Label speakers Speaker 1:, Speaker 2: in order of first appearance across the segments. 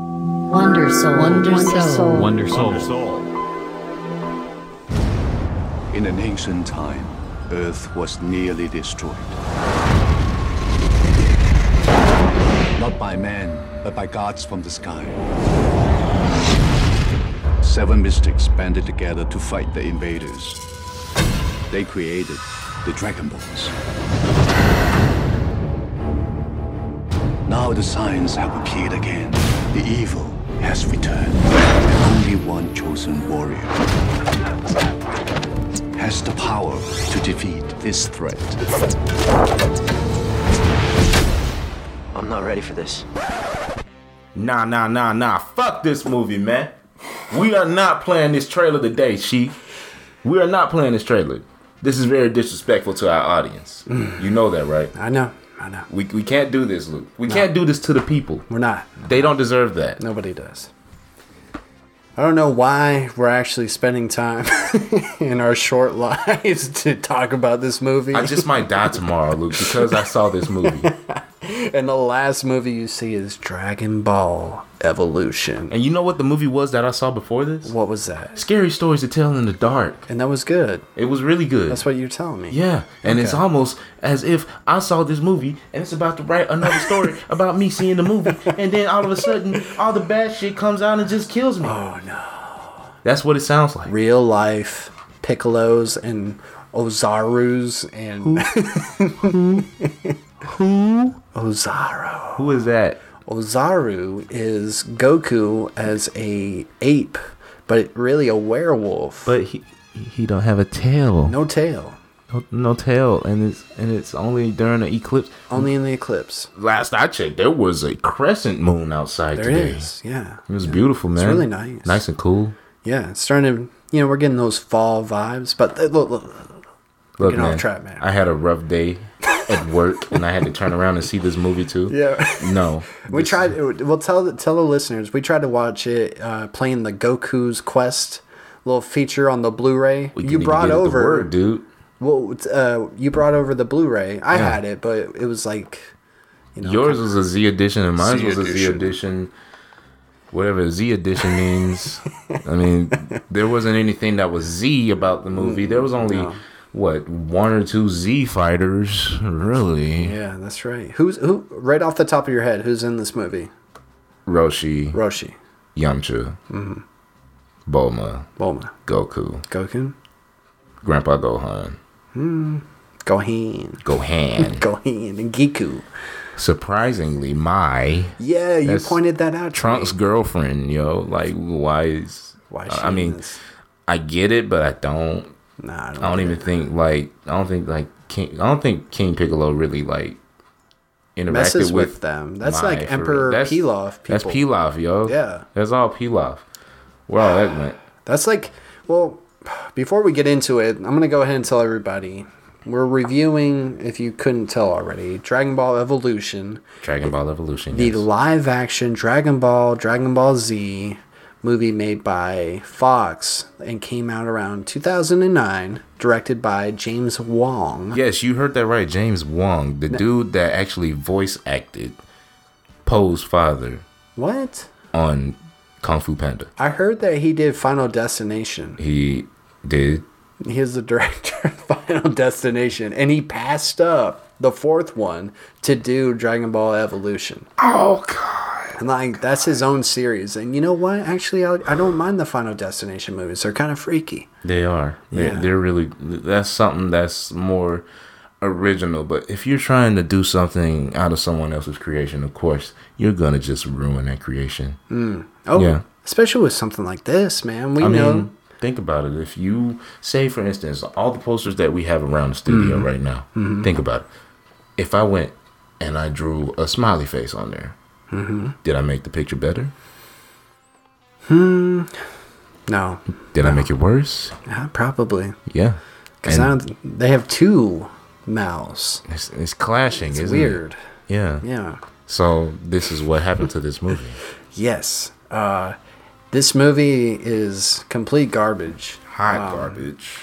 Speaker 1: Wonder Soul.
Speaker 2: Wonder Soul.
Speaker 3: Wonder Soul.
Speaker 4: In an ancient time, Earth was nearly destroyed. Not by man, but by gods from the sky. Seven mystics banded together to fight the invaders. They created the Dragon Balls. Now the signs have appeared again. The evil has returned. Only one chosen warrior has the power to defeat this threat.
Speaker 5: I'm not ready for this.
Speaker 6: Nah, nah, nah, nah. Fuck this movie, man. We are not playing this trailer today, Chief. We are not playing this trailer. This is very disrespectful to our audience. You know that, right?
Speaker 2: Mm. I know. I know.
Speaker 6: We, we can't do this, Luke. We can't do this to the people.
Speaker 2: We're not.
Speaker 6: They don't deserve that.
Speaker 2: Nobody does. I don't know why we're actually spending time in our short lives to talk about this movie.
Speaker 6: I just might die tomorrow, Luke, because I saw this movie.
Speaker 2: and the last movie you see is Dragon Ball Evolution.
Speaker 6: And you know what the movie was that I saw before this?
Speaker 2: What was that?
Speaker 6: Scary Stories to Tell in the Dark.
Speaker 2: And that was good.
Speaker 6: It was really good.
Speaker 2: That's what you're telling me.
Speaker 6: Yeah, and it's
Speaker 2: Okay.
Speaker 6: almost as if I saw this movie and it's about to write another story about me seeing the movie, and then all of a sudden, all the bad shit comes out and just kills me.
Speaker 2: Oh no.
Speaker 6: That's what it sounds like.
Speaker 2: Real life Piccolos and Ozarus and Who? Ozaru.
Speaker 6: Who is that?
Speaker 2: Ozaru is Goku as a ape, but really a werewolf.
Speaker 6: But he he don't have a tail. No,
Speaker 2: no tail.
Speaker 6: no, tail, and it's and it's only during an eclipse.
Speaker 2: Only in the eclipse.
Speaker 6: Last I checked, there was a crescent moon outside
Speaker 2: There
Speaker 6: today.
Speaker 2: is, yeah.
Speaker 6: It was beautiful, man.
Speaker 2: really nice.
Speaker 6: nice and cool.
Speaker 2: Yeah, it's starting to, you know, we're getting those fall vibes, but th- look, look,
Speaker 6: Look,
Speaker 2: Get off
Speaker 6: man,
Speaker 2: track, man.
Speaker 6: I had a rough day at work, and I had to turn around and see this movie too.
Speaker 2: Yeah.
Speaker 6: No.
Speaker 2: we
Speaker 6: this-
Speaker 2: tried, we'll tell, the- tell the listeners, we tried to watch it uh, playing the Goku's Quest little feature on the Blu-ray.
Speaker 6: we
Speaker 2: You
Speaker 6: couldn't even
Speaker 2: brought
Speaker 6: get it to
Speaker 2: over,
Speaker 6: work, dude.
Speaker 2: well, it's, uh, you brought over the Blu-ray. I
Speaker 6: Yeah.
Speaker 2: had it, but it was like, you know,
Speaker 6: Yours was a Z edition, and mine
Speaker 2: Z
Speaker 6: was a Z
Speaker 2: edition.
Speaker 6: edition. Whatever Z edition means. I mean, there wasn't anything that was Z about the movie. There was only what one or two Z fighters, really.
Speaker 2: yeah, that's right. Who's who? Right off the top of your head, who's in this movie?
Speaker 6: Roshi,
Speaker 2: Roshi,
Speaker 6: Yamcha,
Speaker 2: Mm-hmm.
Speaker 6: Bulma,
Speaker 2: Bulma,
Speaker 6: Goku,
Speaker 2: Goku,
Speaker 6: Grandpa Gohan,
Speaker 2: Gohan,
Speaker 6: Gohan.
Speaker 2: Gohan, and Giku.
Speaker 6: Surprisingly, my
Speaker 2: Yeah, you
Speaker 6: That's
Speaker 2: pointed that out. to
Speaker 6: Trunk's
Speaker 2: me.
Speaker 6: girlfriend, yo. Like, why is?
Speaker 2: Why is she
Speaker 6: I
Speaker 2: in
Speaker 6: mean,
Speaker 2: this?
Speaker 6: I get it, but I don't.
Speaker 2: Nah, I don't,
Speaker 6: I don't
Speaker 2: get
Speaker 6: even
Speaker 2: it.
Speaker 6: think like I don't think like King. I don't think King Piccolo really like interacted
Speaker 2: messes
Speaker 6: with,
Speaker 2: with, them. That's
Speaker 6: my-
Speaker 2: like
Speaker 6: for-
Speaker 2: Emperor
Speaker 6: that's-
Speaker 2: Pilaf. People.
Speaker 6: That's Pilaf, yo.
Speaker 2: Yeah.
Speaker 6: that's all Pilaf. Where all that went.
Speaker 2: That's like, well, before we get into it, I'm going to go ahead and tell everybody. We're reviewing, if you couldn't tell already, Dragon Ball Evolution,
Speaker 6: Dragon Ball Evolution.
Speaker 2: the
Speaker 6: yes.
Speaker 2: live action Dragon Ball, Dragon Ball Z movie made by Fox and came out around 2009, directed by James Wong.
Speaker 6: Yes, you heard that right, James Wong, the dude that actually voice acted Poe's father
Speaker 2: What?
Speaker 6: on Kung Fu Panda.
Speaker 2: I heard that he did Final Destination.
Speaker 6: He did.
Speaker 2: He's the director of Final Destination, and he passed up the fourth one to do Dragon Ball Evolution.
Speaker 6: Oh God!
Speaker 2: And like that's his own series. And you know what? Actually, I, I don't mind the Final Destination movies. They're kind of freaky.
Speaker 6: They are. They're,
Speaker 2: Yeah.
Speaker 6: they're really. That's something that's more original. But if you're trying to do something out of someone else's creation, of course, you're gonna just ruin that creation.
Speaker 2: Oh,
Speaker 6: Yeah.
Speaker 2: especially with something like this, man. We
Speaker 6: I
Speaker 2: know.
Speaker 6: mean, think about it. If you say, for instance, all the posters that we have around the studio
Speaker 2: Mm-hmm.
Speaker 6: right now, think about it. If I went and I drew a smiley face on there,
Speaker 2: Mm-hmm.
Speaker 6: did I make the picture better?
Speaker 2: no,
Speaker 6: Did I make it worse?
Speaker 2: Yeah, probably
Speaker 6: Yeah.
Speaker 2: because
Speaker 6: And
Speaker 2: now they have two mouths.
Speaker 6: it's, it's clashing.
Speaker 2: It's
Speaker 6: isn't it?
Speaker 2: weird.
Speaker 6: Yeah.
Speaker 2: Yeah.
Speaker 6: So this is what happened to this movie.
Speaker 2: Yes. Uh, this movie is complete garbage. Um,
Speaker 6: Hot garbage.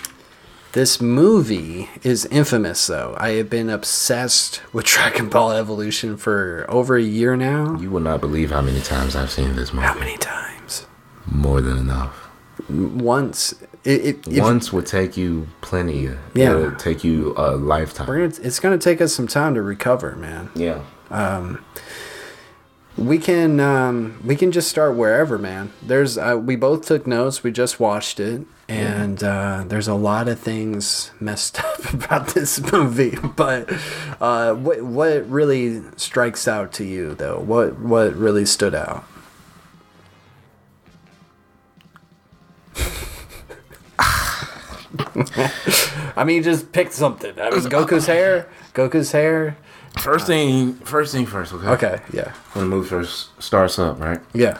Speaker 2: This movie is infamous, though. I have been obsessed with Dragon Ball Evolution for over a year now.
Speaker 6: You will not believe how many times I've seen this movie.
Speaker 2: How many times?
Speaker 6: More than enough.
Speaker 2: Once. It, it, if-
Speaker 6: Once would take you plenty. uh,
Speaker 2: Yeah.
Speaker 6: It'll take you a lifetime.
Speaker 2: we're gonna, it's going to take us some time to recover, man.
Speaker 6: yeah.
Speaker 2: We can um, we can just start wherever, man. There's uh, we both took notes. We just watched it, and uh, there's a lot of things messed up about this movie. But uh, what what really strikes out to you though? What what really stood out? I mean, just pick something. I mean, Goku's hair. Goku's hair.
Speaker 6: First thing, first thing first. Okay.
Speaker 2: Okay, yeah,
Speaker 6: When the movie first starts up, right?
Speaker 2: yeah.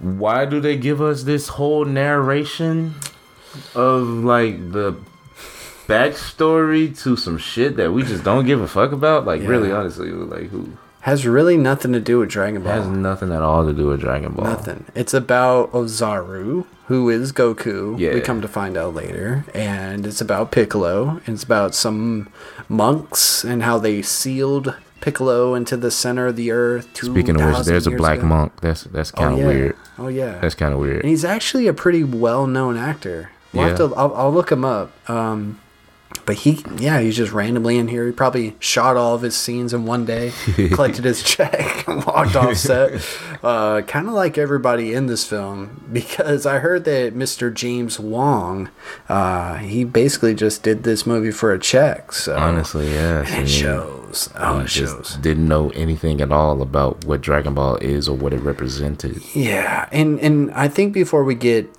Speaker 6: why do they give us this whole narration of like the backstory to some shit that we just don't give a fuck about? Like, really, honestly, like who
Speaker 2: Has really nothing to do with Dragon Ball.
Speaker 6: has nothing at all to do with Dragon Ball?
Speaker 2: Nothing. It's about Ozaru, who is Goku.
Speaker 6: Yeah.
Speaker 2: We come to find out later, and it's about Piccolo. and It's about some monks and how they sealed Piccolo into the center of the earth.
Speaker 6: Speaking of which,
Speaker 2: 2,000
Speaker 6: there's a
Speaker 2: years
Speaker 6: black
Speaker 2: ago.
Speaker 6: monk. That's that's kind
Speaker 2: Oh
Speaker 6: of
Speaker 2: yeah.
Speaker 6: weird.
Speaker 2: Oh yeah.
Speaker 6: That's kind of
Speaker 2: and
Speaker 6: weird.
Speaker 2: he's actually a pretty well-known actor. We'll have
Speaker 6: Yeah.
Speaker 2: to. I'll, I'll look him up. Um, but he, yeah, he's just randomly in here. He probably shot all of his scenes in one day, collected his check, and walked off set. Uh, kind of like everybody in this film, because I heard that Mr. James Wong, uh, he basically just did this movie for a check. So
Speaker 6: Honestly, yeah. so,
Speaker 2: it
Speaker 6: yeah,
Speaker 2: shows. Oh,
Speaker 6: I
Speaker 2: it
Speaker 6: just
Speaker 2: shows.
Speaker 6: didn't know anything at all about what Dragon Ball is or what it represented.
Speaker 2: Yeah, and and I think before we get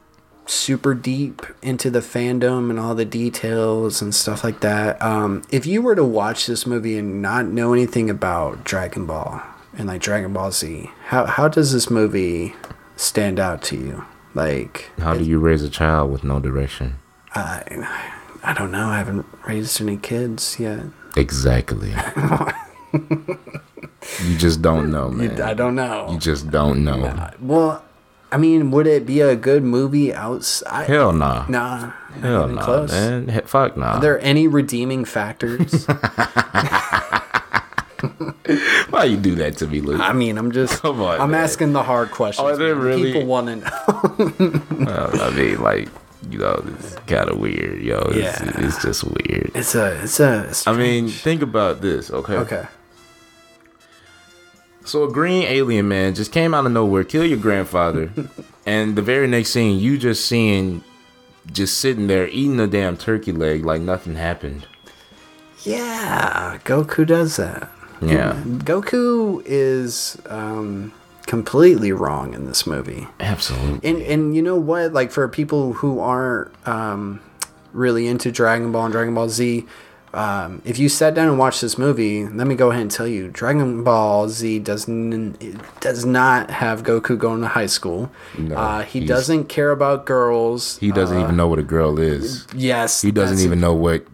Speaker 2: super deep into the fandom and all the details and stuff like that, um, if you were to watch this movie and not know anything about Dragon Ball and like Dragon Ball Z, how how does this movie stand out to you? Like,
Speaker 6: How do you raise a child with no direction?
Speaker 2: I I don't know. I haven't raised any kids yet.
Speaker 6: Exactly. you just don't know, man.
Speaker 2: I don't know. Uh,
Speaker 6: You just don't know.
Speaker 2: well, I mean, would it be a good movie outside?
Speaker 6: Hell nah.
Speaker 2: Nah, not
Speaker 6: Hell
Speaker 2: even
Speaker 6: nah, man. He- Fuck nah.
Speaker 2: Are there any redeeming factors?
Speaker 6: Why you do that to me, Luke?
Speaker 2: I mean, I'm just.
Speaker 6: Come on,
Speaker 2: I'm
Speaker 6: man.
Speaker 2: asking the hard questions.
Speaker 6: Are there
Speaker 2: man.
Speaker 6: really-
Speaker 2: People want to know.
Speaker 6: Well, I mean, like, you know, it's kind of weird, yo. It's,
Speaker 2: Yeah.
Speaker 6: it's just weird.
Speaker 2: It's a. It's a.
Speaker 6: I mean, think about this, okay?
Speaker 2: Okay.
Speaker 6: So a green alien man just came out of nowhere, kill your grandfather, and the very next scene, you just seeing, just sitting there eating a damn turkey leg like nothing happened.
Speaker 2: Yeah, Goku does that.
Speaker 6: Yeah.
Speaker 2: Goku is um, completely wrong in this movie.
Speaker 6: Absolutely.
Speaker 2: And and you know what? Like for people who aren't um, really into Dragon Ball and Dragon Ball Z, um, if you sat down and watched this movie, let me go ahead and tell you, Dragon Ball Z does n- it does not have Goku going to high school.
Speaker 6: No,
Speaker 2: uh, he
Speaker 6: he's-
Speaker 2: doesn't care about girls.
Speaker 6: He doesn't even know what a girl is.
Speaker 2: yes,
Speaker 6: He doesn't
Speaker 2: Uh, that's-
Speaker 6: even know what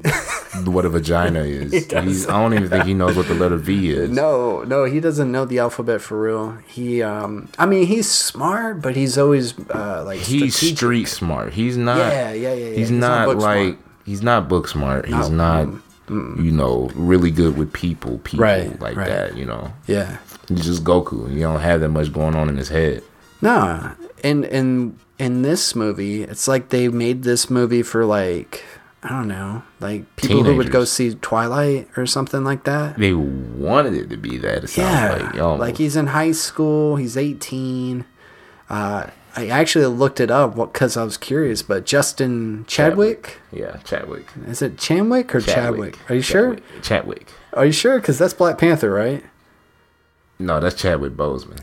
Speaker 6: what a vagina is. He's, I don't even think he knows what the letter V is.
Speaker 2: No, no, he doesn't know the alphabet for real. He, um, I mean, he's smart, but he's always uh, like
Speaker 6: he's
Speaker 2: strategic.
Speaker 6: street smart. He's not.
Speaker 2: Yeah, yeah, yeah, yeah.
Speaker 6: He's,
Speaker 2: He's not
Speaker 6: not,
Speaker 2: book smart.
Speaker 6: like. He's not book smart. He's not. You know, really good with people. People
Speaker 2: Right,
Speaker 6: like
Speaker 2: right.
Speaker 6: that. You know,
Speaker 2: Yeah,
Speaker 6: he's just Goku. You don't have that much going on in his head.
Speaker 2: Nah, and and in this movie, it's like they made this movie for like I don't know, like people who would go
Speaker 6: Teenagers.
Speaker 2: see Twilight or something like that.
Speaker 6: They wanted it to be that. It sounds
Speaker 2: Yeah,
Speaker 6: like, almost.
Speaker 2: like he's in high school, he's eighteen. Uh, I actually looked it up because I was curious, but Justin Chadwick,
Speaker 6: yeah, Chadwick.
Speaker 2: is it Chanwick or Chadwick? Are you sure?
Speaker 6: Chadwick. Chadwick.
Speaker 2: Are you sure? Because that's Black Panther, right?
Speaker 6: No, that's Chadwick Boseman.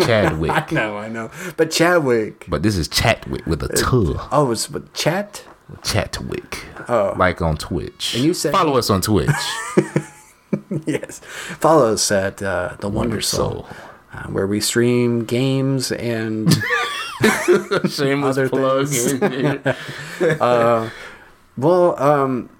Speaker 6: Chadwick.
Speaker 2: No, I know, but Chadwick.
Speaker 6: But this is Chatwick with a T.
Speaker 2: Oh, it's but Chat.
Speaker 6: Chatwick. Like on Twitch. And
Speaker 2: Oh. you said-
Speaker 6: Follow us on Twitch.
Speaker 2: Yes, follow us at uh, the Wonder Soul.
Speaker 6: so
Speaker 2: uh, where we stream games and
Speaker 6: shameless
Speaker 2: Other
Speaker 6: plug.
Speaker 2: well um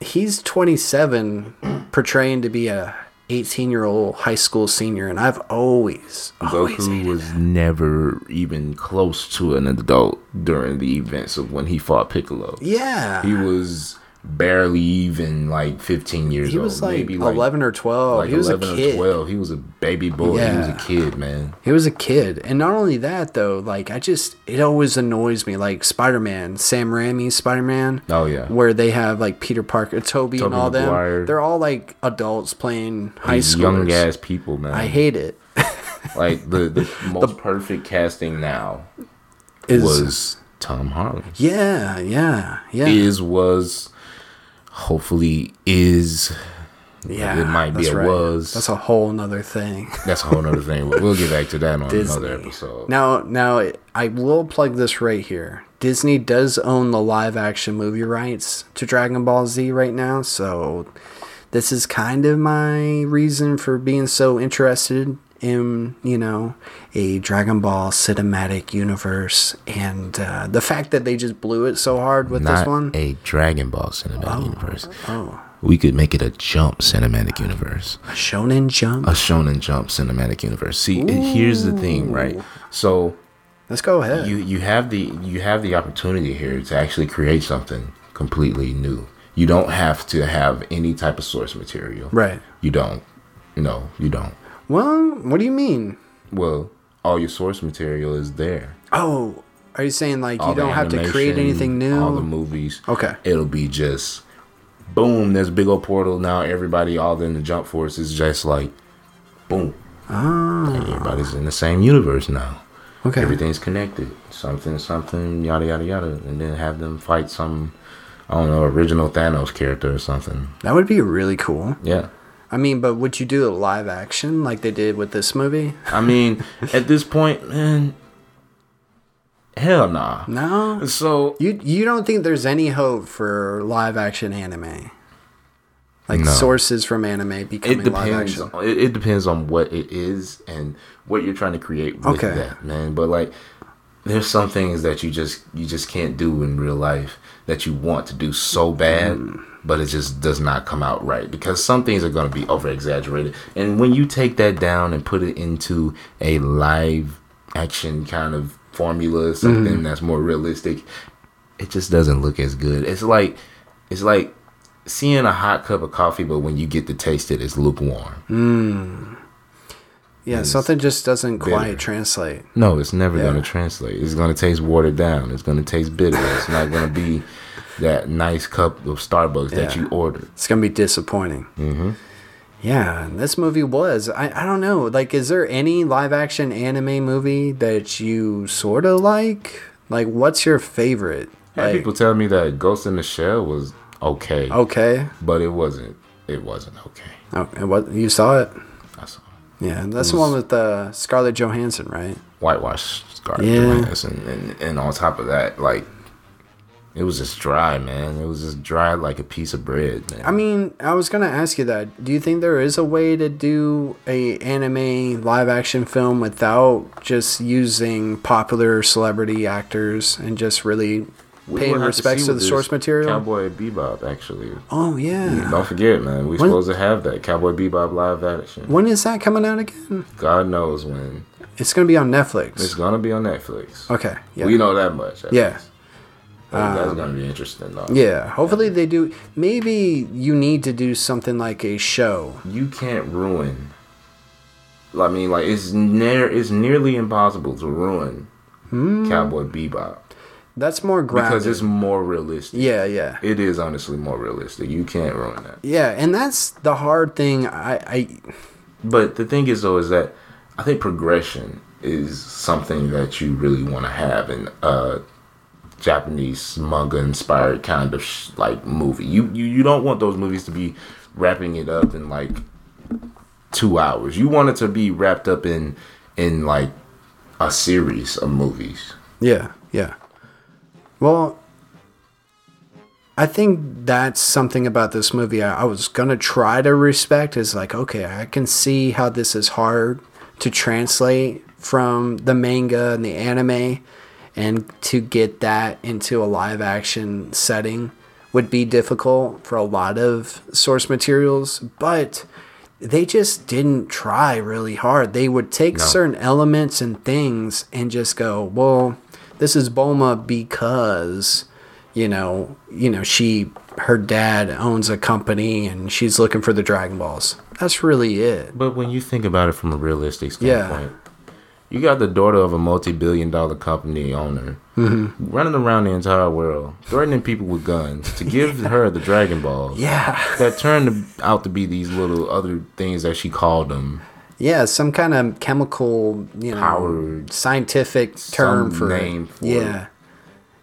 Speaker 2: he's 27 portraying to be a 18 year old high school senior, and I've always, always
Speaker 6: Goku
Speaker 2: hated
Speaker 6: was never even close to an adult during the events of when he fought Piccolo.
Speaker 2: Yeah.
Speaker 6: He
Speaker 2: He,
Speaker 6: was barely even like 15 years old.
Speaker 2: was like
Speaker 6: uh, maybe
Speaker 2: 11 or 12.
Speaker 6: like
Speaker 2: he was a
Speaker 6: 11
Speaker 2: kid.
Speaker 6: or 12. He was a baby boy. He was
Speaker 2: Yeah.
Speaker 6: a kid, man.
Speaker 2: He was a kid. And not only that, though, like, I just, it always annoys me. Like, Spider Man, Sam Raimi's Spider Man.
Speaker 6: Oh, yeah.
Speaker 2: Where they have, like, Peter Parker, Toby, and
Speaker 6: Tobey
Speaker 2: all
Speaker 6: Maguire.
Speaker 2: them. They're all, like, adults playing high
Speaker 6: These
Speaker 2: school.
Speaker 6: young ass people, man.
Speaker 2: I hate it.
Speaker 6: like the, the most perfect casting now
Speaker 2: Is-
Speaker 6: was Tom Harlan.
Speaker 2: Yeah, yeah, yeah.
Speaker 6: Is was hopefully is
Speaker 2: yeah.
Speaker 6: it might be
Speaker 2: that's
Speaker 6: a was.
Speaker 2: That's a whole nother thing.
Speaker 6: that's a whole nother thing. We'll get back to that on another
Speaker 2: Disney.
Speaker 6: episode.
Speaker 2: Now, now it- I will plug this right here. Disney does own the live action movie rights to Dragon Ball Z right now, so this is kind of my reason for being so interested in, you know, a Dragon Ball cinematic universe and uh, the fact that they just blew it so hard with
Speaker 6: Not
Speaker 2: this one. Oh.
Speaker 6: a Dragon Ball cinematic universe. We could make it a Jump cinematic universe.
Speaker 2: Shonen Jump.
Speaker 6: a Shonen Jump cinematic universe. See, and here's the thing, right? So
Speaker 2: Let's go ahead.
Speaker 6: you you have the you have the opportunity here to actually create something completely new. You don't have to have any type of source material.
Speaker 2: Right.
Speaker 6: You don't. No, you don't.
Speaker 2: well, what do you mean?
Speaker 6: Well, all your source material is there.
Speaker 2: Oh, are you saying like
Speaker 6: All
Speaker 2: you
Speaker 6: the
Speaker 2: don't have to create
Speaker 6: animation,
Speaker 2: anything new?
Speaker 6: All the movies.
Speaker 2: Okay.
Speaker 6: It'll be just boom, there's a big old portal. Now everybody all in the jump force is just like boom.
Speaker 2: Ah.
Speaker 6: Like, everybody's in the same universe now.
Speaker 2: okay.
Speaker 6: Everything's connected. Something, something, yada yada yada, and then have them fight some, I don't know, original Thanos character or something.
Speaker 2: That would be really cool.
Speaker 6: Yeah.
Speaker 2: I mean, but would you do a live action like they did with this movie?
Speaker 6: I mean, at this point, man, hell nah.
Speaker 2: No.
Speaker 6: So
Speaker 2: You you don't think there's any hope for live action anime? Like
Speaker 6: No.
Speaker 2: sources from anime becoming
Speaker 6: it
Speaker 2: live
Speaker 6: depends.
Speaker 2: action.
Speaker 6: It, it depends on what it is and what you're trying to create with
Speaker 2: Okay.
Speaker 6: that, man. But like, there's some things that you just you just can't do in real life that you want to do so bad, but it just does not come out right because some things are going to be over exaggerated. And when you take that down and put it into a live action kind of formula, something that's more realistic, it just doesn't look as good. It's like it's like seeing a hot cup of coffee, but when you get to taste it, it's lukewarm.
Speaker 2: Yeah, something just doesn't
Speaker 6: bitter.
Speaker 2: quite translate.
Speaker 6: No, it's never
Speaker 2: Yeah.
Speaker 6: going to translate. It's going to taste watered down. It's going to taste bitter. It's not going to be that nice cup of Starbucks that
Speaker 2: Yeah.
Speaker 6: you ordered.
Speaker 2: It's gonna be disappointing. Mm-hmm. Yeah, and this movie was. I, I don't know. Like, is there any live action anime movie that you sort of like? Like, what's your favorite?
Speaker 6: Had
Speaker 2: Like,
Speaker 6: people tell me that Ghost in the Shell was okay,
Speaker 2: Oh. okay.
Speaker 6: but it wasn't. It wasn't okay.
Speaker 2: Oh, and what you saw it?
Speaker 6: I saw it.
Speaker 2: Yeah, and that's the one with uh, Scarlett Johansson, right?
Speaker 6: whitewash Scarlett
Speaker 2: Yeah.
Speaker 6: Johansson, and, and and on top of that, like it was just dry, man. It was just dry like a piece of bread, man.
Speaker 2: I mean, I was gonna ask you that. Do you think there is a way to do a anime live action film without just using popular celebrity actors and just really
Speaker 6: We
Speaker 2: paying
Speaker 6: will have
Speaker 2: respects
Speaker 6: see
Speaker 2: to
Speaker 6: with
Speaker 2: the
Speaker 6: this
Speaker 2: source material?
Speaker 6: Cowboy Bebop, actually.
Speaker 2: oh yeah.
Speaker 6: Don't forget, man. We're
Speaker 2: When-
Speaker 6: supposed to have that Cowboy Bebop live action.
Speaker 2: When is that coming out again?
Speaker 6: God knows when.
Speaker 2: It's gonna be on
Speaker 6: It's
Speaker 2: Netflix.
Speaker 6: gonna be on Netflix.
Speaker 2: Okay. Yeah.
Speaker 6: We know that much. at
Speaker 2: Yeah. Um,
Speaker 6: least. I think that's gonna be interesting, though.
Speaker 2: yeah. Hopefully they do. Maybe you need to do something like a show.
Speaker 6: you can't ruin. I mean, like it's near it's nearly impossible to ruin
Speaker 2: Hmm.
Speaker 6: Cowboy Bebop
Speaker 2: That's more grounded.
Speaker 6: because it's more realistic.
Speaker 2: yeah, yeah.
Speaker 6: It is honestly more realistic. You can't ruin that.
Speaker 2: Yeah, and that's the hard thing. I, I
Speaker 6: But the thing is, though, is that I think progression is something that you really want to have in a Japanese manga-inspired kind of sh- like movie. You, you you don't want those movies to be wrapping it up in like two hours. You want it to be wrapped up in in like a series of movies.
Speaker 2: yeah, yeah. Well, I think that's something about this movie I, I was gonna try to respect is like, okay, I can see how this is hard to translate from the manga and the anime and to get that into a live action setting would be difficult for a lot of source materials, but they just didn't try really hard. They would take
Speaker 6: No.
Speaker 2: certain elements and things and just go, "Well, this is Boma because you know, you know, she her dad owns a company and she's looking for the Dragon Balls." That's really it.
Speaker 6: But when you think about it from a realistic
Speaker 2: Yeah.
Speaker 6: standpoint, you got the daughter of a multi-billion dollar company owner
Speaker 2: Mm-hmm.
Speaker 6: running around the entire world, threatening people with guns to give her the Dragon Balls
Speaker 2: Yeah.
Speaker 6: that turned to- out to be these little other things that she called them.
Speaker 2: Yeah, some kind of chemical, you know,
Speaker 6: Powered-
Speaker 2: scientific term
Speaker 6: some
Speaker 2: for it.
Speaker 6: name for
Speaker 2: yeah.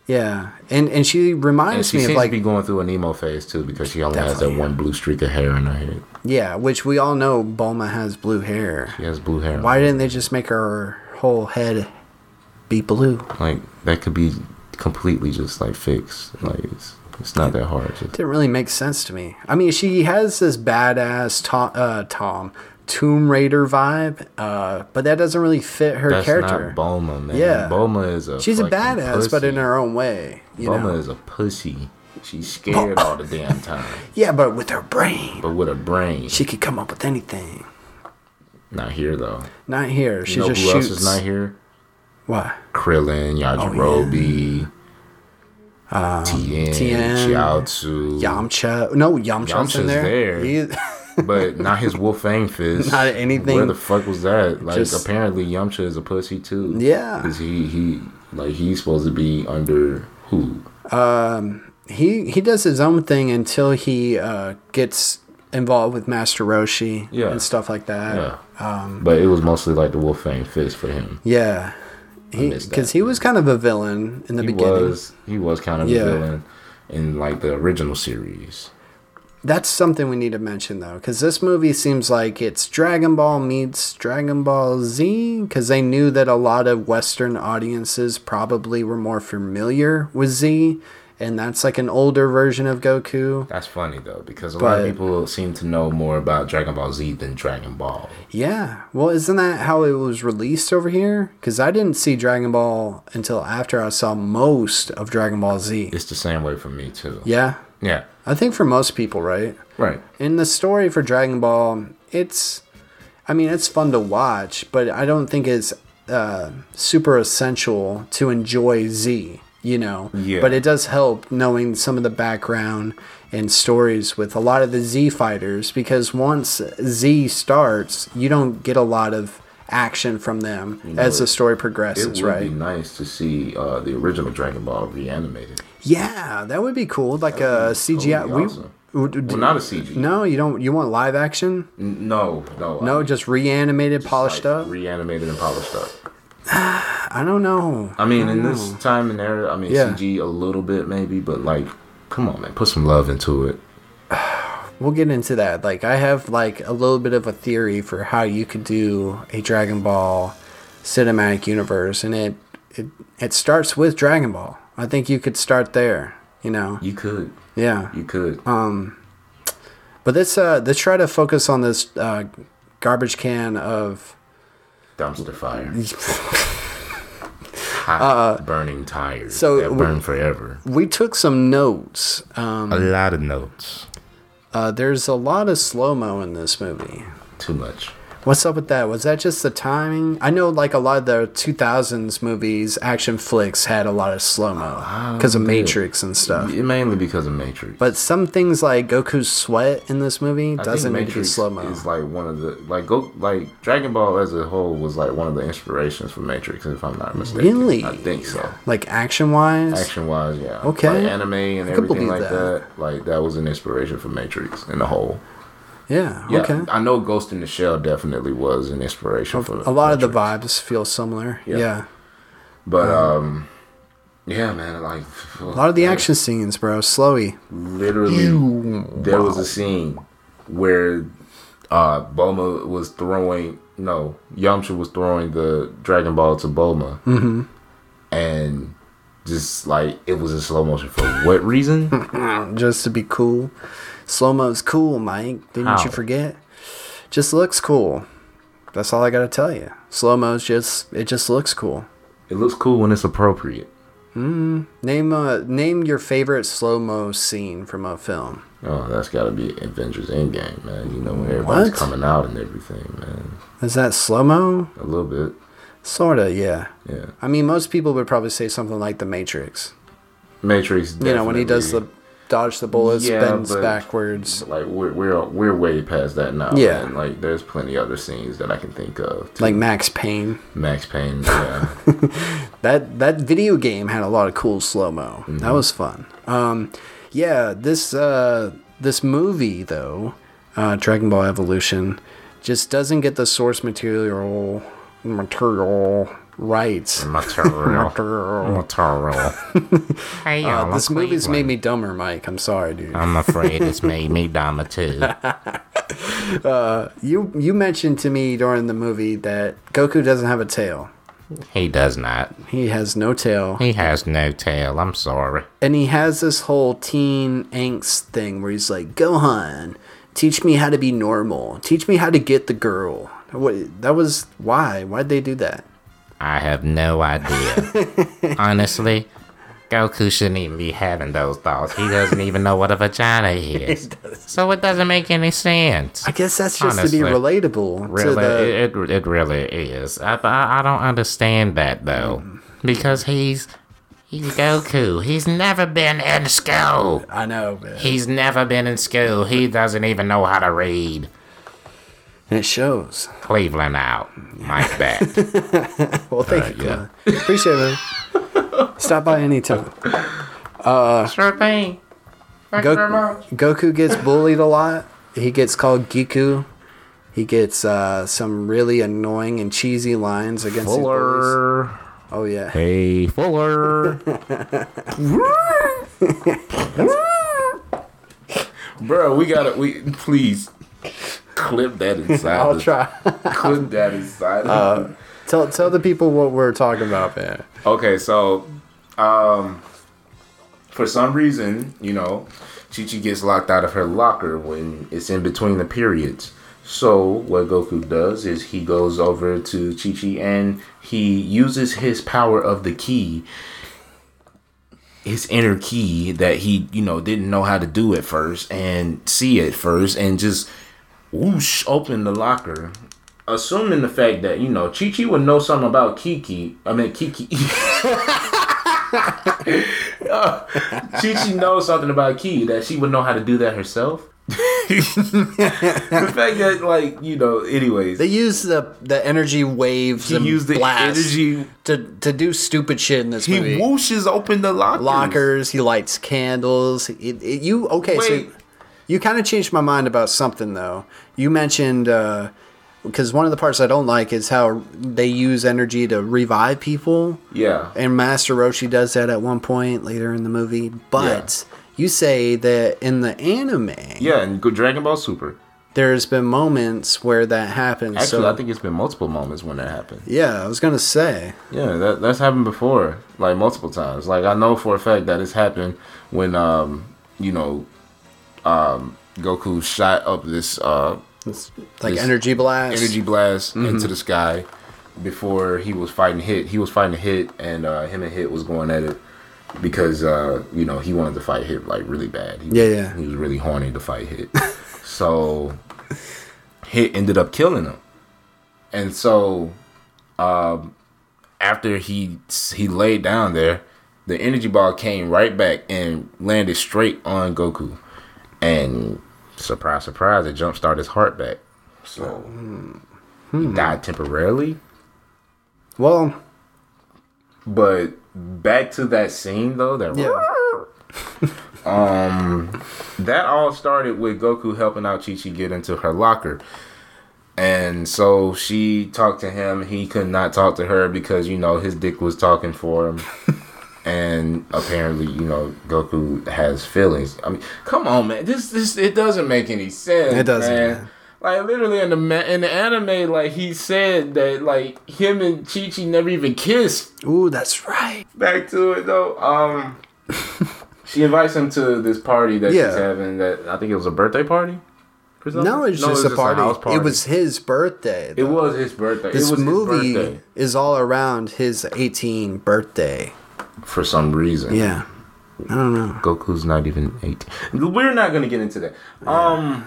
Speaker 2: Yeah. And and she
Speaker 6: And
Speaker 2: reminds
Speaker 6: she
Speaker 2: me
Speaker 6: seems
Speaker 2: of like
Speaker 6: to be going through an emo phase too because she only has that
Speaker 2: Definitely,
Speaker 6: one blue streak of hair in her head.
Speaker 2: yeah, which we all know Bulma has blue hair.
Speaker 6: She has blue hair.
Speaker 2: Why didn't they just make her whole head be blue?
Speaker 6: Like that could be completely just like fixed. Like it's it's not that hard. Just-
Speaker 2: Didn't really make sense to me. I mean, she has this badass Tom, uh, Tom Tomb Raider vibe, uh, but that doesn't really fit her
Speaker 6: That's
Speaker 2: character.
Speaker 6: not Bulma, man.
Speaker 2: Yeah.
Speaker 6: Bulma is a
Speaker 2: She's a
Speaker 6: fucking
Speaker 2: badass, but
Speaker 6: pussy.
Speaker 2: in her own way. You
Speaker 6: Bulma
Speaker 2: know?
Speaker 6: is a pussy. She's scared all the damn time,
Speaker 2: Yeah, but with her brain,
Speaker 6: but with a brain.
Speaker 2: she could come up with anything.
Speaker 6: not here though.
Speaker 2: Not here. She
Speaker 6: you know who
Speaker 2: just shoots. Oh,
Speaker 6: else is not here?
Speaker 2: Why?
Speaker 6: Krillin, Yajirobe,
Speaker 2: Um,
Speaker 6: Tien,
Speaker 2: Tien,
Speaker 6: Chiaotzu,
Speaker 2: Yamcha? No, Yamcha's, in
Speaker 6: Yamcha's
Speaker 2: there.
Speaker 6: there.
Speaker 2: He's-
Speaker 6: but not his Wolf Fang fist.
Speaker 2: Not anything.
Speaker 6: Where the fuck was that? Like
Speaker 2: Just-
Speaker 6: apparently Yamcha is a pussy too.
Speaker 2: Yeah.
Speaker 6: 'Cause he he like he's supposed to be under who?
Speaker 2: he he does his own thing until he uh, gets involved with Master Roshi
Speaker 6: Yeah.
Speaker 2: and stuff like that.
Speaker 6: Yeah.
Speaker 2: um,
Speaker 6: but it was mostly like the Wolf Fang fist for him.
Speaker 2: Yeah.
Speaker 6: missed that.
Speaker 2: Because he, was kind of a villain in the
Speaker 6: He
Speaker 2: beginning.
Speaker 6: was he was kind of
Speaker 2: Yeah.
Speaker 6: a villain in like the original series.
Speaker 2: That's something we need to mention, though, because this movie seems like it's Dragon Ball meets Dragon Ball Z, because they knew that a lot of Western audiences probably were more familiar with Z, and that's like an older version of Goku.
Speaker 6: That's funny though, because a lot of
Speaker 2: But-
Speaker 6: people seem to know more about Dragon Ball Z than Dragon Ball.
Speaker 2: Yeah. Well, isn't that how it was released over here? Because I didn't see Dragon Ball until after I saw most of Dragon Ball Z.
Speaker 6: It's the same way for me too.
Speaker 2: Yeah.
Speaker 6: Yeah.
Speaker 2: I think for most people, right?
Speaker 6: Right.
Speaker 2: In the story for Dragon Ball, it's, I mean, it's fun to watch, but I don't think it's uh, super essential to enjoy Z, you know?
Speaker 6: Yeah.
Speaker 2: But it does help knowing some of the background and stories with a lot of the Z fighters because once Z starts, you don't get a lot of action from them as the story
Speaker 6: It
Speaker 2: progresses,
Speaker 6: would
Speaker 2: right?
Speaker 6: be nice to see uh, the original Dragon Ball reanimated.
Speaker 2: Yeah, that would be cool. Like a CGI.
Speaker 6: totally
Speaker 2: we,
Speaker 6: awesome.
Speaker 2: w- d-
Speaker 6: Well, not a CG.
Speaker 2: No, you don't. You want live action?
Speaker 6: N- No, no, I
Speaker 2: No,
Speaker 6: mean,
Speaker 2: just reanimated, polished
Speaker 6: like,
Speaker 2: up.
Speaker 6: reanimated and polished up.
Speaker 2: I don't know.
Speaker 6: I mean, in this time and era, I mean
Speaker 2: Yeah.
Speaker 6: CG a little bit maybe, but like, come on, man, put some love into it.
Speaker 2: We'll get into that. Like, I have like a little bit of a theory for how you could do a Dragon Ball cinematic universe, and it it it starts with Dragon Ball. I think you could start there. You know?
Speaker 6: You could,
Speaker 2: Yeah.
Speaker 6: you could.
Speaker 2: But let's uh let's try to focus on this uh, garbage can of
Speaker 6: Dumpster fire. Hot burning tires
Speaker 2: Uh, so
Speaker 6: that
Speaker 2: we-
Speaker 6: burn forever.
Speaker 2: we took some notes. Um,
Speaker 6: A lot of notes.
Speaker 2: uh, there's a lot of slow mo in this movie.
Speaker 6: Too much.
Speaker 2: What's up with that? Was that just the timing? I know, like a lot of the 2000s movies, action flicks had a lot of slow mo because of
Speaker 6: yeah.
Speaker 2: Matrix and stuff.
Speaker 6: It- mainly because of Matrix.
Speaker 2: But some things like Goku's sweat in this movie
Speaker 6: I think
Speaker 2: doesn't make it slow mo.
Speaker 6: Is like one of the like go like Dragon Ball as a whole was like one of the inspirations for Matrix, if I'm not mistaken.
Speaker 2: Really?
Speaker 6: I think so.
Speaker 2: Like action wise,
Speaker 6: Action wise, yeah.
Speaker 2: Okay.
Speaker 6: Like anime and everything
Speaker 2: believe
Speaker 6: like that.
Speaker 2: that.
Speaker 6: Like that was an inspiration for Matrix in the whole.
Speaker 2: yeah,
Speaker 6: Yeah.
Speaker 2: okay.
Speaker 6: I know Ghost in the Shell definitely was an inspiration for
Speaker 2: A lot of the vibes feel similar. Yeah.
Speaker 6: Yeah. But um yeah, man, like a
Speaker 2: a lot of the action scenes, bro, slowy.
Speaker 6: literally there was a scene where uh Bulma was throwing no Yamcha was throwing the Dragon Ball to Bulma
Speaker 2: Mm-hmm.
Speaker 6: and just like it was in slow motion for what reason
Speaker 2: just to be cool. Slow mo's cool, Mike. Didn't
Speaker 6: How?
Speaker 2: you forget? Just looks cool. That's all I gotta tell you. Slow mo's just it just looks cool.
Speaker 6: it looks cool when it's appropriate
Speaker 2: Name uh name your favorite slow mo scene from a film.
Speaker 6: Oh, that's got to be Avengers Endgame, man. You know when everybody's
Speaker 2: What?
Speaker 6: coming out and everything, man.
Speaker 2: Is that slow mo?
Speaker 6: A little bit,
Speaker 2: Sorta, yeah.
Speaker 6: yeah.
Speaker 2: I mean, most people would probably say something like The Matrix.
Speaker 6: Matrix.
Speaker 2: You know, when he does the
Speaker 6: definitely.
Speaker 2: dodge the bullets,
Speaker 6: Yeah,
Speaker 2: bends
Speaker 6: but-
Speaker 2: backwards.
Speaker 6: like we're we're we're way past that now.
Speaker 2: Yeah.
Speaker 6: Yeah, man. like there's plenty other scenes that I can think of. too.
Speaker 2: Like Max Payne.
Speaker 6: Max Payne. Yeah,
Speaker 2: That that video game had a lot of cool slow mo.
Speaker 6: Mm-hmm.
Speaker 2: That was fun. Um, yeah, this uh, this movie though, uh, Dragon Ball Evolution, just doesn't get the source material material right.
Speaker 6: material. Mm-hmm.
Speaker 2: Material.
Speaker 6: Material.
Speaker 1: Hey,
Speaker 2: Uh, this movie's made me dumber, Mike. I'm sorry, dude.
Speaker 1: I'm afraid it's made me dumber too.
Speaker 2: You you mentioned to me during the movie that Goku doesn't have a tail.
Speaker 1: He does not.
Speaker 2: He has no tail.
Speaker 1: He has no tail. I'm sorry.
Speaker 2: and he has this whole teen angst thing where he's like, "Gohan, teach me how to be normal. Teach me how to get the girl." What? That was why? Why'd they do that?
Speaker 1: I have no idea. Honestly, Goku shouldn't even be having those thoughts. He doesn't even know what a vagina is. So it doesn't make any sense.
Speaker 2: I guess that's just to be
Speaker 1: Honestly.
Speaker 2: relatable
Speaker 1: Really,
Speaker 2: to the.
Speaker 1: it, it, it really is. I, I, I don't understand that though, because he's he's Goku. He's never been in school.
Speaker 2: I know, man.
Speaker 1: He's never been in school. He doesn't even know how to read.
Speaker 2: and it shows.
Speaker 1: Cleveland out like that.
Speaker 2: Well, thank you,
Speaker 1: Uh, yeah.
Speaker 2: Glenn. Appreciate it. man. Stop by anytime.
Speaker 1: sure thing. Thank you very much.
Speaker 2: Goku, Goku gets bullied a lot. He gets called Giku. He gets uh, some really annoying and cheesy lines against his bullies.
Speaker 6: Fuller.
Speaker 2: Oh yeah.
Speaker 6: Hey, Fuller. Bro, we gotta. We please clip that inside.
Speaker 2: I'll
Speaker 6: the-
Speaker 2: try.
Speaker 6: Clip that inside.
Speaker 1: Uh,
Speaker 2: Tell tell the people what we're talking about, man.
Speaker 6: Okay, so um for some reason, you know, Chi Chi gets locked out of her locker when it's in between the periods. So what Goku does is he goes over to Chi Chi and he uses his power of the key his inner key that he, you know, didn't know how to do at first and see at first and just whoosh open the locker. Assuming the fact that, you know, Chi Chi would know something about Kiki. I mean Kiki Chi Chi knows something about Key that she would know how to do that herself. the fact that like, you know, anyways.
Speaker 2: They use the the energy waves
Speaker 6: He
Speaker 2: and
Speaker 6: used the
Speaker 2: blasts
Speaker 6: energy-
Speaker 2: to to do stupid shit in this
Speaker 6: he
Speaker 2: movie.
Speaker 6: whooshes open the lockers.
Speaker 2: Lockers. He lights candles. It, it, you okay?
Speaker 6: Wait.
Speaker 2: So you kind of changed my mind about something though. You mentioned because one of the parts I don't like is how they use energy to revive people.
Speaker 6: Yeah.
Speaker 2: and Master Roshi does that at one point later in the movie. But you say that in the anime,
Speaker 6: yeah, and good Dragon Ball Super.
Speaker 2: there's been moments where that happens.
Speaker 6: Actually,
Speaker 2: so
Speaker 6: I think it's been multiple moments when that happened.
Speaker 2: yeah, I was gonna say
Speaker 6: Yeah, that, that's happened before, like multiple times. Like I know for a fact that it's happened when, um, you know, um, Goku shot up this uh,
Speaker 2: it's like
Speaker 6: This
Speaker 2: energy blast.
Speaker 6: energy blast into the sky before he was fighting Hit. He was fighting Hit, and uh, him and Hit was going at it because uh, you know he wanted to fight Hit like really bad. He,
Speaker 2: Yeah, yeah.
Speaker 6: He was really horny to fight Hit, so Hit ended up killing him, and so um, after he he laid down there, the energy ball came right back and landed straight on Goku, and surprise, surprise, it jump started his heart back. So
Speaker 2: Hmm.
Speaker 6: he died temporarily.
Speaker 2: Well,
Speaker 6: But back to that scene though, that Um,
Speaker 2: yeah,
Speaker 6: that all started with Goku helping out Chi Chi get into her locker. And so she talked to him. He could not talk to her because, you know, his dick was talking for him. and apparently, you know, Goku has feelings. I mean, come on, man. This this it doesn't make any sense.
Speaker 2: It doesn't,
Speaker 6: man.
Speaker 2: man.
Speaker 6: Like literally in the ma- in the anime, like he said that like him and Chi Chi never even kissed
Speaker 2: ooh, that's right.
Speaker 6: back to it though. Um, she invites him to this party that
Speaker 2: Yeah.
Speaker 6: she's having. That I think it was a birthday party. or something?
Speaker 2: No, it's just
Speaker 6: was
Speaker 2: a party.
Speaker 6: house
Speaker 2: It was his birthday.
Speaker 6: It
Speaker 2: though.
Speaker 6: was his birthday.
Speaker 2: This
Speaker 6: it was His
Speaker 2: movie
Speaker 6: birthday.
Speaker 2: is all around his 18 birthday.
Speaker 6: for some reason.
Speaker 2: Yeah. I don't know.
Speaker 6: Goku's not even eight. We're not gonna get into that. Um.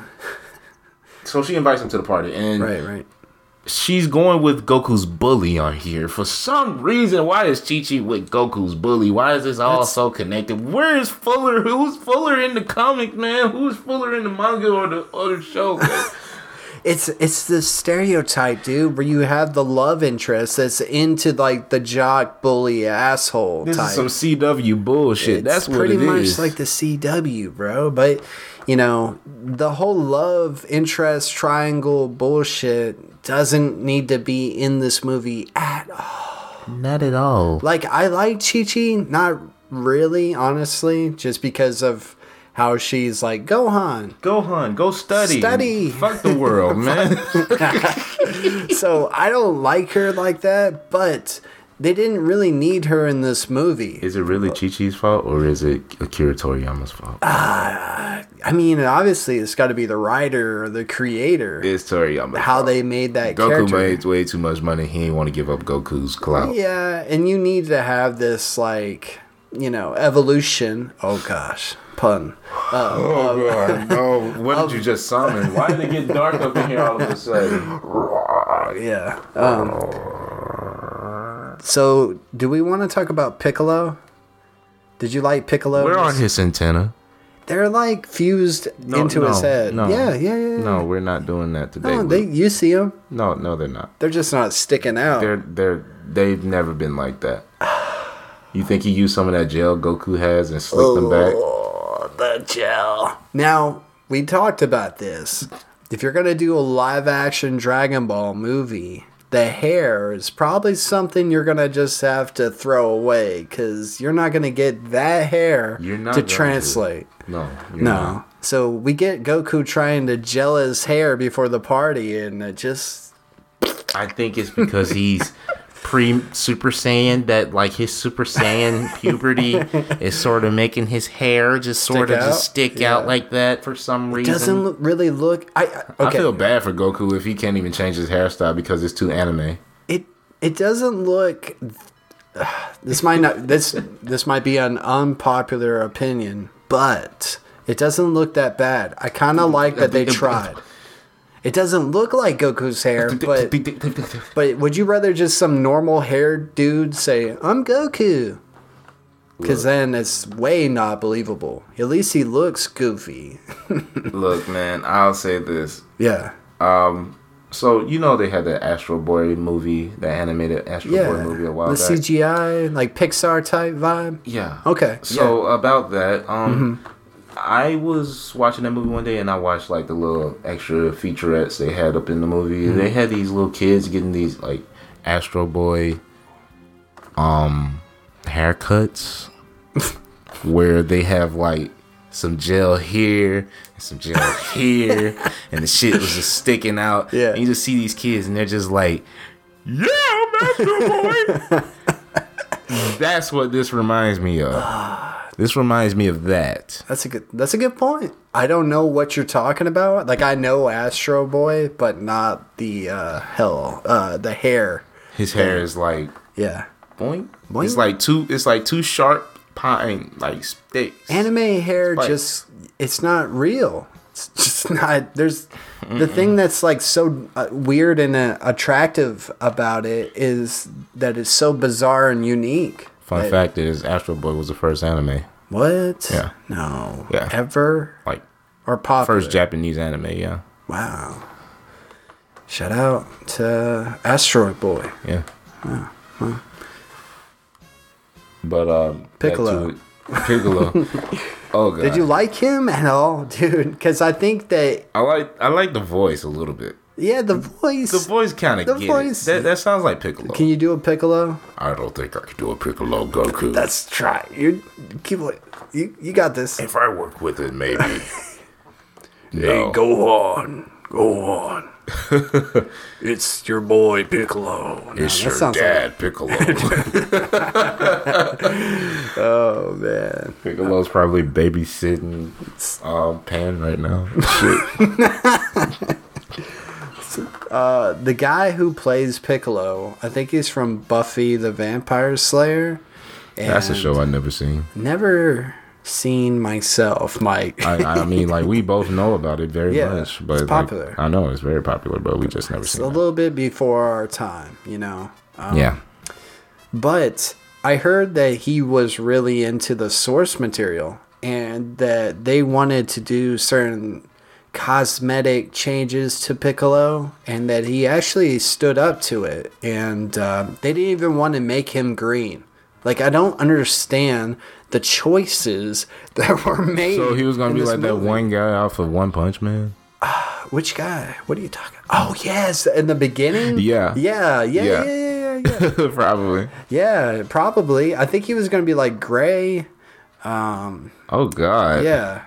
Speaker 6: So she invites him to the party, and
Speaker 2: Right, right.
Speaker 6: she's going with Goku's bully on here for some reason. Why is Chi Chi with Goku's bully? Why is this all so connected? Where is Fuller? Who's Fuller in the comic, man? Who's Fuller in the manga or the other show?
Speaker 2: It's it's the stereotype, dude, where you have the love interest that's into like the jock bully asshole
Speaker 6: this
Speaker 2: type.
Speaker 6: is some CW bullshit.
Speaker 2: It's
Speaker 6: That's what
Speaker 2: pretty
Speaker 6: it
Speaker 2: much
Speaker 6: is.
Speaker 2: like the CW, bro. But you know, the whole love interest triangle bullshit doesn't need to be in this movie at all.
Speaker 1: Not at all.
Speaker 2: Like I like Chi Chi, not really, honestly, just because of how she's like Gohan.
Speaker 6: Gohan, go study.
Speaker 2: Study.
Speaker 6: Fuck the world, man.
Speaker 2: so I don't like her like that, but they didn't really need her in this movie.
Speaker 6: Is it really Chi Chi's fault or is it Akira Toriyama's fault?
Speaker 2: Ah. I mean, obviously it's got to be the writer or the creator
Speaker 6: it's Toriyama.
Speaker 2: how they made that
Speaker 6: Goku
Speaker 2: character.
Speaker 6: made way too much money. He didn't want to give up Goku's clout.
Speaker 2: Yeah, and you need to have this like you know evolution. Oh gosh, pun.
Speaker 6: Oh god, no! What did you just summon? Why did it get dark up in here all of a sudden?
Speaker 2: Yeah. Um, so, do we want to talk about Piccolo? Did you like Piccolo?
Speaker 6: We're on his antenna.
Speaker 2: They're like fused into his head. yeah, yeah, yeah. yeah.
Speaker 6: No, we're not doing that today.
Speaker 2: No,
Speaker 6: No,
Speaker 2: they, you see them.
Speaker 6: no, no, they're not.
Speaker 2: They're just not sticking out.
Speaker 6: They're they're they've never been like that. You think he used some of that gel Goku has and slicked them
Speaker 2: Oh.
Speaker 6: back?
Speaker 2: the gel. Now, we talked about this. If you're going to do a live action Dragon Ball movie, the hair is probably something you're going to just have to throw away because you're not going to get that hair
Speaker 6: You're not
Speaker 2: to
Speaker 6: going to.
Speaker 2: translate.
Speaker 6: No, you're
Speaker 2: No.
Speaker 6: not.
Speaker 2: So we get Goku trying to gel his hair before the party, and it just.
Speaker 1: I think it's because he's pre Super Saiyan that like his Super Saiyan puberty is sort of making his hair just sort of
Speaker 2: out?
Speaker 1: just stick out like that for some reason.
Speaker 2: Doesn't look- really look. I I- okay.
Speaker 6: I feel bad for Goku if he can't even change his hairstyle because it's too anime.
Speaker 2: it it doesn't look this might not this this might be an unpopular opinion but it doesn't look that bad i kind of like that they tried it doesn't look like goku's hair but but would you rather just some normal haired dude say i'm goku because then it's way not believable at least he looks goofy
Speaker 6: Look, man, I'll say this.
Speaker 2: yeah
Speaker 6: So you know they had that Astro Boy movie, that animated Astro
Speaker 2: yeah
Speaker 6: Boy movie a while
Speaker 2: the
Speaker 6: back.
Speaker 2: cgi like pixar type vibe
Speaker 6: yeah.
Speaker 2: okay Mm-hmm.
Speaker 6: So about that, um, I was watching that movie one day, and I watched like the little extra featurettes they had up in the movie.
Speaker 2: Mm-hmm.
Speaker 6: They had these little kids getting these like Astro Boy, um, haircuts, where they have like some gel here and some gel here, and the shit was just sticking out.
Speaker 2: Yeah.
Speaker 6: And you just see these kids, and they're just like, "Yeah, I'm Astro Boy." That's what this reminds me of. This reminds me of that.
Speaker 2: That's a good. That's a good point. I don't know what you're talking about. Like I know Astro Boy, but not the uh, hell, uh, the hair.
Speaker 6: His hair is like
Speaker 2: Yeah,
Speaker 6: boing.
Speaker 2: Boing.
Speaker 6: It's like two. It's like two sharp pine like sticks.
Speaker 2: anime hair
Speaker 6: Spikes.
Speaker 2: just it's not real. It's just not. There's the thing that's like so uh, weird and uh, attractive about it is that it's so bizarre and unique.
Speaker 6: Fun
Speaker 2: Like,
Speaker 6: fact is, Astro Boy was the first anime,
Speaker 2: What?
Speaker 6: Yeah.
Speaker 2: No.
Speaker 6: Yeah.
Speaker 2: Ever
Speaker 6: like
Speaker 2: or popular?
Speaker 6: first Japanese anime. Yeah,
Speaker 2: wow. Shout out to Asteroid Boy.
Speaker 6: yeah. But um, back
Speaker 2: Piccolo.
Speaker 6: to it. Piccolo. oh god.
Speaker 2: Did you like him at all, dude? Because I think that
Speaker 6: I like I like the voice a little bit.
Speaker 2: yeah, the voice.
Speaker 6: The voice kind of
Speaker 2: The
Speaker 6: get it.
Speaker 2: voice-
Speaker 6: That, that sounds like Piccolo.
Speaker 2: Can you do a Piccolo?
Speaker 6: I don't think I could do a Piccolo Goku.
Speaker 2: Let's try. You keep it- you you got this.
Speaker 6: if I work with it, maybe. no.
Speaker 2: go on, go on. it's your boy Piccolo. No,
Speaker 6: It's
Speaker 2: that
Speaker 6: your
Speaker 2: sounds
Speaker 6: dad, Piccolo.
Speaker 2: like oh man.
Speaker 6: Piccolo's probably babysitting um, Pan right now. Shit.
Speaker 2: Uh, the guy who plays Piccolo, I think he's from Buffy the Vampire Slayer.
Speaker 6: That's a
Speaker 2: And
Speaker 6: show I never seen.
Speaker 2: Never seen myself, Mike.
Speaker 6: I, I mean, like we both know about it very
Speaker 2: Yeah,
Speaker 6: much, but
Speaker 2: it's
Speaker 6: like,
Speaker 2: popular.
Speaker 6: I know it's very popular, but we just never
Speaker 2: It's
Speaker 6: seen
Speaker 2: a
Speaker 6: it.
Speaker 2: little bit before our time, you know. Um,
Speaker 6: yeah,
Speaker 2: But I heard that he was really into the source material and that they wanted to do certain cosmetic changes to Piccolo and that he actually stood up to it. And uh, they didn't even want to make him green. Like, I don't understand the choices that were made.
Speaker 6: so he was gonna
Speaker 2: in
Speaker 6: be
Speaker 2: this
Speaker 6: like that
Speaker 2: movie.
Speaker 6: one guy off of One Punch Man.
Speaker 2: Which guy? What are you talking? Oh yes, in the beginning.
Speaker 6: Yeah.
Speaker 2: Yeah. Yeah.
Speaker 6: Yeah.
Speaker 2: Yeah. Yeah. Yeah. yeah.
Speaker 6: Probably.
Speaker 2: yeah probably. I think he was gonna be like gray.
Speaker 6: Oh God.
Speaker 2: Yeah.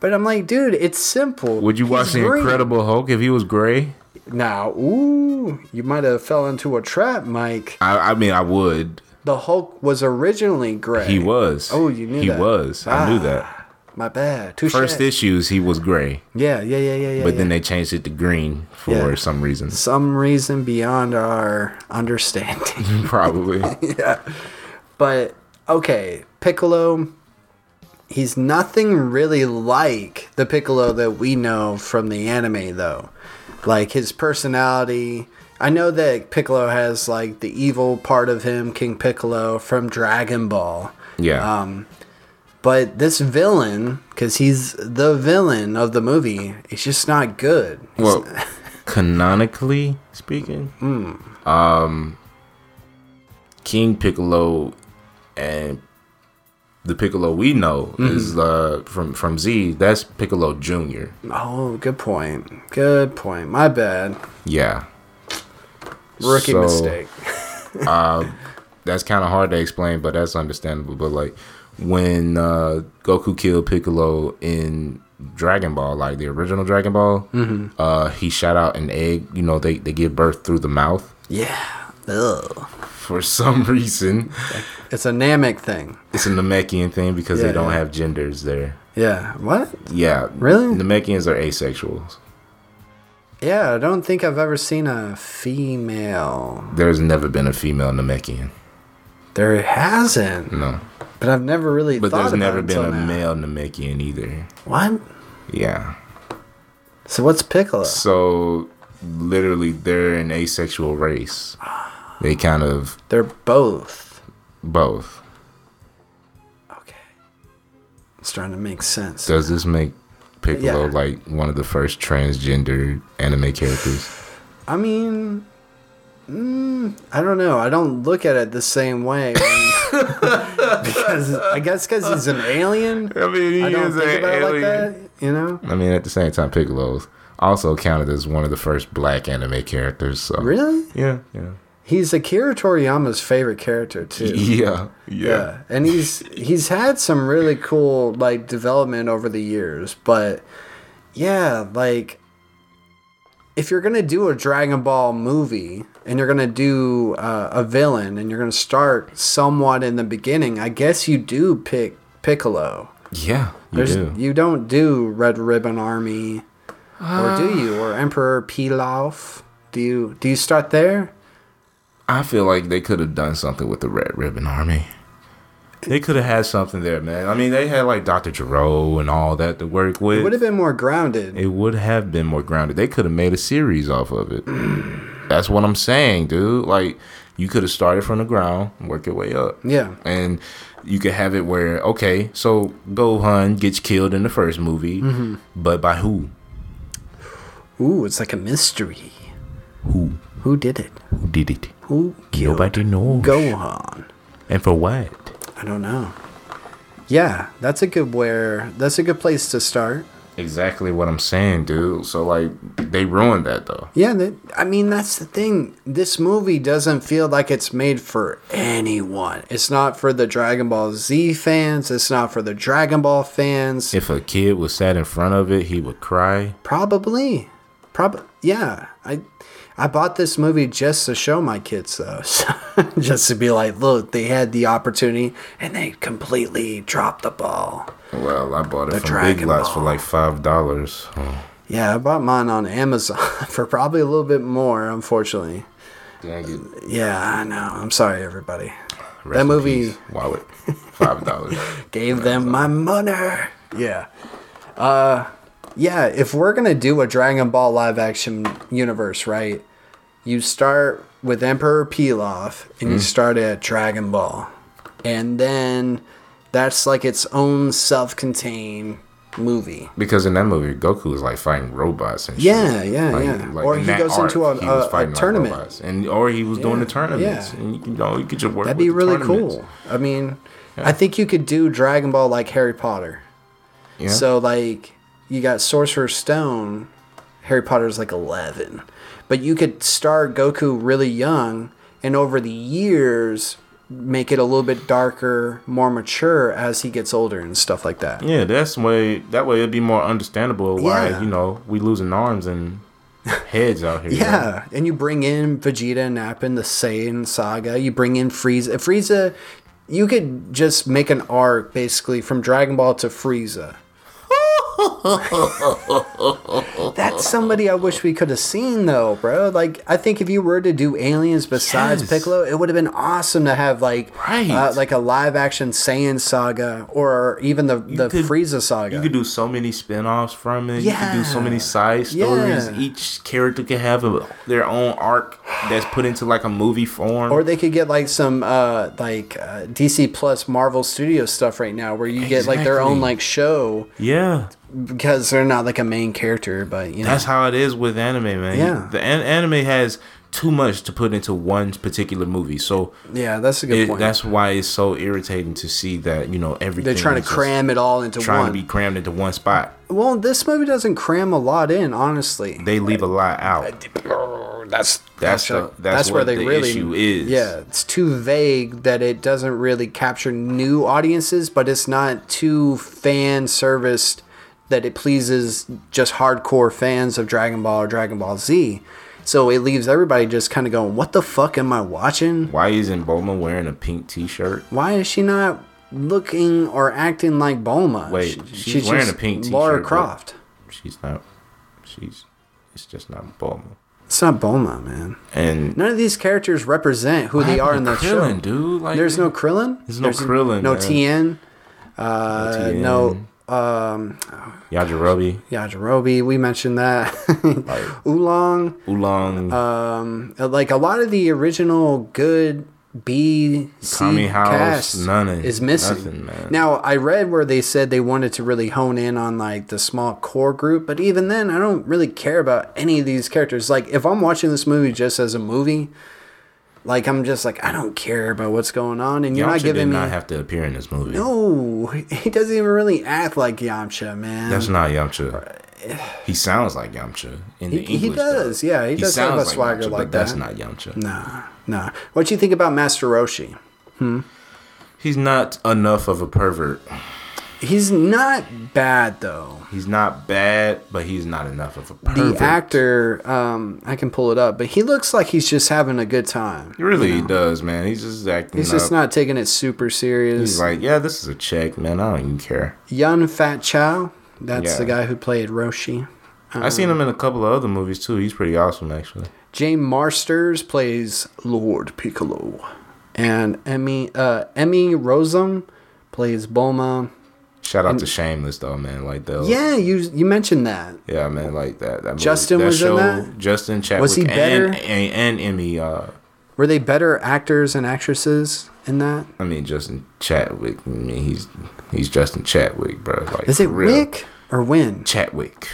Speaker 2: But I'm like, dude, it's simple.
Speaker 6: Would you
Speaker 2: He's
Speaker 6: watch the
Speaker 2: green.
Speaker 6: Incredible Hulk if he was gray?
Speaker 2: Now, ooh, you might have fell into a trap, Mike.
Speaker 6: I, I mean, I would.
Speaker 2: The Hulk was originally gray.
Speaker 6: He was.
Speaker 2: Oh, you knew
Speaker 6: he
Speaker 2: that. Ah,
Speaker 6: was. I knew that.
Speaker 2: My bad. Touche.
Speaker 6: First issues, he was gray,
Speaker 2: Yeah. Yeah. Yeah. Yeah. Yeah.
Speaker 6: but
Speaker 2: yeah.
Speaker 6: then they changed it to green for
Speaker 2: Yeah.
Speaker 6: some reason.
Speaker 2: some reason beyond our understanding.
Speaker 6: Probably.
Speaker 2: But okay, Piccolo. He's nothing really like the Piccolo that we know from the anime, though. Like his personality. I know that Piccolo has like the evil part of him, King Piccolo from Dragon Ball. Ah,
Speaker 6: Yeah.
Speaker 2: But this villain, because he's the villain of the movie, it's just not good.
Speaker 6: well, canonically speaking, um, King Piccolo and the Piccolo we know is uh from from Z. That's Piccolo Junior.
Speaker 2: Oh, good point. Good point. My bad.
Speaker 6: Yeah.
Speaker 2: Rookie
Speaker 6: So-
Speaker 2: mistake.
Speaker 6: that's kind of hard to explain, but that's understandable. But like when uh, Goku killed Piccolo in Dragon Ball, like the original Dragon Ball, uh, he shot out an egg. You know, they they give birth through the mouth
Speaker 2: Yeah. Ugh.
Speaker 6: for some reason.
Speaker 2: It's a Namek thing.
Speaker 6: It's a Namekian thing because
Speaker 2: Yeah,
Speaker 6: they don't
Speaker 2: yeah.
Speaker 6: have genders there.
Speaker 2: Yeah. What?
Speaker 6: Yeah,
Speaker 2: Really?
Speaker 6: Namekians are asexuals.
Speaker 2: Yeah, I don't think I've ever seen a female.
Speaker 6: There's never been a female Namekian.
Speaker 2: There hasn't,
Speaker 6: No,
Speaker 2: but I've never really.
Speaker 6: but
Speaker 2: thought
Speaker 6: there's
Speaker 2: about
Speaker 6: never
Speaker 2: it
Speaker 6: been
Speaker 2: till
Speaker 6: a
Speaker 2: now.
Speaker 6: male Namekian either.
Speaker 2: What?
Speaker 6: Yeah.
Speaker 2: So what's Piccolo?
Speaker 6: So literally, they're an asexual race. They kind of
Speaker 2: They're both.
Speaker 6: both.
Speaker 2: Okay. It's starting to make sense.
Speaker 6: Does this make Piccolo
Speaker 2: Yeah.
Speaker 6: like one of the first transgender anime characters?
Speaker 2: I mean, mm, I don't know. I don't look at it the same way. because I guess because he's an alien.
Speaker 6: I mean, he
Speaker 2: I don't think about it like that. You know?
Speaker 6: I mean, at the same time, Piccolo's also counted as one of the first black anime characters. So.
Speaker 2: Really?
Speaker 6: Yeah, yeah,
Speaker 2: He's Akira Toriyama's favorite character too.
Speaker 6: yeah, yeah.
Speaker 2: Yeah, and he's he's had some really cool like development over the years, but yeah, like if you're gonna do a Dragon Ball movie and you're gonna do uh, a villain and you're gonna start somewhat in the beginning, I guess you do pick Piccolo.
Speaker 6: Yeah, you
Speaker 2: There's,
Speaker 6: do.
Speaker 2: You don't do Red Ribbon Army, or do you? Or Emperor Pilaf? Do you? Do you start there?
Speaker 6: I feel like they could have done something with the Red Ribbon Army. They could have had something there, man. I mean, they had like Dr. Giroux and all that to work with.
Speaker 2: It would have been more grounded.
Speaker 6: it would have been more grounded. They could have made a series off of it. That's what I'm saying, dude. Like you could have started from the ground, and work your way up.
Speaker 2: Yeah.
Speaker 6: And you could have it where okay, so Gohan gets killed in the first movie,
Speaker 2: Mm-hmm.
Speaker 6: but by who?
Speaker 2: Ooh, it's like a mystery.
Speaker 6: Who?
Speaker 2: Who did it?
Speaker 6: Who did it?
Speaker 2: Who killed
Speaker 6: Nobody knows.
Speaker 2: Gohan?
Speaker 6: And for what?
Speaker 2: I don't know. Yeah, that's a good where. That's a good place to start.
Speaker 6: Exactly what I'm saying, dude. So like they ruined that though.
Speaker 2: Yeah, that, I mean that's the thing. This movie doesn't feel like it's made for anyone. It's not for the Dragon Ball Z fans. It's not for the Dragon Ball fans.
Speaker 6: If a kid was sat in front of it, he would cry.
Speaker 2: Probably, probably. Yeah, I I bought this movie just to show my kids though, so, just to be like, look, they had the opportunity and they completely dropped the ball.
Speaker 6: Well, I bought it from
Speaker 2: Dragon
Speaker 6: Big Lots for
Speaker 2: Ball.
Speaker 6: like five dollars.
Speaker 2: Yeah, I bought mine on Amazon for probably a little bit more, unfortunately.
Speaker 6: Dang it.
Speaker 2: Yeah, I know. I'm sorry, everybody.
Speaker 6: Rest in
Speaker 2: movie-
Speaker 6: peace, wallet, five dollars.
Speaker 2: Gave them my money. Yeah. Uh, yeah. If we're gonna do a Dragon Ball live action universe, right? You start with Emperor Pilaf, and
Speaker 6: Hmm.
Speaker 2: you start at Dragon Ball, and then that's like its own self-contained movie.
Speaker 6: because in that movie, Goku was like fighting robots and shit.
Speaker 2: Yeah, yeah, yeah. Or
Speaker 6: in
Speaker 2: he
Speaker 6: that
Speaker 2: goes into a-
Speaker 6: he was
Speaker 2: a- a
Speaker 6: fighting, like,
Speaker 2: tournament.
Speaker 6: robots. and or he was doing the
Speaker 2: Yeah,
Speaker 6: tournaments.
Speaker 2: yeah.
Speaker 6: And you can you know, you get your work.
Speaker 2: That'd
Speaker 6: with
Speaker 2: be
Speaker 6: the
Speaker 2: really
Speaker 6: tournaments.
Speaker 2: cool. I mean, I think you could do Dragon Ball like Harry Potter.
Speaker 6: Yeah.
Speaker 2: So like you got Sorcerer's Stone, Harry Potter's like 11. But you could start Goku really young and over the years make it a little bit darker, more mature as he gets older and stuff like that.
Speaker 6: Yeah, that's way. That way, it'd be more understandable why
Speaker 2: Yeah.
Speaker 6: you know we losing arms and heads out here.
Speaker 2: Yeah, and you bring in Vegeta and Nappa and the Saiyan saga. You bring in Frieza. Frieza, you could just make an arc basically from Dragon Ball to Frieza. That's somebody I wish we could have seen though, bro. Like I think if you were to do aliens besides
Speaker 6: Yes.
Speaker 2: Piccolo, it would have been awesome to have like
Speaker 6: Right.
Speaker 2: uh, like a live action Saiyan saga or even the the
Speaker 6: could-
Speaker 2: Frieza saga.
Speaker 6: You could do so many spin-offs from it. You could do so
Speaker 2: Yeah.
Speaker 6: many side stories.
Speaker 2: Yeah.
Speaker 6: Each character could have a, their own arc that's put into like a movie form.
Speaker 2: Or they could get like some uh, like uh, DC plus Marvel Studio stuff right now, where you get like their own
Speaker 6: Exactly.
Speaker 2: like show
Speaker 6: yeah.
Speaker 2: because they're not like a main character, but you know,
Speaker 6: That's how it is with anime, man.
Speaker 2: Yeah.
Speaker 6: The an- anime has too much to put into one particular movie. So
Speaker 2: yeah, that's a good
Speaker 6: it,
Speaker 2: point.
Speaker 6: that's why it's so irritating to see that, you know, everything
Speaker 2: they're trying to
Speaker 6: is just
Speaker 2: cram it all into
Speaker 6: trying
Speaker 2: one.
Speaker 6: to be crammed into one spot.
Speaker 2: well, this movie doesn't cram a lot in, honestly.
Speaker 6: They leave a lot out.
Speaker 2: That's
Speaker 6: That's the- that's what the issue is.
Speaker 2: Yeah, it's too vague that it doesn't really capture new audiences, but it's not too fan serviced that it pleases just hardcore fans of Dragon Ball or Dragon Ball Z. So it leaves everybody just kind of going, "What the fuck am I watching?
Speaker 6: Why isn't Bulma wearing a pink t shirt?
Speaker 2: Why is she not looking or acting like Bulma?
Speaker 6: Wait,
Speaker 2: She-
Speaker 6: she's wearing a pink
Speaker 2: Laura
Speaker 6: t-shirt, but-
Speaker 2: Croft.
Speaker 6: She's not. She's. It's just not Bulma.
Speaker 2: It's not Bulma, man.
Speaker 6: And
Speaker 2: None of these characters represent who
Speaker 6: What
Speaker 2: they are in
Speaker 6: happened to
Speaker 2: the
Speaker 6: Krillin,
Speaker 2: show.
Speaker 6: dude? Like,
Speaker 2: There's no Krillin.
Speaker 6: There's no Krillin,
Speaker 2: No
Speaker 6: man.
Speaker 2: Tien. Uh,
Speaker 6: Tien.
Speaker 2: No um,
Speaker 6: Yajirobe,
Speaker 2: Yajirobe. We mentioned that. Oolong.
Speaker 6: Oolong,
Speaker 2: Um, like a lot of the original good B
Speaker 6: Kami
Speaker 2: C
Speaker 6: House,
Speaker 2: cast
Speaker 6: none of-
Speaker 2: is missing.
Speaker 6: nothing, man.
Speaker 2: Now I read where they said they wanted to really hone in on like the small core group, but even then, I don't really care about any of these characters. Like if I'm watching this movie just as a movie. Like I'm just like I don't care about what's going on, and you're
Speaker 6: Yamcha
Speaker 2: not giving
Speaker 6: did
Speaker 2: me
Speaker 6: not have to appear in this movie.
Speaker 2: No, Oh, he doesn't even really act like Yamcha, man.
Speaker 6: That's not Yamcha. He sounds like Yamcha in the
Speaker 2: Uh, He- he
Speaker 6: English.
Speaker 2: does,
Speaker 6: dub.
Speaker 2: yeah, he does have
Speaker 6: sounds
Speaker 2: a swagger
Speaker 6: Yamcha,
Speaker 2: like
Speaker 6: but That's
Speaker 2: that.
Speaker 6: not Yamcha.
Speaker 2: nah, nah. What you think about Master Roshi?
Speaker 6: He's not enough of a pervert.
Speaker 2: He's not bad though.
Speaker 6: He's not bad, but he's not enough of a
Speaker 2: The
Speaker 6: pervert.
Speaker 2: actor, um, I can pull it up, but he looks like he's just having a good time.
Speaker 6: He really does, man. He's just acting.
Speaker 2: He's just
Speaker 6: up.
Speaker 2: not taking it super serious.
Speaker 6: He's like, yeah, this is a check, man. I don't even care.
Speaker 2: Yun Fat Chow, that's
Speaker 6: Yeah.
Speaker 2: the guy who played Roshi.
Speaker 6: I seen him in a couple of other movies too. He's pretty awesome, actually.
Speaker 2: Jane Marsters plays Lord Piccolo, and Emmy uh, Emmy Rossum plays Bulma.
Speaker 6: Shout out to Shameless though, man. Like that.
Speaker 2: Yeah, you you mentioned that.
Speaker 6: Yeah, man, like that. that movie-
Speaker 2: Justin
Speaker 6: that
Speaker 2: was in that?
Speaker 6: Justin Chadwick
Speaker 2: he better?
Speaker 6: And, and, and Emmy. Uh,
Speaker 2: Were they better actors and actresses in that?
Speaker 6: I mean Justin Chadwick. I mean he's he's Justin Chadwick, bro. Like
Speaker 2: Is it
Speaker 6: for real.
Speaker 2: Wick or Win?
Speaker 6: Chadwick,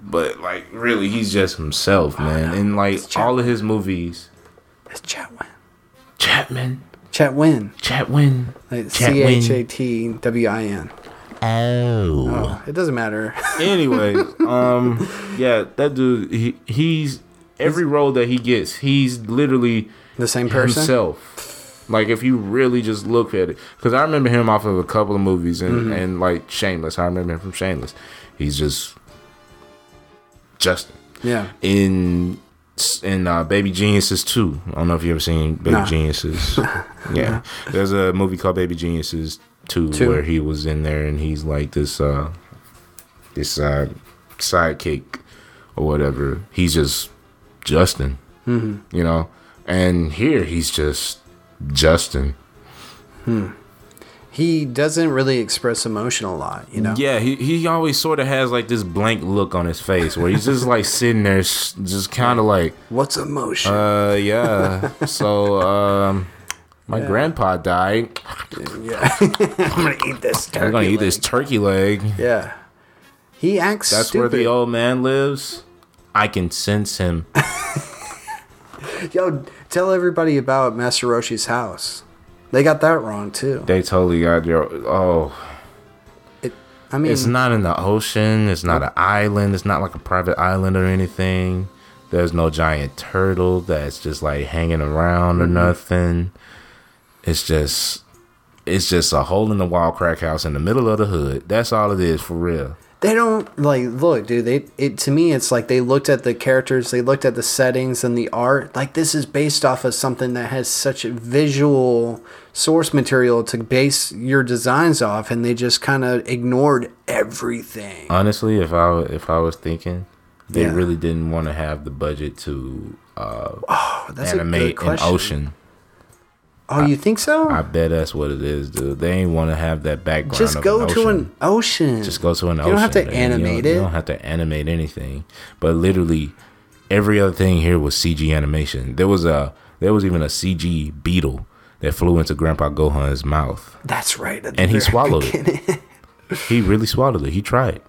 Speaker 6: but like really, he's just himself, man. And like all of his movies,
Speaker 2: It's Chatwin.
Speaker 6: Chapman,
Speaker 2: Chatwin.
Speaker 6: Chatwin,
Speaker 2: Like C
Speaker 6: Chatwin.
Speaker 2: H A T W I N.
Speaker 1: Oh.
Speaker 2: Oh, it doesn't matter.
Speaker 6: Anyway, um, yeah, that dude, he he's every role that he gets, he's literally
Speaker 2: The same person.
Speaker 6: himself. Like if you really just look at it, because I remember him off of a couple of movies and, and like Shameless. I remember him from Shameless. He's just Justin
Speaker 2: Yeah.
Speaker 6: in in uh, Baby Geniuses too. I don't know if you ever seen Baby
Speaker 2: Nah.
Speaker 6: Geniuses. yeah, there's a movie called Baby Geniuses two,
Speaker 2: Two.
Speaker 6: where he was in there and he's like this uh this uh sidekick or whatever. He's just Justin, you know. And here he's just Justin.
Speaker 2: He doesn't really express emotion a lot, you know.
Speaker 6: Yeah, he, he always sort of has like this blank look on his face where he's just like sitting there, s- just kind of like,
Speaker 2: What's emotion?
Speaker 6: uh, yeah. So, um, my grandpa died.
Speaker 2: yeah, I'm gonna eat this. Turkey
Speaker 6: I'm gonna eat this
Speaker 2: leg.
Speaker 6: turkey leg.
Speaker 2: Yeah, he acts.
Speaker 6: That's
Speaker 2: stupid.
Speaker 6: where the old man lives. I can sense him.
Speaker 2: Yo, tell everybody about Masaroshi's house. They got that wrong too.
Speaker 6: They totally got their. Oh,
Speaker 2: It, I mean,
Speaker 6: it's not in the ocean. It's not an island. It's not like a private island or anything. There's no giant turtle that's just like hanging around or
Speaker 2: Mm-hmm.
Speaker 6: nothing. It's just, it's just a hole in the wall crack house in the middle of the hood. That's all it is for real.
Speaker 2: they don't like look, dude. They it to me, it's like they looked at the characters, they looked at the settings and the art. Like this is based off of something that has such visual source material to base your designs off, and they just kind of ignored everything.
Speaker 6: Honestly, if I if I was thinking, they
Speaker 2: Yeah.
Speaker 6: really didn't want to have the budget to uh,
Speaker 2: Oh, that's a good
Speaker 6: animate an
Speaker 2: question.
Speaker 6: ocean.
Speaker 2: Oh, you think so?
Speaker 6: I bet that's what it is, dude. They ain't want to have that background.
Speaker 2: just
Speaker 6: of
Speaker 2: go to
Speaker 6: ocean.
Speaker 2: an ocean.
Speaker 6: Just go to an
Speaker 2: You
Speaker 6: ocean.
Speaker 2: don't have to
Speaker 6: man.
Speaker 2: animate
Speaker 6: you don't,
Speaker 2: it.
Speaker 6: You don't have to animate anything. But literally, every other thing here was CG animation. There was a there was even a CG beetle that flew into Grandpa Gohan's mouth,
Speaker 2: That's right. at the
Speaker 6: and he
Speaker 2: very
Speaker 6: swallowed it. he really swallowed it. He tried.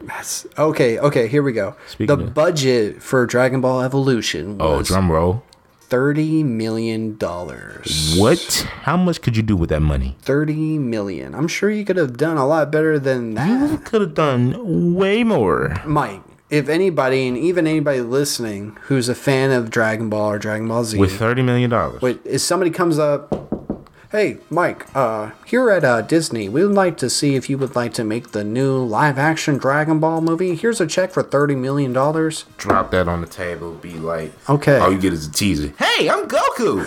Speaker 2: That's- okay, okay, here we go.
Speaker 6: Speaking
Speaker 2: the
Speaker 6: of-
Speaker 2: budget for Dragon Ball Evolution
Speaker 6: Oh,
Speaker 2: was
Speaker 6: drum roll!
Speaker 2: thirty million dollars.
Speaker 6: What? How much could you do with that money?
Speaker 2: Thirty million. I'm sure you could have done a lot better than
Speaker 6: You
Speaker 2: that,
Speaker 6: could have done way more.
Speaker 2: Mike. If anybody, and even anybody listening who's a fan of Dragon Ball or Dragon Ball Z,
Speaker 6: With thirty million dollars.
Speaker 2: Wait, if somebody comes up, hey, Mike, uh, here at uh, Disney, we would like to see if you would like to make the new live action Dragon Ball movie. Here's a check for $30 million.
Speaker 6: drop that on the table, be like,
Speaker 2: Okay.
Speaker 6: all you get is a teaser. Hey, I'm Goku.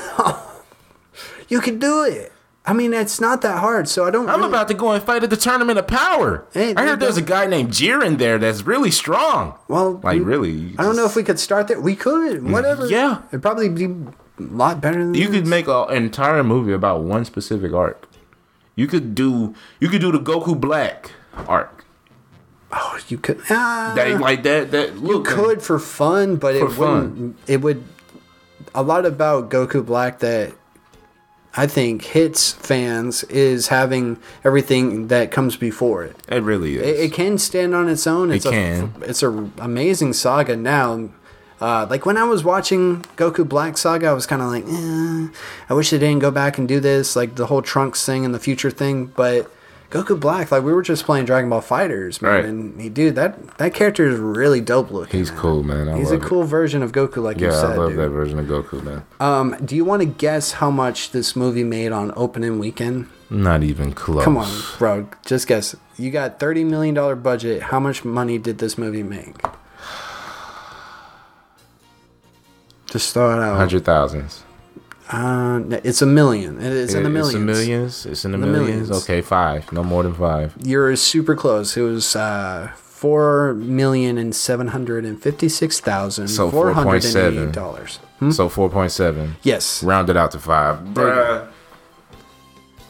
Speaker 2: You can do it. I mean, it's not that hard, so I don't.
Speaker 6: I'm
Speaker 2: really-
Speaker 6: about to go and fight at the Tournament of Power.
Speaker 2: Hey,
Speaker 6: I
Speaker 2: there you
Speaker 6: heard there's
Speaker 2: go.
Speaker 6: a guy named Jiren there that's really strong.
Speaker 2: Well,
Speaker 6: like
Speaker 2: we-
Speaker 6: really, you
Speaker 2: I don't know
Speaker 6: just-
Speaker 2: if we could start there. We could, whatever.
Speaker 6: Yeah.
Speaker 2: it'd probably be a lot better than
Speaker 6: you could
Speaker 2: this.
Speaker 6: make a- an entire movie about one specific arc. You could do you could do the Goku Black arc.
Speaker 2: Oh, you could. Ah,
Speaker 6: That like that that
Speaker 2: you
Speaker 6: look
Speaker 2: could for fun, but it
Speaker 6: For
Speaker 2: wouldn't.
Speaker 6: fun.
Speaker 2: It would. A lot about Goku Black that I think hits fans is having everything that comes before it.
Speaker 6: It really is.
Speaker 2: It, it can stand on its own. It's
Speaker 6: can.
Speaker 2: A, it's a amazing saga now. Uh, like when I was watching Goku Black Saga, I was kind of like, eh, I wish they didn't go back and do this, like the whole Trunks thing and the future thing. But Goku Black, like we were just playing Dragon Ball Fighters, man,
Speaker 6: Right.
Speaker 2: and he, dude, that that character is really dope looking.
Speaker 6: He's cool, man. I
Speaker 2: He's a
Speaker 6: love
Speaker 2: cool version of Goku, like
Speaker 6: It. Yeah,
Speaker 2: you said,
Speaker 6: I love
Speaker 2: dude.
Speaker 6: that version of Goku, man.
Speaker 2: Um, do you want to guess how much this movie made on opening weekend?
Speaker 6: Not even close.
Speaker 2: Come on, bro. Just guess. You got thirty million dollar budget. How much money did this movie make? Just throw it out.
Speaker 6: hundred thousands.
Speaker 2: Uh, no, it's a million. It- It's in the
Speaker 6: It-
Speaker 2: millions.
Speaker 6: It's in millions. It's in the,
Speaker 2: The
Speaker 6: millions.
Speaker 2: millions.
Speaker 6: Okay, five. No more than five.
Speaker 2: You're super close. It was uh, four million and seven hundred and fifty-six thousand
Speaker 6: So
Speaker 2: four hundred and eighty
Speaker 6: 4.7.
Speaker 2: dollars.
Speaker 6: So four point seven.
Speaker 2: Yes,
Speaker 6: Rounded out to five. Bruh.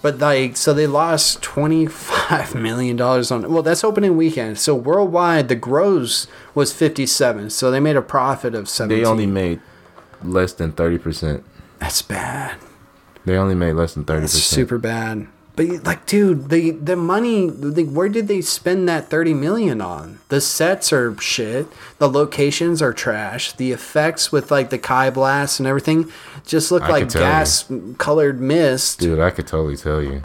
Speaker 2: But like, so they lost twenty five million dollars on. Well, that's opening weekend. So worldwide, the gross was fifty seven. So they made a profit of seventeen.
Speaker 6: They only made less than thirty percent.
Speaker 2: that's bad.
Speaker 6: They only made less than thirty
Speaker 2: That's
Speaker 6: percent.
Speaker 2: super bad. But like, dude, the the money. The, where did they spend that thirty million on? The sets are shit. The locations are trash. The effects with like the Kai blast and everything just look
Speaker 6: I
Speaker 2: like
Speaker 6: could tell you.
Speaker 2: gas colored mist.
Speaker 6: Dude, I could totally tell you.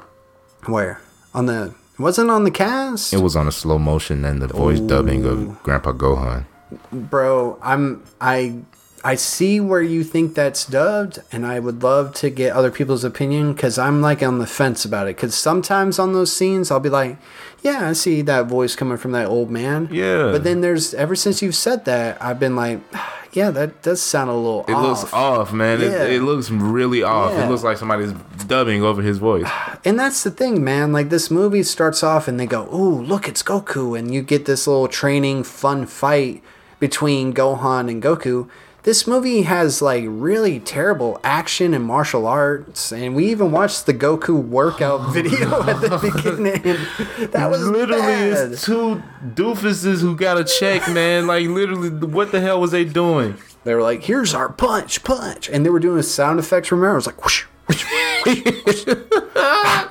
Speaker 2: Where on the wasn't on the cast.
Speaker 6: It was on a slow motion and the voice dubbing of Grandpa Gohan.
Speaker 2: bro i'm i i see where you think that's dubbed and i would love to get other people's opinion because i'm like on the fence about it because sometimes on those scenes i'll be like yeah i see that voice coming from that old man
Speaker 6: Yeah.
Speaker 2: but then there's ever since you've said that i've been like yeah that does sound a little
Speaker 6: It
Speaker 2: off.
Speaker 6: looks off, man.
Speaker 2: Yeah.
Speaker 6: It, it looks really off.
Speaker 2: Yeah.
Speaker 6: It looks like somebody's dubbing over his voice.
Speaker 2: And that's the thing, man. Like this movie starts off and they go, "Ooh, look, it's Goku," and you get this little training fun fight between Gohan and Goku. This movie has like really terrible action and martial arts, and we even watched the Goku workout video at the beginning. That was
Speaker 6: literally
Speaker 2: bad.
Speaker 6: it's two doofuses who got a check, man. Like literally, what the hell was they doing?
Speaker 2: They were like, "Here's our punch, punch," and they were doing sound effects. Romero was like, whoosh, whoosh, whoosh, whoosh.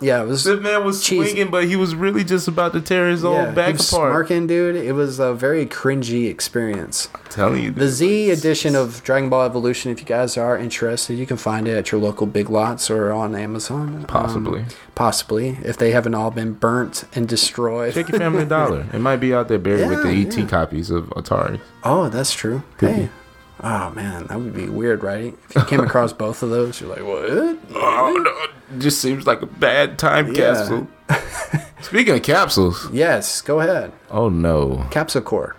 Speaker 2: "Yeah, it was
Speaker 6: This man was
Speaker 2: Cheesy.
Speaker 6: swinging, but he was really just about to tear his
Speaker 2: yeah,
Speaker 6: own back
Speaker 2: he was
Speaker 6: apart.
Speaker 2: smirking, dude. It was a very cringy experience."
Speaker 6: I'm telling you,
Speaker 2: The
Speaker 6: this
Speaker 2: Z edition of Dragon Ball Evolution, if you guys are interested, you can find it at your local Big Lots or on Amazon. Um,
Speaker 6: Possibly.
Speaker 2: possibly, if they haven't all been burnt and destroyed.
Speaker 6: take your family a dollar. It might be out there buried with the
Speaker 2: Yeah,
Speaker 6: ET
Speaker 2: yeah.
Speaker 6: copies of Atari.
Speaker 2: Oh, that's true.
Speaker 6: Mhm.
Speaker 2: hey. Oh, man, that would be weird, right? If you came across both of those, you're like, what?
Speaker 6: Oh no, it just seems like a bad time
Speaker 2: Yeah.
Speaker 6: capsule. Speaking of capsules,
Speaker 2: Yes, go ahead.
Speaker 6: oh no,
Speaker 2: Capsicore.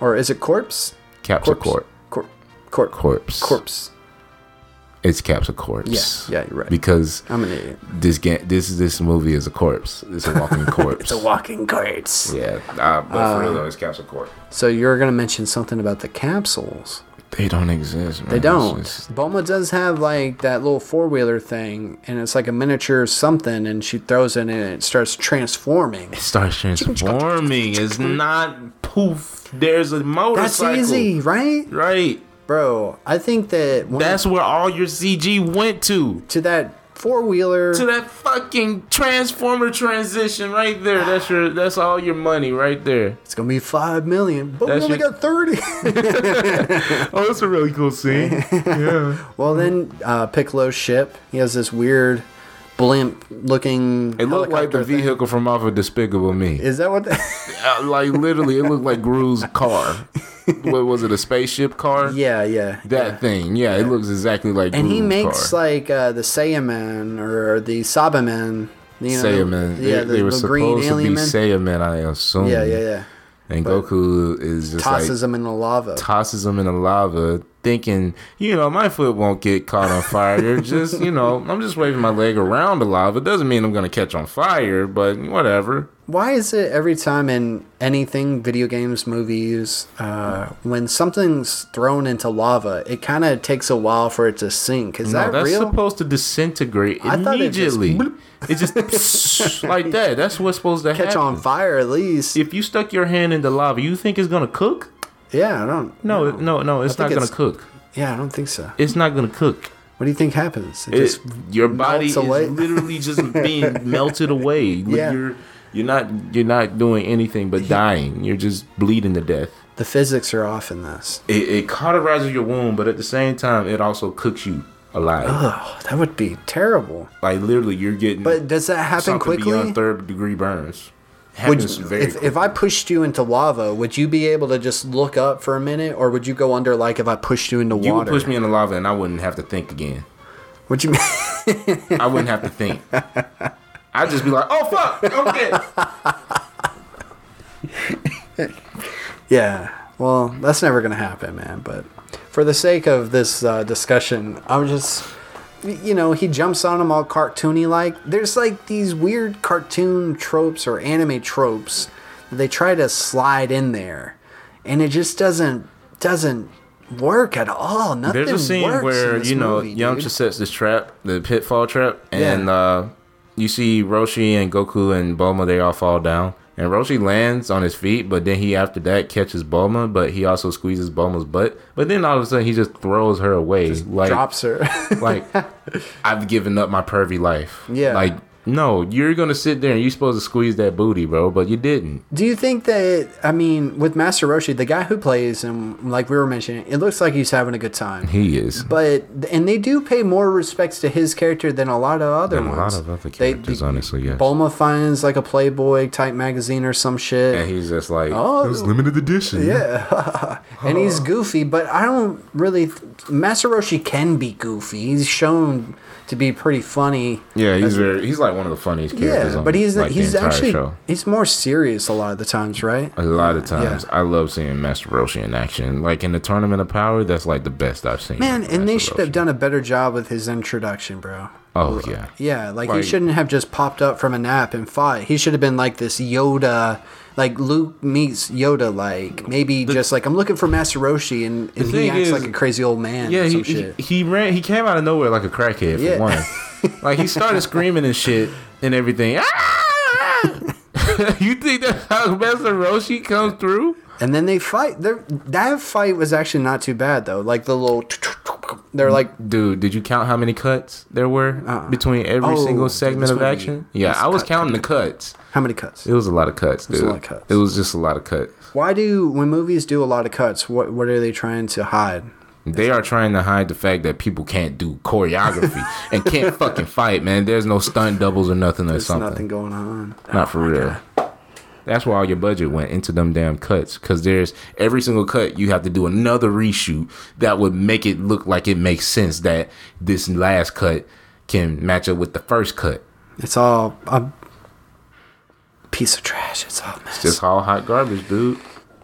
Speaker 2: Or is it corpse?
Speaker 6: capsule corp,
Speaker 2: Corp. Corp.
Speaker 6: corpse,
Speaker 2: Corpse.
Speaker 6: It's capsule corpse.
Speaker 2: Yeah, yeah, you're right.
Speaker 6: Because
Speaker 2: I'm an idiot.
Speaker 6: this game, this this movie is a corpse. It's a walking corpse.
Speaker 2: The walking corpse.
Speaker 6: Yeah, uh, but for real though, it's capsule corp.
Speaker 2: So you're going to mention something about the capsules.
Speaker 6: They don't exist. Man.
Speaker 2: They
Speaker 6: It's
Speaker 2: don't.
Speaker 6: just-
Speaker 2: Boma does have like that little four wheeler thing, and it's like a miniature something, and she throws it in and it starts transforming.
Speaker 6: it starts transforming. It's not poof. There's a
Speaker 2: That's
Speaker 6: motorcycle.
Speaker 2: easy, right?
Speaker 6: right?
Speaker 2: Bro, I think that when
Speaker 6: That's where all your CG went to.
Speaker 2: to that four wheeler.
Speaker 6: To that fucking transformer transition right there. That's your. That's all your money right there.
Speaker 2: It's gonna be five million, but we
Speaker 6: That's
Speaker 2: only
Speaker 6: your-
Speaker 2: got thirty.
Speaker 6: Oh, that's a really cool scene.
Speaker 2: well, then uh, Piccolo's ship. He has this weird blimp looking.
Speaker 6: It looked like the vehicle from off of Despicable Me.
Speaker 2: Is that what?
Speaker 6: Uh, like literally, it looked like Gru's car. what was it? A spaceship car?
Speaker 2: yeah, yeah.
Speaker 6: That thing. Yeah, it looks exactly like.
Speaker 2: And he
Speaker 6: Gru's
Speaker 2: makes
Speaker 6: car.
Speaker 2: like uh, the Saiyaman or the Sabaman. You know,
Speaker 6: Saiyaman.
Speaker 2: Yeah,
Speaker 6: they,
Speaker 2: the,
Speaker 6: they were
Speaker 2: the green
Speaker 6: supposed to be
Speaker 2: alien man.
Speaker 6: Saiyaman, I assume.
Speaker 2: yeah, yeah, yeah.
Speaker 6: And Goku is just
Speaker 2: Tosses
Speaker 6: like
Speaker 2: him in the lava.
Speaker 6: tosses him in the lava, thinking, you know, my foot won't get caught on fire. just you know, I'm just waving my leg around the lava. Doesn't mean I'm gonna catch on fire, but whatever.
Speaker 2: Why is it every time in anything, video games, movies, uh, when something's thrown into lava, it kind of takes a while for it to sink? Is
Speaker 6: No,
Speaker 2: that
Speaker 6: that's
Speaker 2: real?
Speaker 6: supposed to disintegrate
Speaker 2: I thought it just
Speaker 6: immediately. It just, like that. That's what's supposed to
Speaker 2: Catch
Speaker 6: happen.
Speaker 2: on fire at least.
Speaker 6: If you stuck your hand in the lava, you think it's gonna cook?
Speaker 2: yeah, I don't.
Speaker 6: No, it- no, no. It's not
Speaker 2: think
Speaker 6: gonna
Speaker 2: it's-
Speaker 6: cook.
Speaker 2: Yeah, I don't think so.
Speaker 6: It's not gonna cook.
Speaker 2: What do you think happens? It
Speaker 6: It-
Speaker 2: just
Speaker 6: your body is
Speaker 2: away.
Speaker 6: literally just being melted away.
Speaker 2: Yeah.
Speaker 6: You're, you're not you're not doing anything but dying. You're just bleeding to death.
Speaker 2: the physics are off in this.
Speaker 6: It, it cauterizes your wound, but at the same time, it also cooks you alive.
Speaker 2: Oh, that would be terrible.
Speaker 6: Like literally, you're getting
Speaker 2: But does that happen
Speaker 6: something
Speaker 2: quickly?
Speaker 6: beyond third degree burns.
Speaker 2: Would
Speaker 6: Happens
Speaker 2: you,
Speaker 6: very
Speaker 2: if, if I pushed you into lava, would you be able to just look up for a minute, or would you go under like if I pushed you into
Speaker 6: you would
Speaker 2: water?
Speaker 6: push me in the lava, and I wouldn't have to think again.
Speaker 2: Would you?
Speaker 6: I wouldn't have to think. I'd just be like, "Oh fuck, okay."
Speaker 2: yeah. Well, that's never gonna happen, man. But for the sake of this uh, discussion, I'm just, you know, he jumps on him all cartoony like. There's like these weird cartoon tropes or anime tropes that they try to slide in there, and it just doesn't doesn't work at all. Nothing.
Speaker 6: There's a scene
Speaker 2: works in
Speaker 6: where
Speaker 2: this
Speaker 6: you know
Speaker 2: movie,
Speaker 6: Yamcha
Speaker 2: dude.
Speaker 6: sets this trap, the pitfall trap, and
Speaker 2: Yeah.
Speaker 6: uh, you see Roshi and Goku and Bulma. They all fall down, and Roshi lands on his feet, but then he after that catches Bulma, but he also squeezes Bulma's butt. But then all of a sudden, he just throws her away, like
Speaker 2: drops her.
Speaker 6: like I've given up my pervy life.
Speaker 2: Yeah.
Speaker 6: like. No, you're gonna sit there and you're supposed to squeeze that booty, bro, but you didn't.
Speaker 2: Do you think that I mean with Master Roshi, the guy who plays him, like we were mentioning, it looks like he's having a good time.
Speaker 6: He is.
Speaker 2: But and they do pay more respects to his character than a lot of other
Speaker 6: Than a lot
Speaker 2: ones.
Speaker 6: of other
Speaker 2: They-
Speaker 6: characters,
Speaker 2: the-
Speaker 6: honestly, yes.
Speaker 2: Bulma finds like a Playboy type magazine or some shit,
Speaker 6: and he's just like,
Speaker 2: Oh.
Speaker 6: it was limited edition. Yeah.
Speaker 2: and he's goofy. But I don't really. Master Roshi can be goofy. He's shown to be pretty funny.
Speaker 6: Yeah, he's very, he's like one of the funniest characters.
Speaker 2: Yeah,
Speaker 6: on,
Speaker 2: but he's
Speaker 6: like, the
Speaker 2: he's
Speaker 6: entire
Speaker 2: actually
Speaker 6: show.
Speaker 2: he's more serious a lot of the times, right?
Speaker 6: A lot of times,
Speaker 2: Yeah.
Speaker 6: I love seeing Master Roshi in action. Like in the Tournament of Power, that's like the best I've seen.
Speaker 2: Man,
Speaker 6: of
Speaker 2: and they
Speaker 6: Master
Speaker 2: should have
Speaker 6: Roshi.
Speaker 2: done a better job with his introduction, bro.
Speaker 6: Oh yeah.
Speaker 2: Yeah, like he
Speaker 6: Right.
Speaker 2: shouldn't have just popped up from a nap and fought. He should have been like this Yoda, like Luke meets Yoda, like maybe just like I'm looking for Master Roshi, and, and he
Speaker 6: thing
Speaker 2: acts
Speaker 6: is-
Speaker 2: like a crazy old man.
Speaker 6: Yeah,
Speaker 2: or
Speaker 6: he,
Speaker 2: some
Speaker 6: he,
Speaker 2: shit.
Speaker 6: he ran. He came out of nowhere like a crackhead
Speaker 2: Yeah.
Speaker 6: for one. like he started screaming and shit and everything. Ah! you think that's how Master Roshi comes through?
Speaker 2: and then they fight. They're, that fight was actually not too bad though. Like the little, they're like
Speaker 6: Dude, did you count how many cuts there were between every
Speaker 2: Oh,
Speaker 6: single
Speaker 2: dude,
Speaker 6: segment
Speaker 2: this
Speaker 6: of
Speaker 2: might be-
Speaker 6: action? Yeah,
Speaker 2: this
Speaker 6: I was
Speaker 2: cut-
Speaker 6: counting the cuts.
Speaker 2: how many cuts?
Speaker 6: It was a lot of cuts, dude.
Speaker 2: was a lot of cuts.
Speaker 6: It was just a lot of cuts.
Speaker 2: Why do when movies do a lot of cuts? What what are they trying to hide?
Speaker 6: They are trying to hide the fact that people can't do choreography and can't fucking fight, man. There's no stunt doubles or nothing or
Speaker 2: There's
Speaker 6: something.
Speaker 2: nothing going on.
Speaker 6: Not for real. That's why all your budget went into them damn cuts. Cause there's every single cut you have to do another reshoot that would make it look like it makes sense that this last cut can match up with the first cut.
Speaker 2: It's all a piece of trash. It's all mess.
Speaker 6: Just all hot garbage, dude.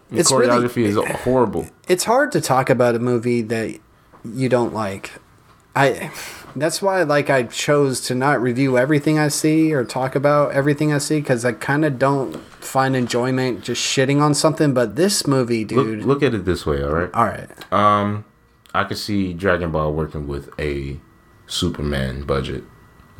Speaker 6: The
Speaker 2: It's really-
Speaker 6: choreography is horrible.
Speaker 2: it's hard to talk about a movie that you don't like. I that's why like I chose to not review everything I see or talk about everything I see cuz I kind of don't find enjoyment just shitting on something but this movie dude
Speaker 6: Look, look at it this way, all right?
Speaker 2: all right
Speaker 6: I could see Dragon Ball working with a Superman budget,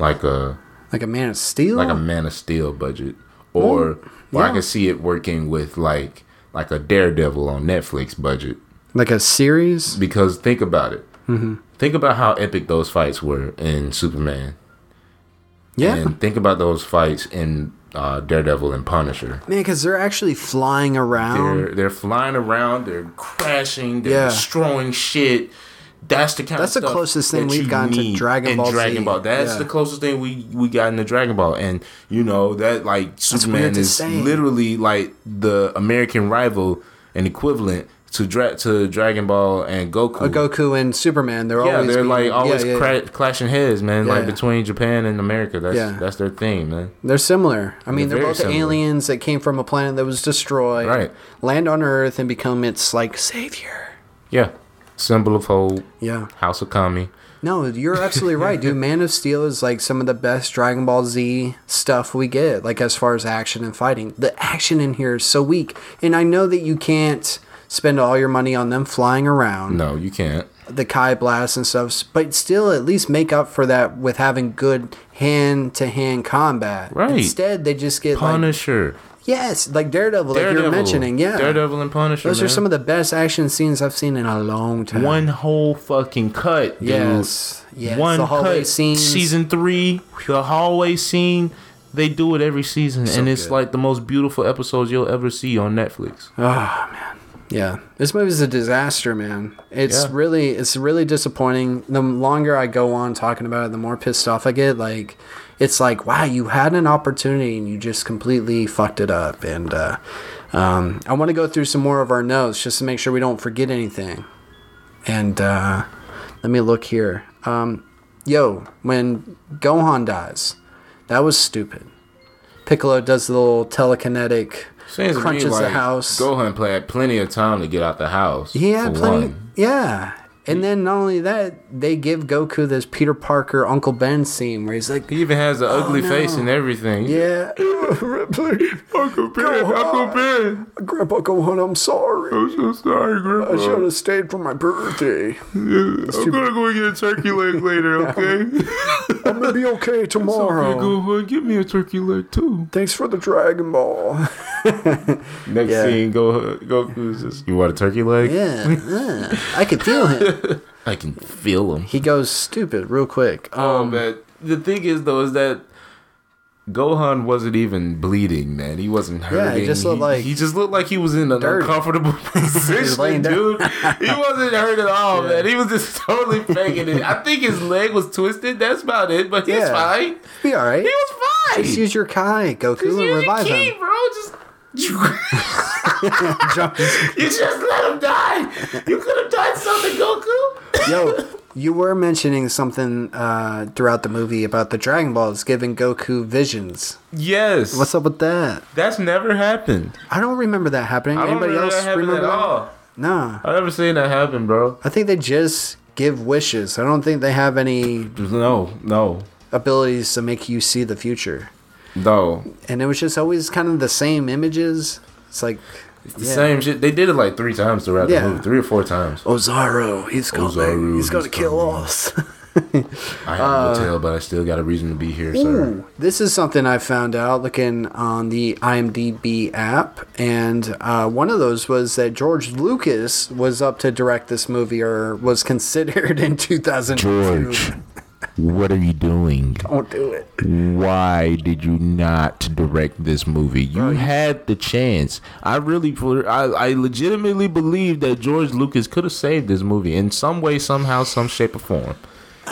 Speaker 6: like a
Speaker 2: like a man of steel
Speaker 6: like a Man of Steel budget, or or I
Speaker 2: Oh. yeah.
Speaker 6: could see it working with like like a Daredevil on Netflix budget.
Speaker 2: like a series
Speaker 6: Because think about it,
Speaker 2: Mm-hmm.
Speaker 6: think about how epic those fights were in Superman,
Speaker 2: yeah Man,
Speaker 6: and think about those fights in uh, Daredevil and Punisher.
Speaker 2: man cuz they're actually flying around
Speaker 6: They're they're flying around, they're crashing, they're
Speaker 2: Um, Yeah.
Speaker 6: destroying shit. That's the kind
Speaker 2: That's the
Speaker 6: of stuff
Speaker 2: closest thing
Speaker 6: that
Speaker 2: we've
Speaker 6: you
Speaker 2: gotten to
Speaker 6: need
Speaker 2: Dragon
Speaker 6: in
Speaker 2: Ball Z.
Speaker 6: Dragon Ball. That's
Speaker 2: Yeah.
Speaker 6: the closest thing we we got in the Dragon Ball, and you know that like Superman
Speaker 2: weird to
Speaker 6: is
Speaker 2: say.
Speaker 6: literally like the American rival and equivalent to dra- to Dragon Ball and Goku.
Speaker 2: Goku and Superman they're
Speaker 6: yeah,
Speaker 2: always
Speaker 6: they're
Speaker 2: being-
Speaker 6: like
Speaker 2: yeah,
Speaker 6: always
Speaker 2: yeah, yeah.
Speaker 6: cra- clashing heads, man.
Speaker 2: Yeah.
Speaker 6: Like between Japan and America, that's
Speaker 2: Yeah.
Speaker 6: that's their thing, man.
Speaker 2: They're similar. I mean,
Speaker 6: They're
Speaker 2: they're,
Speaker 6: very
Speaker 2: both
Speaker 6: similar.
Speaker 2: aliens that came from a planet that was destroyed,
Speaker 6: Right.
Speaker 2: Land on Earth and become its like savior.
Speaker 6: Yeah, symbol of hope,
Speaker 2: Yeah.
Speaker 6: House of Kami.
Speaker 2: No, you're absolutely right, dude. Man of Steel is like some of the best Dragon Ball Z stuff we get, like as far as action and fighting. The action in here is so weak, and I know that you can't spend all your money on them flying around
Speaker 6: No, you can't.
Speaker 2: the Kai blasts and stuff, but still at least make up for that with having good hand to hand combat.
Speaker 6: Right.
Speaker 2: Instead, they just get like
Speaker 6: Punisher.
Speaker 2: yes, like Daredevil, like you're mentioning, yeah.
Speaker 6: Daredevil and Punisher.
Speaker 2: Those are some of the best action scenes I've seen in a long time.
Speaker 6: one whole fucking cut. Dude.
Speaker 2: Yes, yes,
Speaker 6: One
Speaker 2: the hallway
Speaker 6: cut.
Speaker 2: scenes.
Speaker 6: Season three, the hallway scene. They do it every season, and it's
Speaker 2: good.
Speaker 6: like the most beautiful episodes you'll ever see on Netflix.
Speaker 2: Yeah, this movie's a disaster, man. It's
Speaker 6: Yeah.
Speaker 2: really, it's really disappointing. The longer I go on talking about it, the more pissed off I get. Like, it's like, wow, you had an opportunity and you just completely fucked it up. And uh, um, I want to go through some more of our notes just to make sure we don't forget anything. And uh, let me look here. Um, yo, when Gohan dies, that was stupid. Piccolo does the little telekinetic
Speaker 6: Seems to me
Speaker 2: crunches the
Speaker 6: like
Speaker 2: house.
Speaker 6: Gohan had plenty of time to get out the house.
Speaker 2: He had
Speaker 6: for
Speaker 2: plenty.
Speaker 6: one. Mm.
Speaker 2: Yeah. And then not only that, they give Goku this Peter Parker Uncle Ben scene where he's like,
Speaker 6: He even has the ugly face and everything.
Speaker 2: Oh, "Yeah,
Speaker 6: Uncle Ben, Uncle Ben,
Speaker 2: Grandpa Gohan, I'm sorry.
Speaker 6: I'm so sorry, Grandpa.
Speaker 2: I should have stayed for my birthday.
Speaker 6: I'm gonna go get a turkey leg later, okay?
Speaker 2: I'm gonna be okay tomorrow.
Speaker 6: Gohan, give me a turkey leg too.
Speaker 2: Thanks for the Dragon Ball."
Speaker 6: Next
Speaker 2: Yeah.
Speaker 6: scene, go Goku's just. You want a turkey leg?
Speaker 2: Yeah, yeah. I can feel him.
Speaker 6: I can feel him.
Speaker 2: He goes stupid real quick.
Speaker 6: Oh
Speaker 2: Um,
Speaker 6: man, the thing is though is that Gohan wasn't even bleeding, man. He wasn't hurting.
Speaker 2: Yeah, he just looked like-
Speaker 6: he just looked like he was in an
Speaker 2: Dirty.
Speaker 6: uncomfortable position,
Speaker 2: laying down.
Speaker 6: dude. He wasn't hurt at all, man. He was just totally faking it. I think his leg was twisted. That's about it. But he's
Speaker 2: Yeah.
Speaker 6: fine.
Speaker 2: be all right.
Speaker 6: He was fine.
Speaker 2: Just use your Kai, Goku, and revive
Speaker 6: key,
Speaker 2: him.
Speaker 6: bro. Just.
Speaker 2: Jump-
Speaker 6: You just let him die. You could have done something, Goku.
Speaker 2: Yo, you were mentioning something uh, throughout the movie about the Dragon Balls giving Goku visions.
Speaker 6: Yes.
Speaker 2: What's up with that?
Speaker 6: That's never happened.
Speaker 2: I don't remember that happening.
Speaker 6: I don't
Speaker 2: Anybody
Speaker 6: remember
Speaker 2: else
Speaker 6: that happening
Speaker 2: remember
Speaker 6: at
Speaker 2: that?
Speaker 6: all.
Speaker 2: Nah.
Speaker 6: I've never seen that happen, bro.
Speaker 2: I think they just give wishes. I don't think they have any.
Speaker 6: No, no.
Speaker 2: abilities to make you see the future.
Speaker 6: Though
Speaker 2: And it was just always kind of the same images. It's like
Speaker 6: the
Speaker 2: yeah.
Speaker 6: same shit, they did it like three times throughout
Speaker 2: Yeah.
Speaker 6: the movie, three or four times.
Speaker 2: Ozaro, he's coming.
Speaker 6: Ozaru,
Speaker 2: he's gonna
Speaker 6: he's
Speaker 2: kill
Speaker 6: coming.
Speaker 2: us.
Speaker 6: I have no tail, but I still got a reason to be here, sir.
Speaker 2: Uh, Ooh, this is something I found out looking on the IMDb app, and uh, one of those was that George Lucas was up to direct this movie, or was considered in 2002.
Speaker 3: George, what are you doing?
Speaker 2: Don't do it.
Speaker 3: Why did you not direct this movie? You had the chance. I really, I, I legitimately believe that George Lucas could have saved this movie in some way, somehow, some shape or form.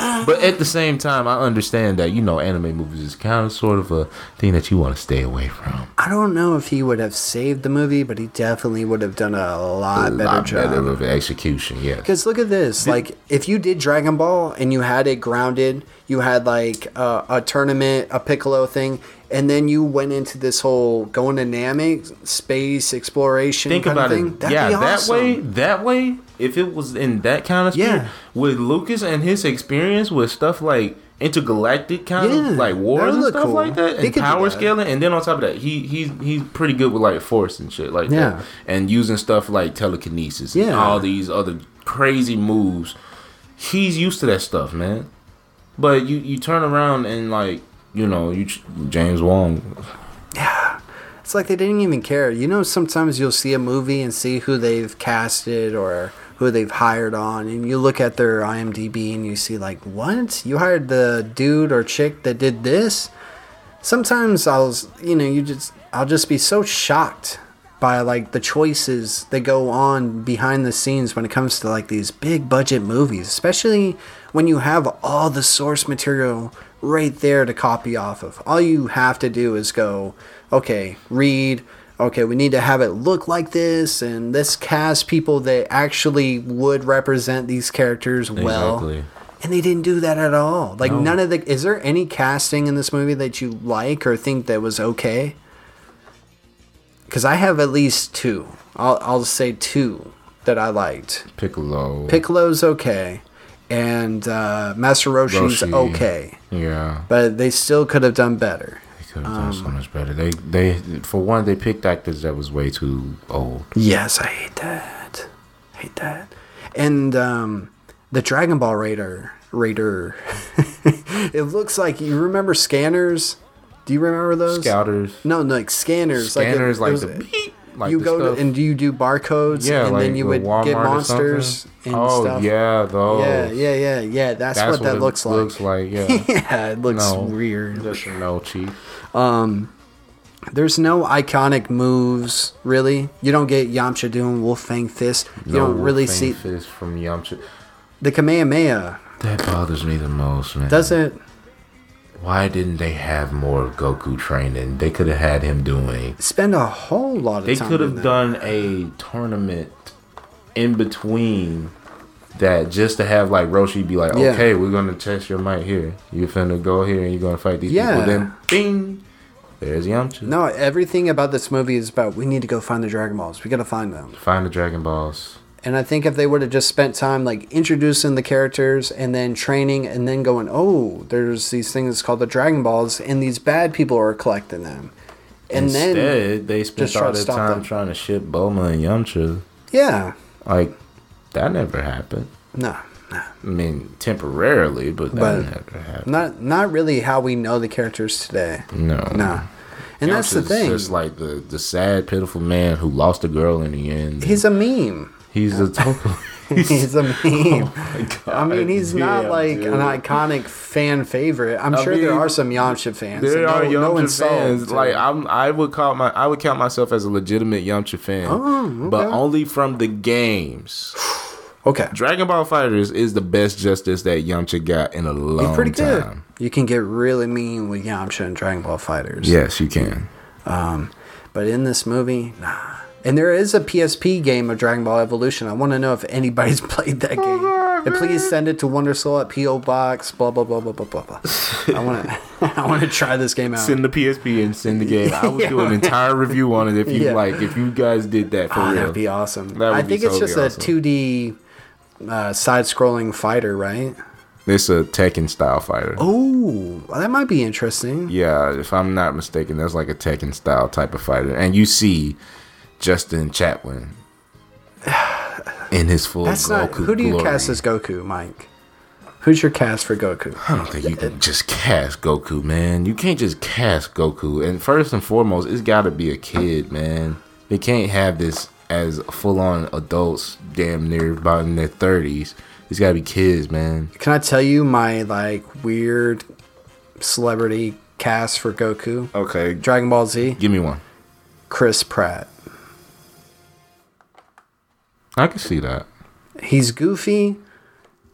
Speaker 6: But at the same time, I understand that you know anime movies is kind of sort of a thing that you want to stay away from.
Speaker 2: I don't know if he would have saved the movie, but he definitely would have done a lot better
Speaker 6: lot
Speaker 2: job.
Speaker 6: better of execution, yeah.
Speaker 2: Because look at this. Like, if you did Dragon Ball and you had it grounded, you had like a, a tournament, a Piccolo thing, and then you went into this whole going to Namek, space exploration.
Speaker 6: Think
Speaker 2: kind
Speaker 6: about
Speaker 2: of thing,
Speaker 6: it. yeah, that way, that way, if it was in that kind of spirit,
Speaker 2: Yeah.
Speaker 6: with Lucas and his experience with stuff like intergalactic kind
Speaker 2: Yeah,
Speaker 6: of like
Speaker 2: that'd
Speaker 6: wars and
Speaker 2: look
Speaker 6: stuff
Speaker 2: cool.
Speaker 6: like that,
Speaker 2: They
Speaker 6: and
Speaker 2: could do
Speaker 6: power
Speaker 2: that.
Speaker 6: scaling, and then on top of that, he he's he's pretty good with like force and shit like
Speaker 2: Yeah.
Speaker 6: that, and using stuff like telekinesis, and
Speaker 2: Yeah.
Speaker 6: all these other crazy moves. He's used to that stuff, man. But you you turn around and like you know you ch- James Wong
Speaker 2: It's like they didn't even care. You know, sometimes you'll see a movie and see who they've casted or who they've hired on, and you look at their IMDb and you see, like, what? You hired the dude or chick that did this? Sometimes I'll, s- you know, you just, I'll just be so shocked by like the choices that go on behind the scenes when it comes to like these big budget movies, especially when you have all the source material right there to copy off of. All you have to do is go, okay, read, okay, we need to have it look like this, and this cast people that actually would represent these characters well.
Speaker 6: Exactly.
Speaker 2: And they didn't do that at all. Like none of the is there any casting in this movie that you like or think that was okay? Cuz I have at least two. I'll I'll say two that I liked.
Speaker 6: Piccolo,
Speaker 2: Piccolo's okay and uh Masaroshi's
Speaker 6: Roshi.
Speaker 2: okay,
Speaker 6: yeah.
Speaker 2: but they still could have done better.
Speaker 6: They could have done so much better. They they for one they picked actors that was way too old.
Speaker 2: Yes, I hate that. Hate that. And um, the Dragon Ball Raider Raider. it looks like you remember scanners. Do you remember those?
Speaker 6: Scouters,
Speaker 2: No, no, like scanners. it-
Speaker 6: scanners
Speaker 2: it
Speaker 6: like,
Speaker 2: was-
Speaker 6: the beep, like
Speaker 2: you
Speaker 6: the
Speaker 2: go
Speaker 6: stuff.
Speaker 2: to, and you do barcodes,
Speaker 6: yeah,
Speaker 2: and
Speaker 6: like
Speaker 2: then you
Speaker 6: the
Speaker 2: would
Speaker 6: Walmart
Speaker 2: get
Speaker 6: or
Speaker 2: monsters
Speaker 6: something.
Speaker 2: and
Speaker 6: oh,
Speaker 2: stuff.
Speaker 6: yeah, those.
Speaker 2: yeah, yeah, yeah, yeah. That's,
Speaker 6: That's
Speaker 2: what, that
Speaker 6: it
Speaker 2: looks like.
Speaker 6: Looks like yeah.
Speaker 2: yeah, it looks
Speaker 6: No.
Speaker 2: weird. Um,
Speaker 6: Just no cheap.
Speaker 2: There's no iconic moves really. You don't get Yamcha doing Wolf Fang Fist. You
Speaker 6: No
Speaker 2: don't really
Speaker 6: thing
Speaker 2: see
Speaker 6: fits from Yamcha.
Speaker 2: the Kamehameha.
Speaker 6: That bothers me the most, man.
Speaker 2: Does it?
Speaker 6: Why didn't they have more of Goku training? They could have had him doing.
Speaker 2: spend a whole lot of
Speaker 6: They
Speaker 2: time.
Speaker 6: could
Speaker 2: in
Speaker 6: have
Speaker 2: that.
Speaker 6: done a tournament in between that just to have like Roshi be like,
Speaker 2: Yeah.
Speaker 6: okay, we're gonna test your might here. You finna go here and you're gonna fight these
Speaker 2: Yeah.
Speaker 6: people. Then bing, there's Yamcha.
Speaker 2: No, everything about this movie is about we need to go find the Dragon Balls. We gotta find them.
Speaker 6: Find the Dragon Balls.
Speaker 2: And I think if they would have just spent time like introducing the characters and then training and then going, oh, there's these things called the Dragon Balls, and these bad people are collecting them. And
Speaker 6: Instead,
Speaker 2: then
Speaker 6: they
Speaker 2: just
Speaker 6: spent
Speaker 2: try
Speaker 6: all
Speaker 2: to
Speaker 6: their
Speaker 2: stop
Speaker 6: time
Speaker 2: them.
Speaker 6: trying to ship Bulma and Yamcha.
Speaker 2: yeah,
Speaker 6: Like that never happened.
Speaker 2: no, no,
Speaker 6: I mean, temporarily, but that
Speaker 2: But-
Speaker 6: never happened.
Speaker 2: not not really how we know the characters today.
Speaker 6: No,
Speaker 2: No, and that's the
Speaker 6: Yamcha's
Speaker 2: thing.
Speaker 6: Just like the the sad, pitiful man who lost a girl in the end.
Speaker 2: He's a meme.
Speaker 6: he's a total.
Speaker 2: He's a meme. I mean, he's not
Speaker 6: damn,
Speaker 2: like
Speaker 6: dude.
Speaker 2: an iconic fan favorite. I'm
Speaker 6: I
Speaker 2: sure there
Speaker 6: mean,
Speaker 2: are some Yamcha fans.
Speaker 6: There
Speaker 2: and
Speaker 6: are
Speaker 2: no-
Speaker 6: Yamcha
Speaker 2: no insult
Speaker 6: fans.
Speaker 2: to-
Speaker 6: Like I'm, I would call my, I would count myself as a legitimate Yamcha fan,
Speaker 2: Oh,
Speaker 6: but only from the games.
Speaker 2: okay,
Speaker 6: Dragon Ball Fighters is the best justice that Yamcha got in a long
Speaker 2: he's pretty good.
Speaker 6: time.
Speaker 2: You can get really mean with Yamcha and Dragon Ball Fighters.
Speaker 6: Yes, you can.
Speaker 2: but in this movie, nah. And there is a PSP game of Dragon Ball Evolution. I want to know if anybody's played that game. And please send it to Wondersoul at PO Box. Blah blah blah blah blah blah blah. I want to. I want to try this game out.
Speaker 6: Send the PSP and send the game. I would do an entire review on it if you
Speaker 2: Yeah.
Speaker 6: like. If you guys did that for
Speaker 2: Oh,
Speaker 6: real,
Speaker 2: that'd be awesome.
Speaker 6: That would
Speaker 2: I
Speaker 6: be
Speaker 2: think it's
Speaker 6: totally
Speaker 2: just
Speaker 6: awesome.
Speaker 2: a 2D uh, side-scrolling fighter, right?
Speaker 6: It's a Tekken style fighter.
Speaker 2: Oh, that might be interesting.
Speaker 6: Yeah, if I'm not mistaken, that's like a Tekken style type of fighter. And you see Justin Chatwin in his full
Speaker 2: That's not.
Speaker 6: Goku
Speaker 2: Who do you
Speaker 6: glory.
Speaker 2: cast as Goku, Mike? Who's your cast for Goku?
Speaker 6: I don't think you can just cast Goku, man. You can't just cast Goku. And first and foremost, it's got to be a kid, man. They can't have this as full on adults, damn near about in their 30s. It's got to be kids, man.
Speaker 2: Can I tell you my like weird celebrity cast for Goku?
Speaker 6: Okay.
Speaker 2: Dragon Ball Z,
Speaker 6: Give me one.
Speaker 2: Chris Pratt.
Speaker 6: I can see that.
Speaker 2: He's goofy.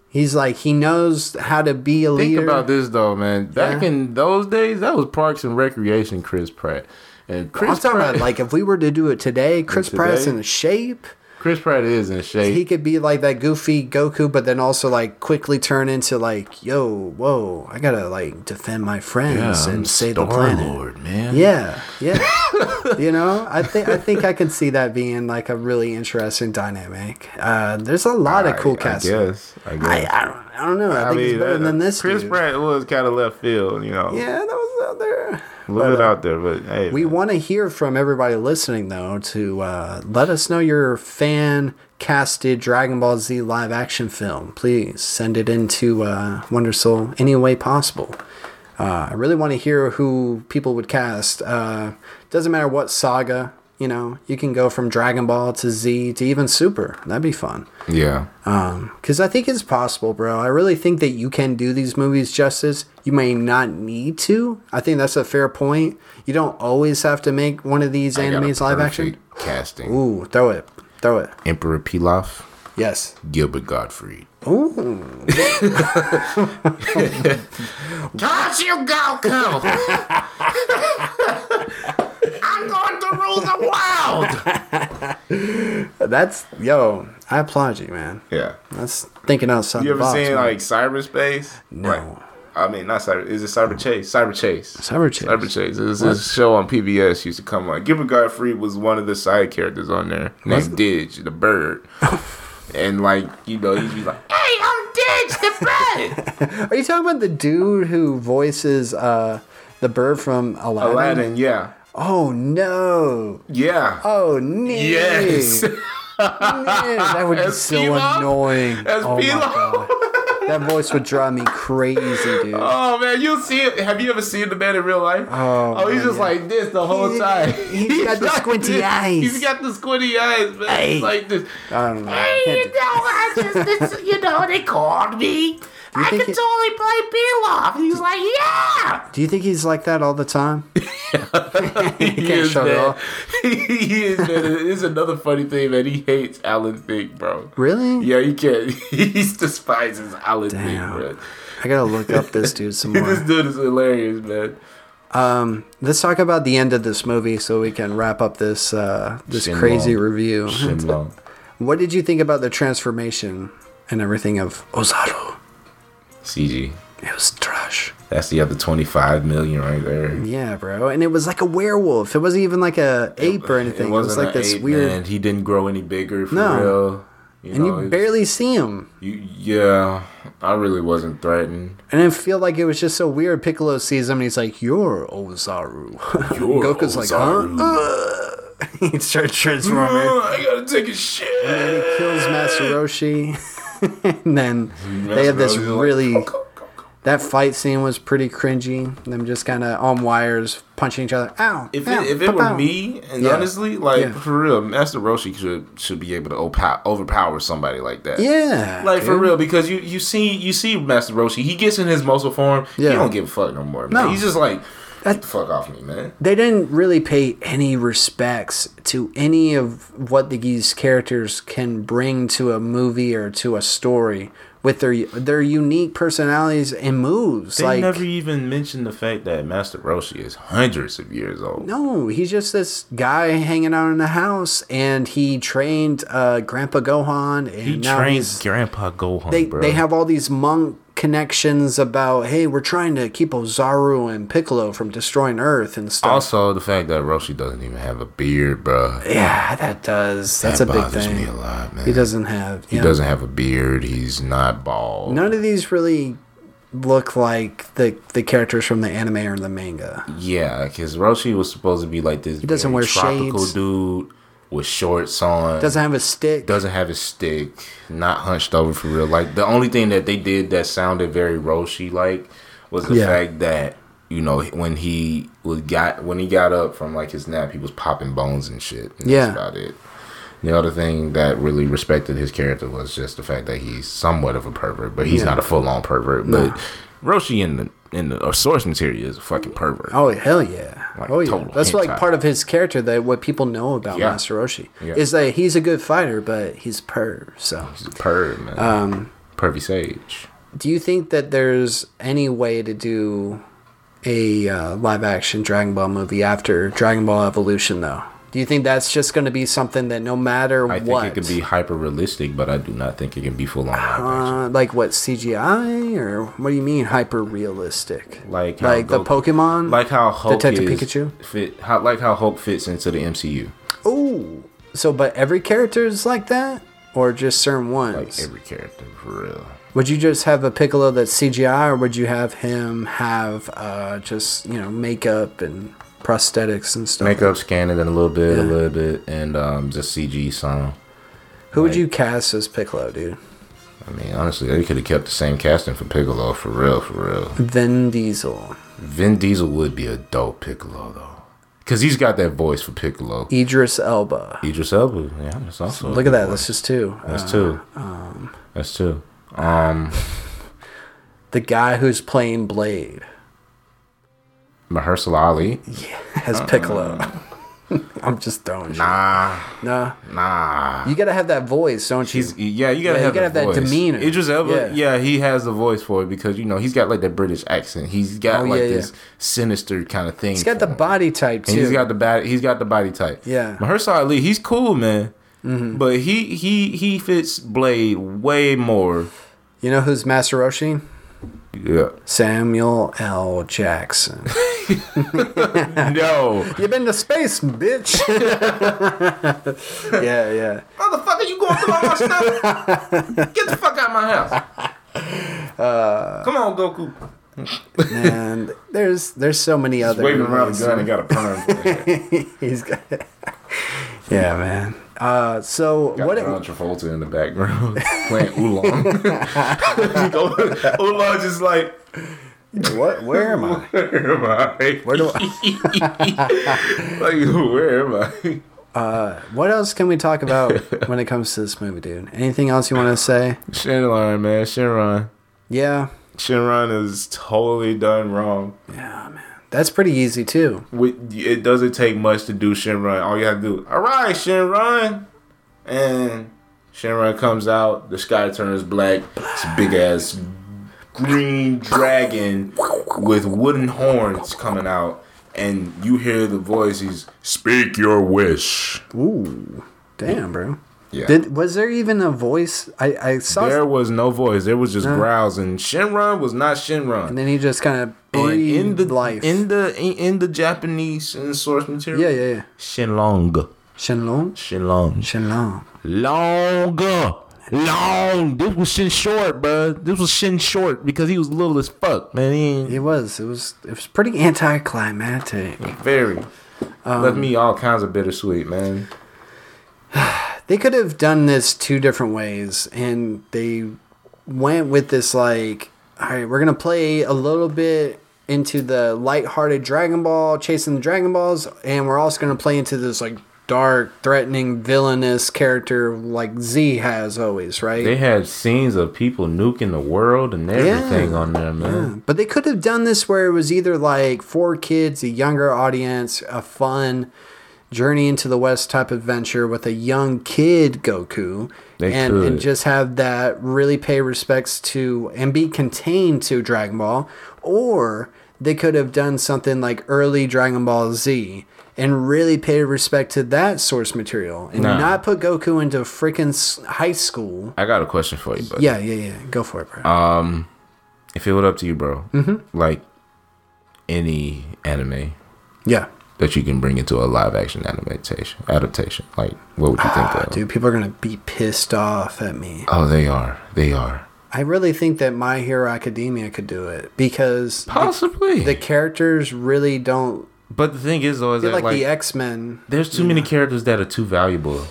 Speaker 2: He's like he knows how to be a
Speaker 6: Think
Speaker 2: leader.
Speaker 6: about this, though, man. Back
Speaker 2: Yeah.
Speaker 6: in those days, that was Parks and Recreation, Chris Pratt. And Chris
Speaker 2: I'm talking
Speaker 6: Pratt,
Speaker 2: about like if we were to do it today, Chris
Speaker 6: today?
Speaker 2: Pratt's in shape.
Speaker 6: Chris Pratt is in shape.
Speaker 2: He could be like that goofy Goku, but then also like quickly turn into like, yo, whoa, I gotta like defend my friends and save the planet.
Speaker 6: Um, Lord, man.
Speaker 2: Yeah, yeah. you know, I think I think I can see that being like a really interesting dynamic. Uh, there's a lot of cool
Speaker 6: cast.
Speaker 2: casting.
Speaker 6: I guess. I guess.
Speaker 2: I, I, don't, I don't know. I, think it's better
Speaker 6: that-
Speaker 2: than this.
Speaker 6: Chris
Speaker 2: dude.
Speaker 6: Pratt was kind of left field, you know.
Speaker 2: Yeah, that was out there.
Speaker 6: a little bit out there, but hey,
Speaker 2: We
Speaker 6: man.
Speaker 2: want to hear from everybody listening, though, to uh, let us know your fan casted Dragon Ball Z live action film. Please send it into uh, Wondersoul any way possible. Uh, I really want to hear who people would cast. Uh, doesn't matter what saga, you know, you can go from Dragon Ball to Z to even Super. That'd be fun.
Speaker 6: yeah,
Speaker 2: Uh, Because I think it's possible, bro. I really think that you can do these movies justice. You may not need to. I think that's a fair point. You don't always have to make one of these
Speaker 6: I got a
Speaker 2: animes live action.
Speaker 6: perfect casting.
Speaker 2: Ooh, throw it. Throw it.
Speaker 6: Emperor Pilaf,
Speaker 2: Yes.
Speaker 6: Gilbert Gottfried.
Speaker 2: Ooh.
Speaker 1: Don't you Goku! I'm going to rule the world!
Speaker 2: That's, yo, I applaud you, man.
Speaker 6: Yeah,
Speaker 2: That's thinking outside
Speaker 6: you
Speaker 2: the
Speaker 6: ever
Speaker 2: box.
Speaker 6: seen
Speaker 2: man.
Speaker 6: like cyberspace?
Speaker 2: No.
Speaker 6: Like, I mean, not cyber. Is it cyber chase? Cyber chase.
Speaker 2: Cyber Chase.
Speaker 6: Cyber Chase. This, this show on PBS used to come on. Gilbert Gottfried was one of the side characters on there. Named Didge, the bird. and like, you know, he'd be like, Hey, I'm Didge, the bird!
Speaker 2: Are you talking about the dude who voices uh, the bird from Aladdin?
Speaker 6: Aladdin, yeah.
Speaker 2: Oh, no.
Speaker 6: Yeah.
Speaker 2: Oh, no.
Speaker 6: yes.
Speaker 2: Man, that would be
Speaker 6: As
Speaker 2: so
Speaker 6: Pilaf?
Speaker 2: annoying.
Speaker 6: As
Speaker 2: oh
Speaker 6: Pilaf?
Speaker 2: my god. That voice would drive me crazy, dude.
Speaker 6: Oh man, you see it. Have you ever seen the man in real life?
Speaker 2: Oh,
Speaker 6: he's
Speaker 2: man,
Speaker 6: just
Speaker 2: yeah.
Speaker 6: like this the whole
Speaker 2: He-
Speaker 6: time.
Speaker 2: he's got the
Speaker 6: like
Speaker 2: squinty
Speaker 6: this.
Speaker 2: eyes.
Speaker 6: He's got the squinty eyes, man.
Speaker 2: Hey.
Speaker 6: Like this.
Speaker 2: I don't know. I
Speaker 1: Hey, you know,
Speaker 2: can't do-
Speaker 1: I just, this, you know, they called me. I
Speaker 2: think
Speaker 1: could
Speaker 2: it-
Speaker 1: totally play Pilaf. And he's like, yeah!
Speaker 2: Do you think he's like that all the time?
Speaker 6: He
Speaker 2: can't
Speaker 6: is
Speaker 2: shut it
Speaker 6: that.
Speaker 2: off.
Speaker 6: he is that. It's another funny thing that he hates Alan Thicke, bro.
Speaker 2: Really?
Speaker 6: Yeah, he can't. He despises Alan
Speaker 2: Damn.
Speaker 6: Thicke,
Speaker 2: I gotta look up this dude some
Speaker 6: bro. This
Speaker 2: more.
Speaker 6: dude is hilarious, man.
Speaker 2: Let's talk about the end of this movie so we can wrap up this uh, this
Speaker 6: Shin
Speaker 2: crazy
Speaker 6: Long.
Speaker 2: review.
Speaker 6: Shinlong.
Speaker 2: What did you think about the transformation and everything of Ozaru?
Speaker 6: CG.
Speaker 2: It was trash.
Speaker 6: That's the other 25 million right there.
Speaker 2: Yeah, bro. And it was like a werewolf. It wasn't even like a ape or anything. It, was like
Speaker 6: an
Speaker 2: this
Speaker 6: ape,
Speaker 2: weird.
Speaker 6: man. He didn't grow any bigger for
Speaker 2: No.
Speaker 6: real. You
Speaker 2: And
Speaker 6: know,
Speaker 2: you
Speaker 6: it-
Speaker 2: barely see him.
Speaker 6: you- yeah, I really wasn't threatened.
Speaker 2: And I feel like it was just so weird. Piccolo sees him and he's like, You're Ozaru.
Speaker 6: You're
Speaker 2: Goku's
Speaker 6: Ozaru.
Speaker 2: like, Huh? Uh, he starts transforming.
Speaker 6: I gotta take a shit.
Speaker 2: he kills Master Roshi. and then they have this
Speaker 6: Master Roshi's like,
Speaker 2: really. that fight scene was pretty cringy. Them just kind of on wires punching each other. Ow.
Speaker 6: If
Speaker 2: ow,
Speaker 6: it, if it
Speaker 2: pow-pow.
Speaker 6: were me, and
Speaker 2: Yeah.
Speaker 6: honestly, like
Speaker 2: Yeah.
Speaker 6: for real, Master Roshi should should be able to opa- overpower somebody like that.
Speaker 2: Yeah.
Speaker 6: Like for
Speaker 2: dude.
Speaker 6: real, because you you see you see Master Roshi, he gets in his muscle form.
Speaker 2: Yeah.
Speaker 6: He don't give a fuck no more. Man.
Speaker 2: No.
Speaker 6: he's just like,
Speaker 2: That-
Speaker 6: get the fuck off me, man.
Speaker 2: they didn't really pay any respects to any of what these characters can bring to a movie or to a story with their their unique personalities and moves.
Speaker 6: They
Speaker 2: like
Speaker 6: never even mentioned the fact that Master Roshi is hundreds of years old.
Speaker 2: no, he's just this guy hanging out in the house, and he trained uh, Grandpa Gohan, and
Speaker 6: He
Speaker 2: now
Speaker 6: trains
Speaker 2: he's-
Speaker 6: Grandpa Gohan,
Speaker 2: they
Speaker 6: bro.
Speaker 2: they have all these monk connections about hey, we're trying to keep Ozaru and Piccolo from destroying Earth and stuff.
Speaker 6: also the fact that Roshi doesn't even have a beard, bro.
Speaker 2: yeah, that does. That's
Speaker 6: that
Speaker 2: a big
Speaker 6: bothers
Speaker 2: thing.
Speaker 6: me a lot, man.
Speaker 2: He doesn't have.
Speaker 6: He doesn't have a beard. He's not bald.
Speaker 2: None of these really look like the the characters from the anime or the manga.
Speaker 6: Yeah, because Roshi was supposed to be like this. He
Speaker 2: doesn't wear
Speaker 6: tropical
Speaker 2: shades.
Speaker 6: dude with shorts on.
Speaker 2: Doesn't have a stick.
Speaker 6: doesn't have his stick, not hunched over for real. Like the only thing that they did that sounded very Roshi like was the
Speaker 2: Yeah.
Speaker 6: fact that you know when he was got when he got up from like his nap, he was popping bones and shit. And
Speaker 2: Yeah.
Speaker 6: that's about it. The other thing that really respected his character was just the fact that he's somewhat of a pervert, but he's
Speaker 2: Yeah.
Speaker 6: not a full on pervert. But Roshi in the in the source material is a fucking pervert.
Speaker 2: Oh hell yeah!
Speaker 6: Like,
Speaker 2: oh yeah!
Speaker 6: total
Speaker 2: That's like
Speaker 6: hentai.
Speaker 2: part of his character that what people know about
Speaker 6: Yeah.
Speaker 2: Master Roshi
Speaker 6: Yeah.
Speaker 2: is that he's a good fighter, but he's perv. So,
Speaker 6: He's a perv, man.
Speaker 2: Um,
Speaker 6: Pervy Sage.
Speaker 2: do you think that there's any way to do a uh, live action Dragon Ball movie after Dragon Ball Evolution though? Do you think that's just going to be something that no matter
Speaker 6: I
Speaker 2: what,
Speaker 6: think it could be hyper realistic, but I do not think it can be full on.
Speaker 2: uh, like what CGI or what do you mean hyper realistic?
Speaker 6: like how
Speaker 2: like the
Speaker 6: Goku-
Speaker 2: Pokemon,
Speaker 6: like how Hulk
Speaker 2: Detective
Speaker 6: is
Speaker 2: Pikachu?
Speaker 6: fit, how, like how Hulk fits into the MCU.
Speaker 2: oh, so but every character is like that. Or just certain ones.
Speaker 6: Like every character, for real.
Speaker 2: Would you just have a Piccolo that's CGI, or would you have him have uh, just you know makeup and prosthetics and stuff?
Speaker 6: Makeup scanning in a little bit, a
Speaker 2: Yeah.
Speaker 6: little bit, and um, just CG sound.
Speaker 2: Who would you cast as Piccolo, dude?
Speaker 6: I mean, honestly, they could have kept the same casting for Piccolo, for real, for real.
Speaker 2: Vin Diesel,
Speaker 6: Vin Diesel would be a dope Piccolo though, cause he's got that voice for Piccolo.
Speaker 2: Idris Elba.
Speaker 6: Idris Elba, yeah, that's also. a
Speaker 2: Look
Speaker 6: good
Speaker 2: at that.
Speaker 6: voice.
Speaker 2: That's just two.
Speaker 6: That's
Speaker 2: Uh,
Speaker 6: two. That's two. Um,
Speaker 2: the guy who's playing Blade
Speaker 6: Mahershala Ali.
Speaker 2: as Piccolo. I'm just throwing. shit.
Speaker 6: Uh, Nah,
Speaker 2: Nah,
Speaker 6: nah.
Speaker 2: you gotta have that voice, don't you?
Speaker 6: He's yeah, you gotta
Speaker 2: Yeah, you
Speaker 6: have,
Speaker 2: gotta
Speaker 6: that,
Speaker 2: have that
Speaker 6: voice.
Speaker 2: demeanor.
Speaker 6: Idris Elba,
Speaker 2: Yeah.
Speaker 6: yeah. he has the voice for it because you know he's got like that British accent. He's got
Speaker 2: Oh,
Speaker 6: like
Speaker 2: yeah,
Speaker 6: this
Speaker 2: yeah.
Speaker 6: sinister kind of thing.
Speaker 2: He's got the body type
Speaker 6: And
Speaker 2: too.
Speaker 6: he's got the body. He's got the body type.
Speaker 2: Yeah. Mm-hmm.
Speaker 6: Mahershala Ali, he's cool, man. But he he he fits Blade way more.
Speaker 2: you know who's Master Roshi?
Speaker 6: Yeah.
Speaker 2: Samuel L. Jackson.
Speaker 6: no,
Speaker 2: You've been to space, bitch. yeah, yeah.
Speaker 6: motherfucker, you going through all my stuff? Get the fuck out of my house.
Speaker 2: Uh,
Speaker 6: Come on, Goku.
Speaker 2: And there's there's so many other.
Speaker 6: Waving around
Speaker 2: movies.
Speaker 6: the gun and got a perm.
Speaker 2: He's got. yeah, man. Uh, so
Speaker 6: Got
Speaker 2: what?
Speaker 6: John Travolta in the background playing oolong. He go- oolong just like
Speaker 2: What? Where am I?
Speaker 6: where am I?
Speaker 2: Where do I?
Speaker 6: like where am I?
Speaker 2: What else can we talk about when it comes to this movie, dude? Anything else you want to say?
Speaker 6: Shenron, man, Shenron.
Speaker 2: Yeah,
Speaker 6: Shenron is totally done wrong.
Speaker 2: that's pretty easy too.
Speaker 6: With it doesn't take much to do Shenron. All you have to do, all right, Shenron, and Shenron comes out. The sky turns black. It's a big ass green dragon with wooden horns coming out, and you hear the voices, "Speak your wish."
Speaker 2: Ooh, damn, bro.
Speaker 6: Yeah.
Speaker 2: Did was there even a voice? I I saw.
Speaker 6: There was no voice. There was just growls, and Shenron was not Shenron.
Speaker 2: and then he just kind of
Speaker 6: And
Speaker 2: breathed
Speaker 6: in the
Speaker 2: life.
Speaker 6: in the in, in the Japanese and source material,
Speaker 2: yeah, yeah, yeah.
Speaker 6: Shenlong,
Speaker 2: Shenlong.
Speaker 6: Shenlong,
Speaker 2: Shenlong.
Speaker 6: longer, long. This was Shin short, bro. This was Shin short because he was little as fuck, man. He ain't
Speaker 2: It was. It was. It was pretty anticlimactic.
Speaker 6: very. Left me all kinds of bittersweet, man.
Speaker 2: They could have done this two different ways, and they went with this like, all right, we're gonna play a little bit into the lighthearted Dragon Ball, chasing the Dragon Balls, and we're also gonna play into this like dark, threatening, villainous character like Z has always, right?
Speaker 6: They had scenes of people nuking the world and everything on there, man.
Speaker 2: Hmm, But they could have done this where it was either like for kids, a younger audience, a fun journey into the West type adventure with a young kid Goku,
Speaker 6: They
Speaker 2: and,
Speaker 6: could.
Speaker 2: and just have that really pay respects to and be contained to Dragon Ball, or they could have done something like early Dragon Ball Z. And really pay respect to that source material, and
Speaker 6: Nah.
Speaker 2: not put Goku into freaking s- high school.
Speaker 6: I got a question for you, buddy.
Speaker 2: Yeah, yeah, yeah. Go for it, bro.
Speaker 6: Uh, if it were up to you, bro, like any anime
Speaker 2: yeah,
Speaker 6: that you can bring into a live action adaptation, adaptation, like what would you think of?
Speaker 2: dude. People are gonna be pissed off at me.
Speaker 6: Oh, they are, they are.
Speaker 2: I really think that My Hero Academia could do it because
Speaker 6: Possibly.
Speaker 2: the characters really don't.
Speaker 6: but the thing is, though, is
Speaker 2: They're
Speaker 6: that
Speaker 2: like,
Speaker 6: like,
Speaker 2: the X Men.
Speaker 6: there's too many characters that are too valuable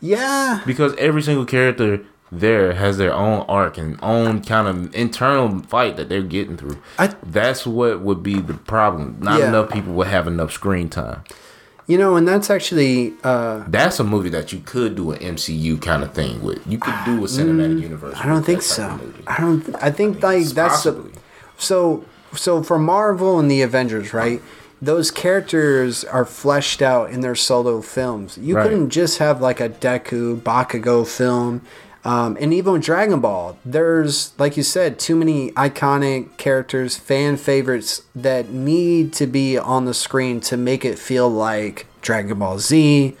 Speaker 2: Yeah.
Speaker 6: because every single character there has their own arc and own kind of internal fight that they're getting through.
Speaker 2: I-
Speaker 6: That's what would be the problem. Not
Speaker 2: Yeah.
Speaker 6: enough people would have enough screen time.
Speaker 2: You know, and that's actually. Uh,
Speaker 6: That's a movie that you could do an MCU kind of thing with. You could do a cinematic universe.
Speaker 2: Mm, I don't
Speaker 6: with
Speaker 2: think
Speaker 6: that type
Speaker 2: so.
Speaker 6: of movie.
Speaker 2: I don't. I think like
Speaker 6: it's
Speaker 2: that's the-
Speaker 6: possibly.
Speaker 2: so. So for Marvel and the Avengers, right? Those characters are fleshed out in their solo films. You
Speaker 6: Right.
Speaker 2: couldn't just have like a Deku Bakugo film, um, and even with Dragon Ball, there's like you said, too many iconic characters, fan favorites that need to be on the screen to make it feel like Dragon Ball Z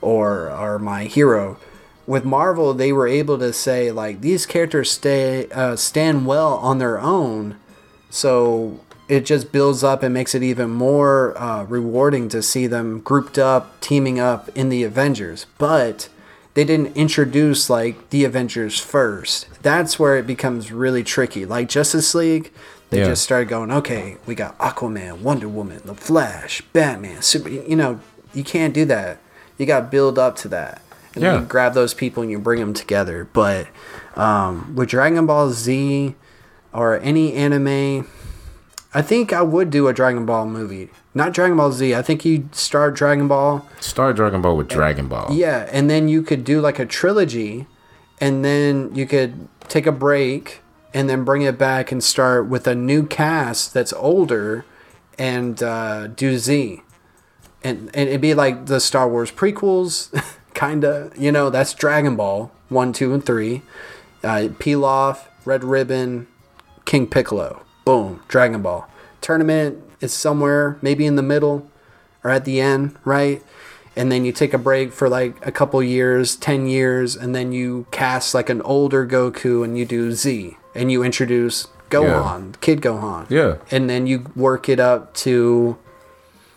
Speaker 2: or or my hero. With Marvel, they were able to say like these characters stay uh, stand well on their own, so it just builds up and makes it even more uh, rewarding to see them grouped up, teaming up in the Avengers. But they didn't introduce like the Avengers first. That's where it becomes really tricky. Like Justice League, they
Speaker 6: Yeah.
Speaker 2: just started going, okay, we got Aquaman, Wonder Woman, The Flash, Batman, Super. You know, you can't do that. You got to build up to that. And then
Speaker 6: Yeah.
Speaker 2: you grab those people and you bring them together. But um, with Dragon Ball Z or any anime, I think I would do a Dragon Ball movie. Not Dragon Ball Z. I think you start Dragon Ball
Speaker 6: Start Dragon Ball with Dragon Ball.
Speaker 2: Eh, yeah, and then you could do like a trilogy, and then you could take a break and then bring it back and start with a new cast that's older and uh, do Z. And, and it'd be like the Star Wars prequels, kind of. You know, that's Dragon Ball 1, 2, and 3. Uh, Pilaf, Red Ribbon, King Piccolo. Boom, Dragon Ball. Tournament is somewhere, maybe in the middle or at the end, right? And then you take a break for like a couple years, 10 years, and then you cast like an older Goku and you do Z and you introduce Gohan, Kid Gohan.
Speaker 6: Yeah.
Speaker 2: And then you work it up to,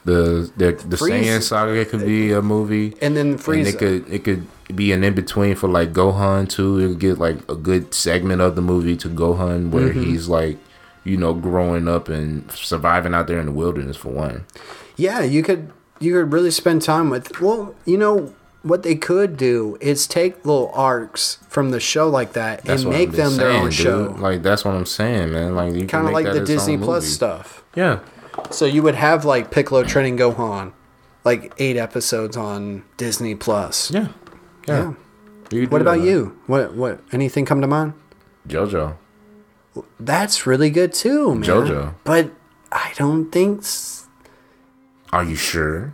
Speaker 6: The the, the
Speaker 2: Frieza.
Speaker 6: Saiyan saga could be a movie.
Speaker 2: and then
Speaker 6: And
Speaker 2: Frieza.
Speaker 6: it could it could be an in between for like Gohan too. It could get like a good segment of the movie to Gohan where
Speaker 2: Mm-hmm.
Speaker 6: he's like, you know, growing up and surviving out there in the wilderness for one.
Speaker 2: Yeah, you could you could really spend time with. Well, you know what they could do is take little arcs from the show like that
Speaker 6: That's
Speaker 2: and
Speaker 6: what
Speaker 2: make
Speaker 6: I'm
Speaker 2: them
Speaker 6: just
Speaker 2: their
Speaker 6: saying,
Speaker 2: own
Speaker 6: dude.
Speaker 2: show,
Speaker 6: Like that's what I'm saying, man. Like you
Speaker 2: kind of like the Disney Plus
Speaker 6: stuff.
Speaker 2: stuff.
Speaker 6: Yeah.
Speaker 2: So you would have like Piccolo training Gohan, like eight episodes on Disney Plus.
Speaker 6: Yeah. Yeah. You could
Speaker 2: What
Speaker 6: do that,
Speaker 2: about
Speaker 6: man.
Speaker 2: you? What what anything come to mind?
Speaker 6: JoJo.
Speaker 2: That's really good too, man.
Speaker 6: JoJo.
Speaker 2: but I don't think s-
Speaker 6: Are you sure?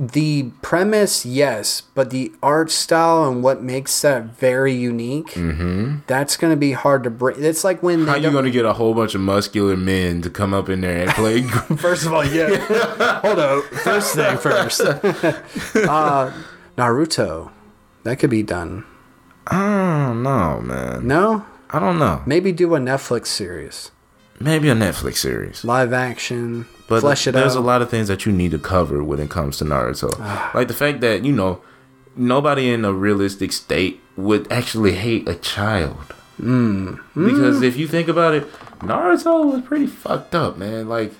Speaker 2: the premise, yes, but the art style and what makes that very unique.
Speaker 6: Mm-hmm.
Speaker 2: That's gonna be hard to break. It's like when
Speaker 6: How
Speaker 2: they
Speaker 6: you
Speaker 2: don't-
Speaker 6: gonna get a whole bunch of muscular men to come up in there and play?
Speaker 2: First of all, yeah. Hold up. First thing first. uh, Naruto. That could be done.
Speaker 6: oh no, man.
Speaker 2: No?
Speaker 6: I don't know.
Speaker 2: Maybe do a Netflix series,
Speaker 6: Maybe a Netflix series.
Speaker 2: live action,
Speaker 6: But
Speaker 2: flesh it
Speaker 6: there's
Speaker 2: out. Ah.
Speaker 6: a lot of things that you need to cover when it comes to Naruto. like the fact that, you know, nobody in a realistic state would actually hate a child. Mm. Because if you think about it, Naruto was pretty fucked up, man. Like,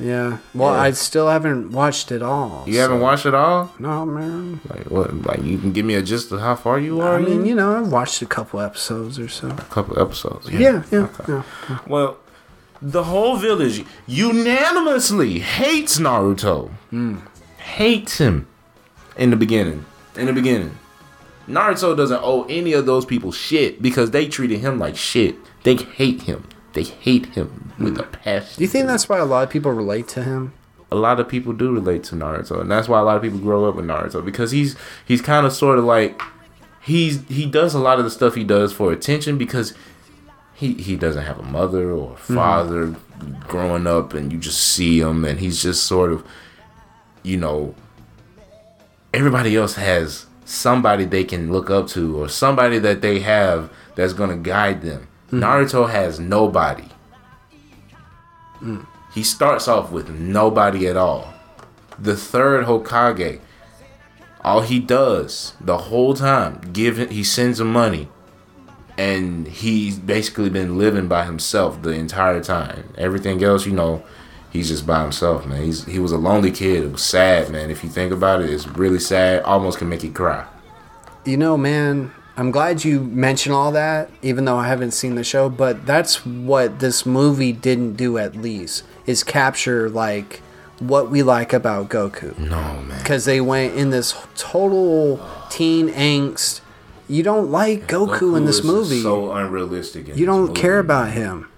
Speaker 2: yeah. Well,
Speaker 6: Yeah.
Speaker 2: I still haven't watched it all.
Speaker 6: you haven't
Speaker 2: so-
Speaker 6: watched it all?
Speaker 2: No, man.
Speaker 6: Like, what? Like, you can give me a gist of how far you are?
Speaker 2: I mean,
Speaker 6: in?
Speaker 2: you know, I've watched a couple episodes or so.
Speaker 6: a couple episodes.
Speaker 2: Yeah, yeah, yeah.
Speaker 6: Well, the whole village unanimously hates Naruto.
Speaker 2: Hmm.
Speaker 6: Hates him in the beginning. In the beginning. Naruto doesn't owe any of those people shit because they treated him like shit. They hate him. They hate him with a passion.
Speaker 2: Do you think that's why a lot of people relate to him?
Speaker 6: a lot of people do relate to Naruto, and that's why a lot of people grow up with Naruto because he's he's kind of sort of like he's he does a lot of the stuff he does for attention because he he doesn't have a mother or a father growing up, and you just see him, and he's just sort of you know everybody else has somebody they can look up to or somebody that they have that's gonna guide them. Naruto has nobody. He starts off with nobody at all. The third Hokage, all he does the whole time, give he sends him money. and he's basically been living by himself the entire time. Everything else, you know, he's just by himself, man. He's he was a lonely kid. It was sad, man. If you think about it, it's really sad. Almost can make you cry.
Speaker 2: You know, man, I'm glad you mention all that, even though I haven't seen the show, but that's what this movie didn't do at least is capture like what we like about Goku.
Speaker 6: No, man.
Speaker 2: Because they went in this total teen angst. You don't like Goku, in this
Speaker 6: is
Speaker 2: movie.
Speaker 6: so unrealistic. in this
Speaker 2: you don't
Speaker 6: movie,
Speaker 2: care
Speaker 6: man.
Speaker 2: about him.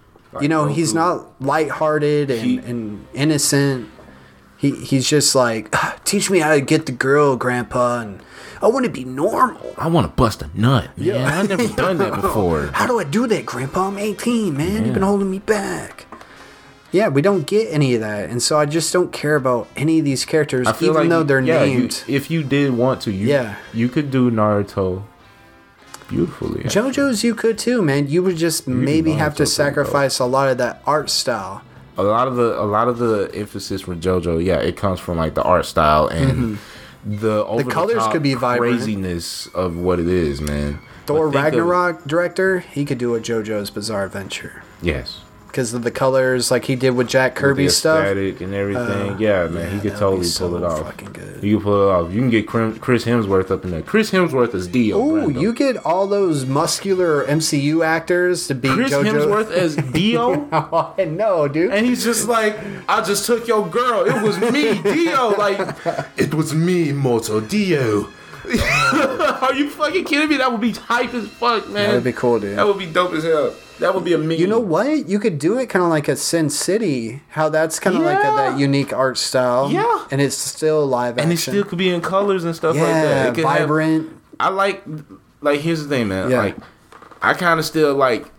Speaker 2: you know, he's
Speaker 6: Goku-
Speaker 2: not lighthearted and,
Speaker 6: He-
Speaker 2: and innocent. He he's just like, "Ah, teach me how to get the girl, Grandpa, and I want to be normal.
Speaker 3: I want to bust a nut. Man. Yeah, I never done that before.
Speaker 2: How do I do that, Grandpa? I'm 18, man. You've been holding me back. Yeah, we don't get any of that, and so I just don't care about any of these characters,
Speaker 6: I feel
Speaker 2: even
Speaker 6: like
Speaker 2: though
Speaker 6: you-
Speaker 2: they're
Speaker 6: yeah, you-
Speaker 2: named.
Speaker 6: if you did want to, you,
Speaker 2: Yeah.
Speaker 6: you could do Naruto beautifully.
Speaker 2: JoJo's you could too, man. You would just maybe have to
Speaker 6: Naruto pretty dope.
Speaker 2: sacrifice a lot of that art style.
Speaker 6: a lot of the a lot of the emphasis from JoJo, yeah, it comes from like the art style and the over
Speaker 2: Mm-hmm. colors
Speaker 6: top
Speaker 2: could be vibrant.
Speaker 6: craziness of what it is, man.
Speaker 2: Thor
Speaker 6: But think of-
Speaker 2: Ragnarok director, he could do a JoJo's Bizarre Adventure
Speaker 6: yes,
Speaker 2: because of the colors, like he did with Jack Kirby
Speaker 6: the
Speaker 2: stuff. Uh,
Speaker 6: aesthetic and everything. yeah, man, he could
Speaker 2: that would
Speaker 6: totally
Speaker 2: be so
Speaker 6: pull it off.
Speaker 2: fucking good.
Speaker 6: You can pull it off. You can get Crim- Chris Hemsworth up in there. Chris Hemsworth is Dio.
Speaker 2: Ooh,
Speaker 6: Brando.
Speaker 2: you get all those muscular MCU actors to be
Speaker 6: Chris
Speaker 2: JoJo. Oh,
Speaker 6: Hemsworth as Dio.
Speaker 2: I know, dude.
Speaker 6: And he's just like, I just took your girl. It was me, Dio. Like, it was me, Mortal Dio. Are you fucking kidding me? That would be hype as fuck, man.
Speaker 2: That would be cool, dude.
Speaker 6: That would be dope as hell. That would be a meme.
Speaker 2: You know what? You could do it kind of like a Sin City. How that's kind of like a,
Speaker 6: Yeah.
Speaker 2: that unique art style.
Speaker 6: Yeah.
Speaker 2: and it's still live action.
Speaker 6: And it still could be in colors and stuff
Speaker 2: yeah,
Speaker 6: like that. It could have-
Speaker 2: vibrant.
Speaker 6: I like, like, here's the thing, man.
Speaker 2: Yeah.
Speaker 6: Like, I kind of still, like,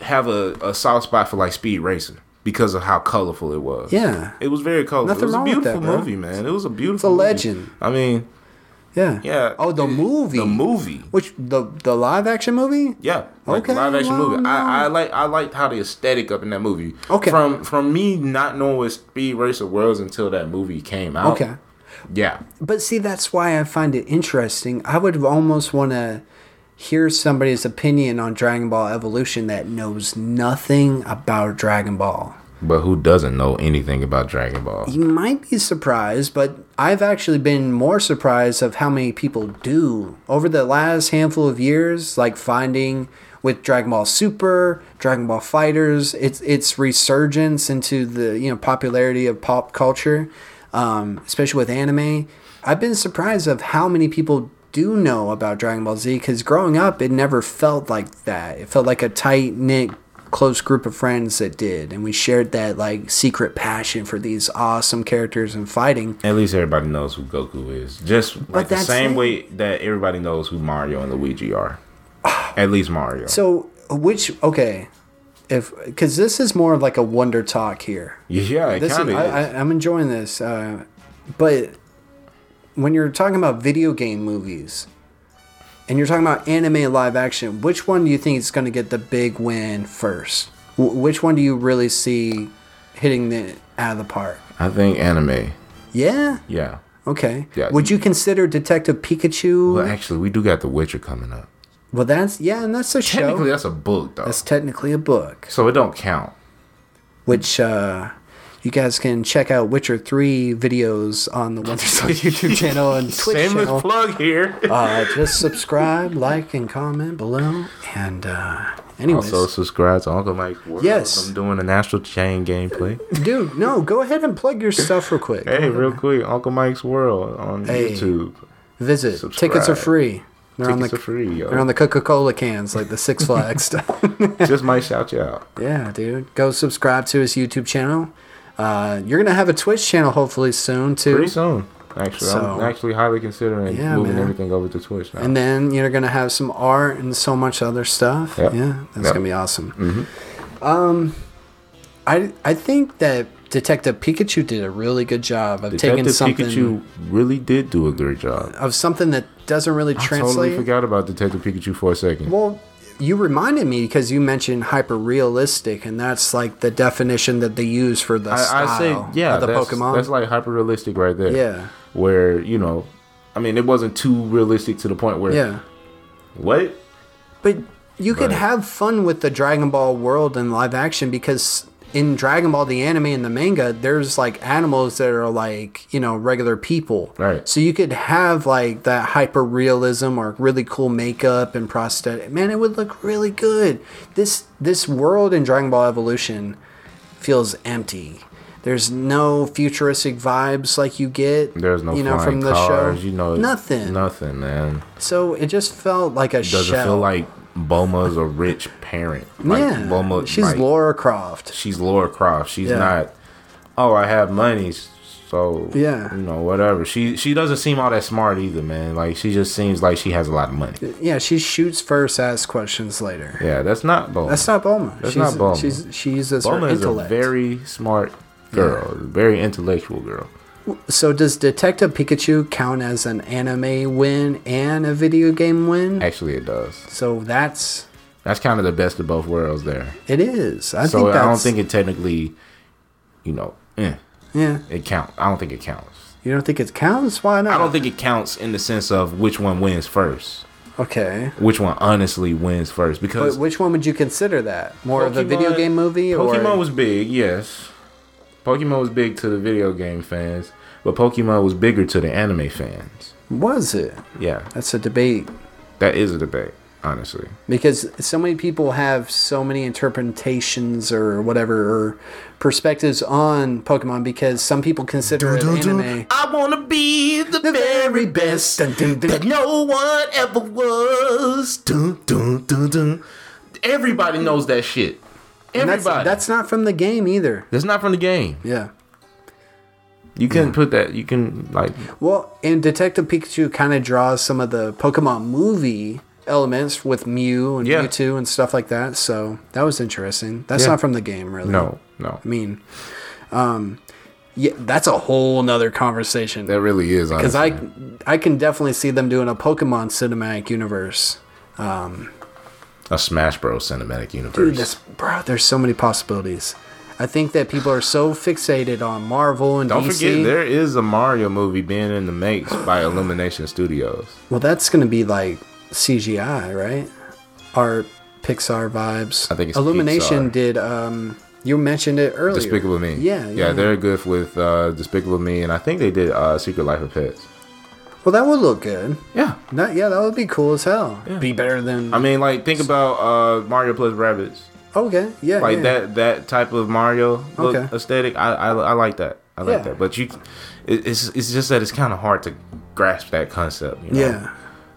Speaker 6: have a, a soft spot for, like, Speed Racing because of how colorful it was.
Speaker 2: Yeah.
Speaker 6: It was very colorful.
Speaker 2: Nothing
Speaker 6: it was
Speaker 2: wrong
Speaker 6: a
Speaker 2: with that,
Speaker 6: beautiful
Speaker 2: bro.
Speaker 6: movie, man. It was a beautiful
Speaker 2: a
Speaker 6: movie.
Speaker 2: legend.
Speaker 6: I mean,
Speaker 2: yeah,
Speaker 6: Yeah.
Speaker 2: Oh, the
Speaker 6: it-
Speaker 2: movie.
Speaker 6: The movie.
Speaker 2: Which the the live action movie?
Speaker 6: Yeah. Like
Speaker 2: Okay,
Speaker 6: okay. Live action
Speaker 2: well,
Speaker 6: movie. I, I like I liked how the aesthetic up in that movie.
Speaker 2: Okay.
Speaker 6: From from me not knowing what Speed Racer was until that movie came out.
Speaker 2: Okay.
Speaker 6: Yeah.
Speaker 2: But see, that's why I find it interesting. I would almost want to hear somebody's opinion on Dragon Ball Evolution that knows nothing about Dragon Ball.
Speaker 6: But who doesn't know anything about Dragon Ball?
Speaker 2: You might be surprised, but I've actually been more surprised of how many people do over the last handful of years, like finding with Dragon Ball Super, Dragon Ball Fighters, its its resurgence into the you know popularity of pop culture, um, especially with anime. I've been surprised of how many people do know about Dragon Ball Z because growing up, it never felt like that. It felt like a tight knit close group of friends that did and we shared that like secret passion for these awesome characters and fighting
Speaker 6: At least everybody knows who Goku is. Just like the
Speaker 2: that's
Speaker 6: same
Speaker 2: it.
Speaker 6: way that everybody knows who Mario and Luigi are. At least Mario.
Speaker 2: so which okay if because this is more of like a wonder talk here
Speaker 6: yeah, it
Speaker 2: this is,
Speaker 6: kind of
Speaker 2: I,
Speaker 6: is.
Speaker 2: I, i'm enjoying this uh, but when you're talking about video game movies and you're talking about anime live action which one do you think is going to get the big win first Wh- which one do you really see hitting the out of the park
Speaker 6: I think anime.
Speaker 2: yeah
Speaker 6: Yeah.
Speaker 2: Okay.
Speaker 6: Yeah.
Speaker 2: Would you consider Detective Pikachu?
Speaker 6: Well,
Speaker 2: Well,
Speaker 6: actually, we do got The Witcher coming up.
Speaker 2: that's yeah, and that's a
Speaker 6: Technically,
Speaker 2: show.
Speaker 6: that's a book, though.
Speaker 2: That's technically a book,
Speaker 6: so it don't count.
Speaker 2: which uh, you guys can check out Witcher Three videos on the Wondersong YouTube channel and Twitch
Speaker 6: Shameless
Speaker 2: channel.
Speaker 6: plug here.
Speaker 2: uh, just subscribe, like, and comment below. And uh, anyways,
Speaker 6: Also subscribe Oh, to Uncle Mike's World.
Speaker 2: Yes.
Speaker 6: I'm doing a National Chain gameplay.
Speaker 2: dude, no, go ahead and plug your stuff real quick.
Speaker 6: hey, real quick, Uncle Mike's World on
Speaker 2: Hey.
Speaker 6: YouTube.
Speaker 2: Visit. Tickets are
Speaker 6: subscribe.
Speaker 2: free. They're on the
Speaker 6: Tickets are free, yo.
Speaker 2: they're on the Coca-Cola cans like the Six Flags stuff.
Speaker 6: Just might shout you out.
Speaker 2: Yeah, dude. Go subscribe to his YouTube channel. Uh, you're gonna have a Twitch channel hopefully soon too.
Speaker 6: Pretty soon. Actually, I'm
Speaker 2: So-
Speaker 6: actually highly considering
Speaker 2: Yeah,
Speaker 6: moving
Speaker 2: man.
Speaker 6: everything over to Twitch now.
Speaker 2: And then you're gonna have some art and so much other stuff.
Speaker 6: Yep.
Speaker 2: Yeah, that's
Speaker 6: Yep. Mm-hmm.
Speaker 2: gonna be awesome. Um, I I think that Detective Pikachu did a really good job of
Speaker 6: Detective
Speaker 2: taking something
Speaker 6: Pikachu really did do a great job.
Speaker 2: of something that doesn't really
Speaker 6: Totally
Speaker 2: translate.
Speaker 6: forgot about Detective Pikachu for a second.
Speaker 2: Well, you reminded me because you mentioned hyper realistic, and that's like the definition that they use for the
Speaker 6: I,
Speaker 2: style
Speaker 6: I say, yeah,
Speaker 2: of the
Speaker 6: that's,
Speaker 2: Pokemon.
Speaker 6: that's like hyper realistic right there.
Speaker 2: Yeah.
Speaker 6: Where, you know, I mean, it wasn't too realistic to the point where,
Speaker 2: yeah,
Speaker 6: what?
Speaker 2: but you could
Speaker 6: But-
Speaker 2: have fun with the Dragon Ball world in live action because in Dragon Ball the anime and the manga, there's like animals that are like you know regular people.
Speaker 6: Right.
Speaker 2: So you could have like that hyper realism or really cool makeup and prosthetic. Man, it would look really good. This this world in Dragon Ball Evolution feels empty. There's no futuristic vibes like you get.
Speaker 6: There's no
Speaker 2: you know
Speaker 6: flying
Speaker 2: from the
Speaker 6: cars,
Speaker 2: show.
Speaker 6: You know
Speaker 2: nothing.
Speaker 6: Nothing, man.
Speaker 2: So it just felt like a
Speaker 6: Doesn't
Speaker 2: shell.
Speaker 6: feel like Boma's a rich parent. Like
Speaker 2: yeah,
Speaker 6: Bulma,
Speaker 2: she's
Speaker 6: like,
Speaker 2: Laura Croft.
Speaker 6: She's Laura Croft. She's
Speaker 2: Yeah.
Speaker 6: not. Oh, I have money, so
Speaker 2: Yeah.
Speaker 6: you know whatever. She she doesn't seem all that smart either, man. Like she just seems like she has a lot of money.
Speaker 2: Yeah, she shoots first, asks questions later.
Speaker 6: Yeah, that's not Boma.
Speaker 2: That's not Bulma.
Speaker 6: That's
Speaker 2: she's,
Speaker 6: not Bulma.
Speaker 2: She's, she uses her
Speaker 6: Boma is a
Speaker 2: intellect.
Speaker 6: very smart girl, very intellectual girl.
Speaker 2: So does Detective Pikachu count as an anime win and a video game win?
Speaker 6: Actually, it does.
Speaker 2: So that's
Speaker 6: That's kind of the best of both worlds there.
Speaker 2: it is. I
Speaker 6: so
Speaker 2: think that's,
Speaker 6: I don't think it technically, you know, eh,
Speaker 2: yeah.
Speaker 6: it counts. I don't think it counts.
Speaker 2: You don't think it counts? Why not?
Speaker 6: I don't think it counts in the sense of which one wins first,
Speaker 2: Okay,
Speaker 6: which one honestly wins first.
Speaker 2: but
Speaker 6: Because
Speaker 2: which one would you consider that more of a video
Speaker 6: Pokemon-
Speaker 2: game movie or
Speaker 6: Pokemon was big, yes. Pokemon was big to the video game fans, but Pokemon was bigger to the anime fans.
Speaker 2: was it?
Speaker 6: Yeah,
Speaker 2: That's a debate.
Speaker 6: that is a debate, honestly.
Speaker 2: because so many people have so many interpretations or whatever or perspectives on Pokemon because some people consider it anime.
Speaker 6: I wanna be the,
Speaker 2: very best Dun, dun, dun. that
Speaker 6: no one ever was. Dun, dun, dun, dun. Everybody knows that shit.
Speaker 2: And
Speaker 6: Everybody.
Speaker 2: that's, that's not from the game either.
Speaker 6: That's not from the game.
Speaker 2: Yeah.
Speaker 6: You can put that. You can like
Speaker 2: Well, and Detective Pikachu kind of draws some of the Pokemon movie elements with Mew and
Speaker 6: Yeah.
Speaker 2: Mewtwo and stuff like that. So that was interesting. That's
Speaker 6: Yeah.
Speaker 2: not from the game, really.
Speaker 6: no, no.
Speaker 2: I mean, um, yeah, that's a whole nother conversation.
Speaker 6: That really is
Speaker 2: because I
Speaker 6: honestly.
Speaker 2: I can definitely see them doing a Pokemon cinematic universe.
Speaker 6: a Smash Bros. cinematic universe.
Speaker 2: Dude, this bro, there's so many possibilities. I think that people are so fixated on Marvel and
Speaker 6: Don't
Speaker 2: DC.
Speaker 6: forget, there is a Mario movie being in the makes by Illumination Studios.
Speaker 2: well, that's gonna be like CGI, right? Our Pixar vibes.
Speaker 6: I think it's
Speaker 2: Illumination
Speaker 6: Pixar.
Speaker 2: did. Um, you mentioned it earlier.
Speaker 6: Despicable Me.
Speaker 2: Yeah,
Speaker 6: yeah, they're good with uh, Despicable Me, and I think they did uh, Secret Life of Pets.
Speaker 2: well, that would look good.
Speaker 6: Yeah,
Speaker 2: That yeah, that would be cool as hell. Be better than
Speaker 6: I mean, like think about uh, Mario plus rabbits,
Speaker 2: okay, yeah,
Speaker 6: like
Speaker 2: yeah.
Speaker 6: that that type of Mario look
Speaker 2: Okay.
Speaker 6: aesthetic. I, I I like that. I like
Speaker 2: Yeah.
Speaker 6: that. But you, it, it's it's just that it's kind of hard to grasp that concept. You know?
Speaker 2: Yeah,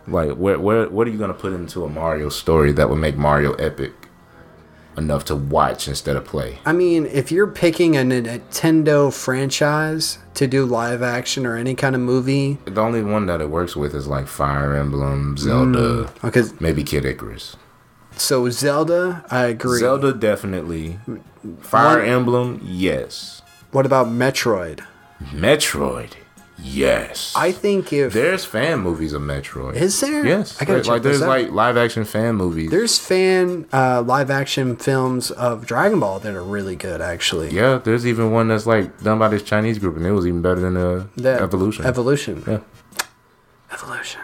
Speaker 6: Like where where what are you gonna put into a Mario story that would make Mario epic enough to watch instead of play?
Speaker 2: I mean, if you're picking a Nintendo franchise to do live action or any kind of movie,
Speaker 6: The only one that it works with is like Fire Emblem, Zelda,
Speaker 2: okay,
Speaker 6: maybe Kid Icarus.
Speaker 2: so Zelda, I agree.
Speaker 6: Zelda definitely. Fire
Speaker 2: One-
Speaker 6: Emblem, yes.
Speaker 2: What about Metroid?
Speaker 6: Metroid, yes.
Speaker 2: I think if
Speaker 6: There's fan movies of Metroid.
Speaker 2: Is there?
Speaker 6: Yes.
Speaker 2: I gotta
Speaker 6: like,
Speaker 2: check
Speaker 6: like,
Speaker 2: this
Speaker 6: there's
Speaker 2: out.
Speaker 6: like live action fan movies.
Speaker 2: there's fan uh, live action films of Dragon Ball that are really good, actually.
Speaker 6: yeah, there's even one that's like done by this Chinese group, and it was even better than uh,
Speaker 2: That-
Speaker 6: Evolution.
Speaker 2: Evolution.
Speaker 6: Yeah.
Speaker 2: Evolution.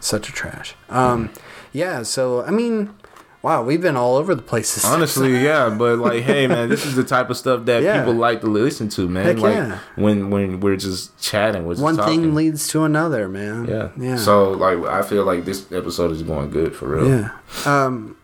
Speaker 2: Such a trash. Um, yeah. So I mean, wow, we've been all over the place. this
Speaker 6: Honestly, yeah, but like, hey, man, this is the type of stuff that
Speaker 2: Yeah.
Speaker 6: people like to listen to, man.
Speaker 2: Heck
Speaker 6: like
Speaker 2: yeah.
Speaker 6: when when we're just chatting, we're just
Speaker 2: One
Speaker 6: talking.
Speaker 2: thing leads to another, man.
Speaker 6: yeah,
Speaker 2: Yeah.
Speaker 6: So like, I feel like this episode is going good for real.
Speaker 2: Yeah. Um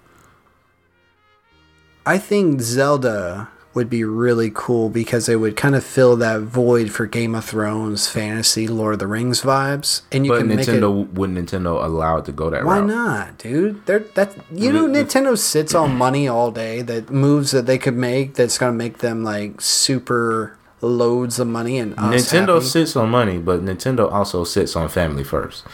Speaker 2: I think Zelda would be really cool because it would kind of fill that void for Game of Thrones, fantasy, Lord of the Rings vibes. And you
Speaker 6: But
Speaker 2: can make it
Speaker 6: Nintendo would Nintendo allow it to go that
Speaker 2: why
Speaker 6: route?
Speaker 2: not, dude? They're that you know Nintendo sits on money all day that moves that they could make that's gonna make them like super loads of money and us
Speaker 6: Nintendo
Speaker 2: happy.
Speaker 6: sits on money, but Nintendo also sits on family first.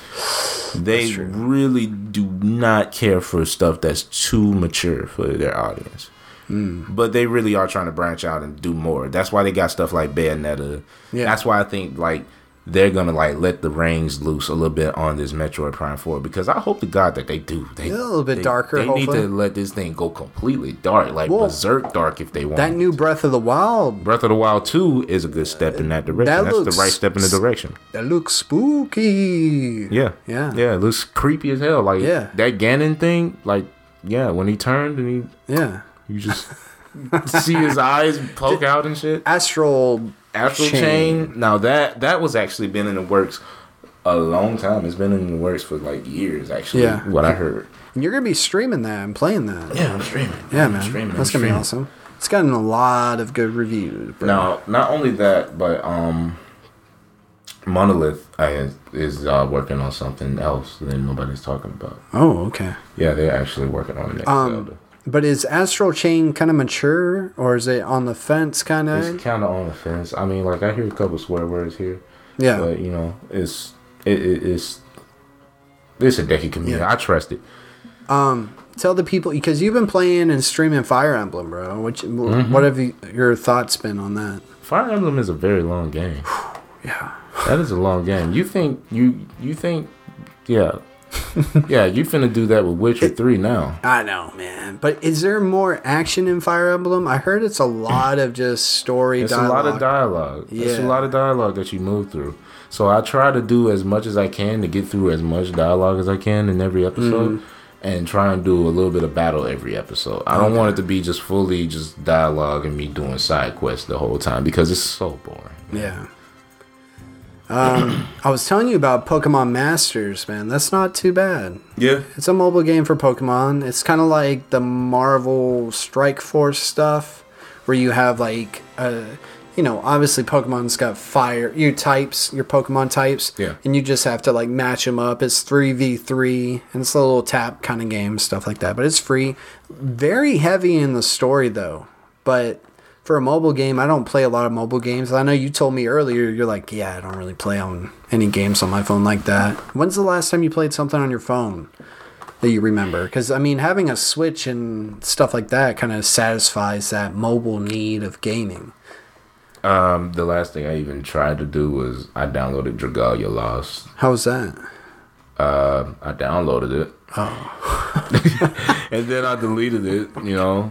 Speaker 6: They really do not care for stuff that's too mature for their audience.
Speaker 2: Hmm.
Speaker 6: But they really are trying to branch out and do more. That's why they got stuff like Bayonetta.
Speaker 2: Yeah.
Speaker 6: That's why I think like they're gonna like let the reins loose a little bit on this Metroid Prime Four because I hope to God that they do. They,
Speaker 2: A little bit
Speaker 6: they-
Speaker 2: darker,
Speaker 6: They
Speaker 2: hopefully.
Speaker 6: need to let this thing go completely dark, like
Speaker 2: Well,
Speaker 6: berserk dark, if they want.
Speaker 2: that new Breath of the Wild
Speaker 6: Breath of the Wild 2 is a good step in that direction.
Speaker 2: that
Speaker 6: That's
Speaker 2: looks-
Speaker 6: the right step in the direction.
Speaker 2: that looks spooky.
Speaker 6: Yeah.
Speaker 2: Yeah.
Speaker 6: Yeah. It looks creepy as hell. Like
Speaker 2: Yeah.
Speaker 6: that Ganon thing, like Yeah, when he turned and
Speaker 2: Yeah.
Speaker 6: he, you just see his eyes poke out and shit.
Speaker 2: Astral
Speaker 6: Astral Chain. Now that that was actually been in the works a long time. It's been in the works for like years, actually.
Speaker 2: Yeah.
Speaker 6: What I heard.
Speaker 2: And you're gonna be streaming that and playing that.
Speaker 6: Yeah, I'm streaming.
Speaker 2: Yeah,
Speaker 6: I'm
Speaker 2: man.
Speaker 6: streaming,
Speaker 2: That's
Speaker 6: I'm
Speaker 2: gonna be awesome. It's gotten a lot of good reviews. Bro.
Speaker 6: Now, not only that, but um, Monolith uh, is uh, working on something else that nobody's talking about.
Speaker 2: Oh, okay.
Speaker 6: Yeah, they're actually working on the next Zelda.
Speaker 2: Um, but is Astral Chain kind of mature, or is it on the fence, kind
Speaker 6: It's
Speaker 2: of?
Speaker 6: kind of on the fence. I mean, like I hear a couple swear words here.
Speaker 2: Yeah.
Speaker 6: but you know, it's it, it, it's it's a decky community. I trust it.
Speaker 2: Tell the people because you've been playing and streaming Fire Emblem, bro. Which,
Speaker 6: Mm-hmm.
Speaker 2: what have you, your thoughts been on that?
Speaker 6: Fire Emblem is a very long game.
Speaker 2: Yeah.
Speaker 6: That is a long game. You think you you think yeah. yeah, you finna do that with Witcher 3 now.
Speaker 2: I know, man. But is there more action in Fire Emblem? I heard it's a lot of just story
Speaker 6: It's
Speaker 2: dialogue.
Speaker 6: a lot of dialogue. It's a
Speaker 2: Yeah.
Speaker 6: lot of dialogue that you move through. So I try to do as much as I can to get through as much dialogue as I can in every episode,
Speaker 2: Mm-hmm.
Speaker 6: and try and do a little bit of battle every episode. I don't want it to be just fully just dialogue and me doing side quests the whole time because it's so boring.
Speaker 2: Yeah. Um, I was telling you about Pokemon Masters, man. That's not too bad.
Speaker 6: Yeah,
Speaker 2: It's a mobile game for Pokemon. It's kind of like the Marvel Strike Force stuff, where you have like, uh, you know, obviously Pokemon's got fire, your types, your Pokemon types,
Speaker 6: Yeah.
Speaker 2: and you just have to like match them up. It's three v three, and it's a little tap kind of game, stuff like that. But it's free. Very heavy in the story though, but. For a mobile game, I don't play a lot of mobile games. I know you told me earlier, you're like, yeah, I don't really play on any games on my phone like that. When's the last time you played something on your phone? that you remember because i mean having a switch and stuff like that kind of satisfies that mobile need of gaming
Speaker 6: um, the last thing I even tried to do was I downloaded Dragalia Lost.
Speaker 2: how's that
Speaker 6: Uh, I downloaded it. Oh. and then I deleted it, you know.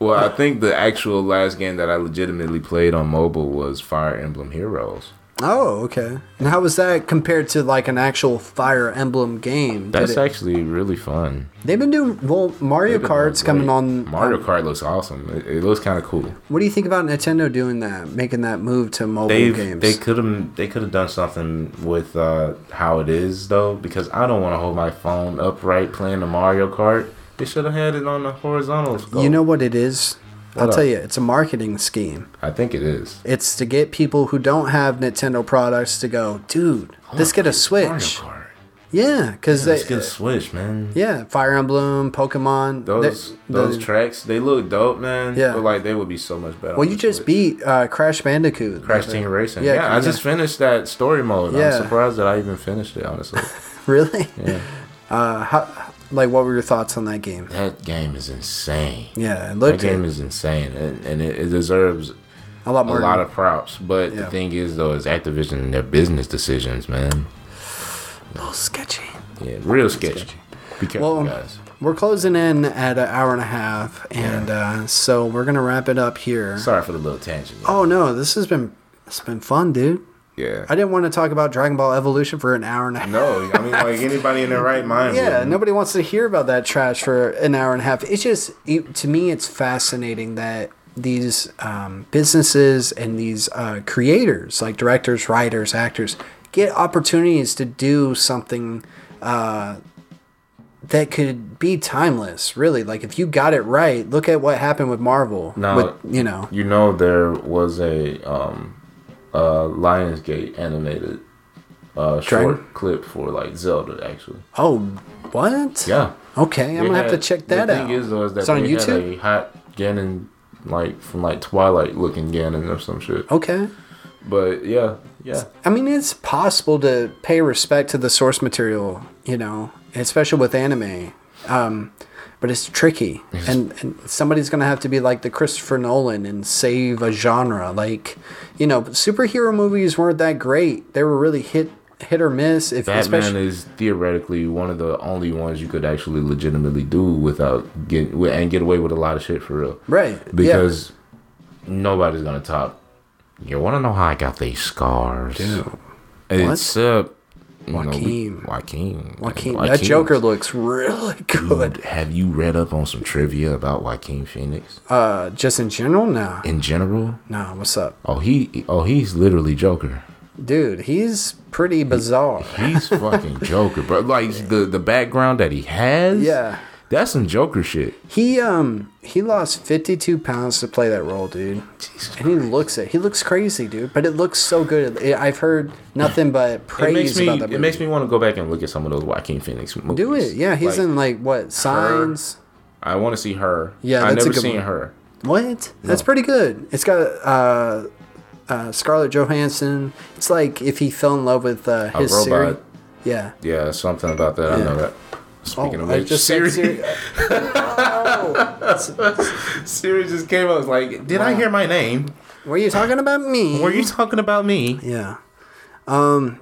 Speaker 6: Well, I think the actual last game that I legitimately played on mobile was Fire Emblem Heroes.
Speaker 2: oh okay and how was that compared to like an actual fire emblem game Did
Speaker 6: That's
Speaker 2: it-
Speaker 6: actually really fun.
Speaker 2: they've been doing well mario kart's coming on
Speaker 6: Mario
Speaker 2: on-
Speaker 6: Kart looks awesome. It, it looks kind of cool.
Speaker 2: what do you think about nintendo doing that making that move to mobile games
Speaker 6: they could have they could have done something with uh, how it is though because I don't want to hold my phone upright playing the Mario Kart. They should have had it on the horizontal. Scope.
Speaker 2: you know what it is i'll
Speaker 6: up?
Speaker 2: tell you it's a marketing scheme
Speaker 6: I think it is.
Speaker 2: It's to get people who don't have Nintendo products to go, dude, let's get a
Speaker 6: Mario
Speaker 2: Switch.
Speaker 6: Kart.
Speaker 2: Yeah, because
Speaker 6: Let's
Speaker 2: they,
Speaker 6: get a Switch, man.
Speaker 2: Yeah, Fire Emblem, Pokemon.
Speaker 6: Those
Speaker 2: they're-
Speaker 6: those
Speaker 2: they're-
Speaker 6: tracks, they look dope, man.
Speaker 2: Yeah.
Speaker 6: But like they would be so much better.
Speaker 2: well,
Speaker 6: on
Speaker 2: you
Speaker 6: the
Speaker 2: just
Speaker 6: Switch.
Speaker 2: beat uh, Crash Bandicoot.
Speaker 6: Crash Team Racing.
Speaker 2: Yeah,
Speaker 6: Yeah,
Speaker 2: yeah.
Speaker 6: I just finished that story mode.
Speaker 2: Yeah.
Speaker 6: I'm surprised that I even finished it, honestly.
Speaker 2: Really?
Speaker 6: Yeah.
Speaker 2: Uh, how, like, what were your thoughts on that game?
Speaker 6: that game is insane.
Speaker 2: Yeah, it
Speaker 6: That
Speaker 2: looked
Speaker 6: game is insane, and, and it, it deserves
Speaker 2: a lot
Speaker 6: a
Speaker 2: more.
Speaker 6: lot of props. But
Speaker 2: Yeah.
Speaker 6: the thing is, though, is Activision and their business decisions, man.
Speaker 2: a little Oh, sketchy.
Speaker 6: Yeah, real sketchy. um, Be careful,
Speaker 2: Well,
Speaker 6: guys.
Speaker 2: We're closing in at an hour and a half, and uh, so we're gonna wrap it up here.
Speaker 6: Sorry for the little tangent.
Speaker 2: Oh no, this has been it's been fun, dude.
Speaker 6: yeah.
Speaker 2: I didn't want to talk about Dragon Ball Evolution for an hour and a half.
Speaker 6: no, I mean, like anybody in their right mind.
Speaker 2: Yeah,
Speaker 6: wouldn't.
Speaker 2: nobody wants to hear about that trash for an hour and a half. It's just it, to me, it's fascinating that these um, businesses and these uh, creators, like directors, writers, actors, get opportunities to do something uh, that could be timeless. Really, like if you got it right, look at what happened with Marvel.
Speaker 6: No.
Speaker 2: with, you know,
Speaker 6: You know there was a um uh Lionsgate animated uh
Speaker 2: Dragon?
Speaker 6: short clip for like Zelda actually.
Speaker 2: oh, what?
Speaker 6: Yeah.
Speaker 2: Okay, I'm
Speaker 6: They
Speaker 2: gonna have to
Speaker 6: had-
Speaker 2: check that
Speaker 6: the
Speaker 2: out.
Speaker 6: Thing is, though, is that
Speaker 2: it's on
Speaker 6: they had
Speaker 2: YouTube.
Speaker 6: a hot Ganon like from like Twilight looking Ganon or some shit.
Speaker 2: Okay.
Speaker 6: But yeah, yeah.
Speaker 2: I mean, it's possible to pay respect to the source material, you know, especially with anime. Um, but it's tricky, and, and somebody's gonna have to be like the Christopher Nolan and save a genre. Like, you know, superhero movies weren't that great; they were really hit hit or miss. If
Speaker 6: Batman
Speaker 2: especially,
Speaker 6: is theoretically one of the only ones you could actually legitimately do without get wi- and get away with a lot of shit for real.
Speaker 2: right? yeah.
Speaker 6: Because nobody's gonna top
Speaker 1: You want to know how I got these scars?
Speaker 6: uh, Except
Speaker 2: Joaquin.
Speaker 6: Joaquin. Mm.
Speaker 2: Joaquin. That Joker looks really good.
Speaker 6: Have you read up on some trivia about Joaquin Phoenix
Speaker 2: Uh, just in general, nah,
Speaker 6: in general?
Speaker 2: nah. What's up,
Speaker 6: Oh, he. Oh, he's literally Joker.
Speaker 2: dude? He's pretty bizarre.
Speaker 6: He's fucking Joker, bro. Like the the background that he has.
Speaker 2: Yeah.
Speaker 6: That's some Joker shit.
Speaker 2: He um he lost fifty two pounds to play that role, dude. and he looks it. He looks crazy, dude. But it looks so good. It- I've heard nothing
Speaker 6: It
Speaker 2: but
Speaker 6: makes
Speaker 2: praise
Speaker 6: me.
Speaker 2: about that movie.
Speaker 6: It makes me want to go back and look at some of those Joaquin Phoenix movies.
Speaker 2: Do it. Yeah,
Speaker 6: Like,
Speaker 2: he's in like what signs?
Speaker 6: I want to see her.
Speaker 2: Yeah,
Speaker 6: I've
Speaker 2: that's a
Speaker 6: never
Speaker 2: good
Speaker 6: seen
Speaker 2: one.
Speaker 6: her.
Speaker 2: What? That's pretty good. It's got uh, uh, Scarlett Johansson. It's like if he fell in love with uh,
Speaker 6: A
Speaker 2: his
Speaker 6: robot.
Speaker 2: Siri. Yeah. Oh,
Speaker 6: Yeah, Oh, something about that. I know that. Speaking of which, Siri, Siri. just came out. Was like, did I hear my name?
Speaker 2: Were you talking about me?
Speaker 6: Were you talking about me?
Speaker 2: Yeah. Um,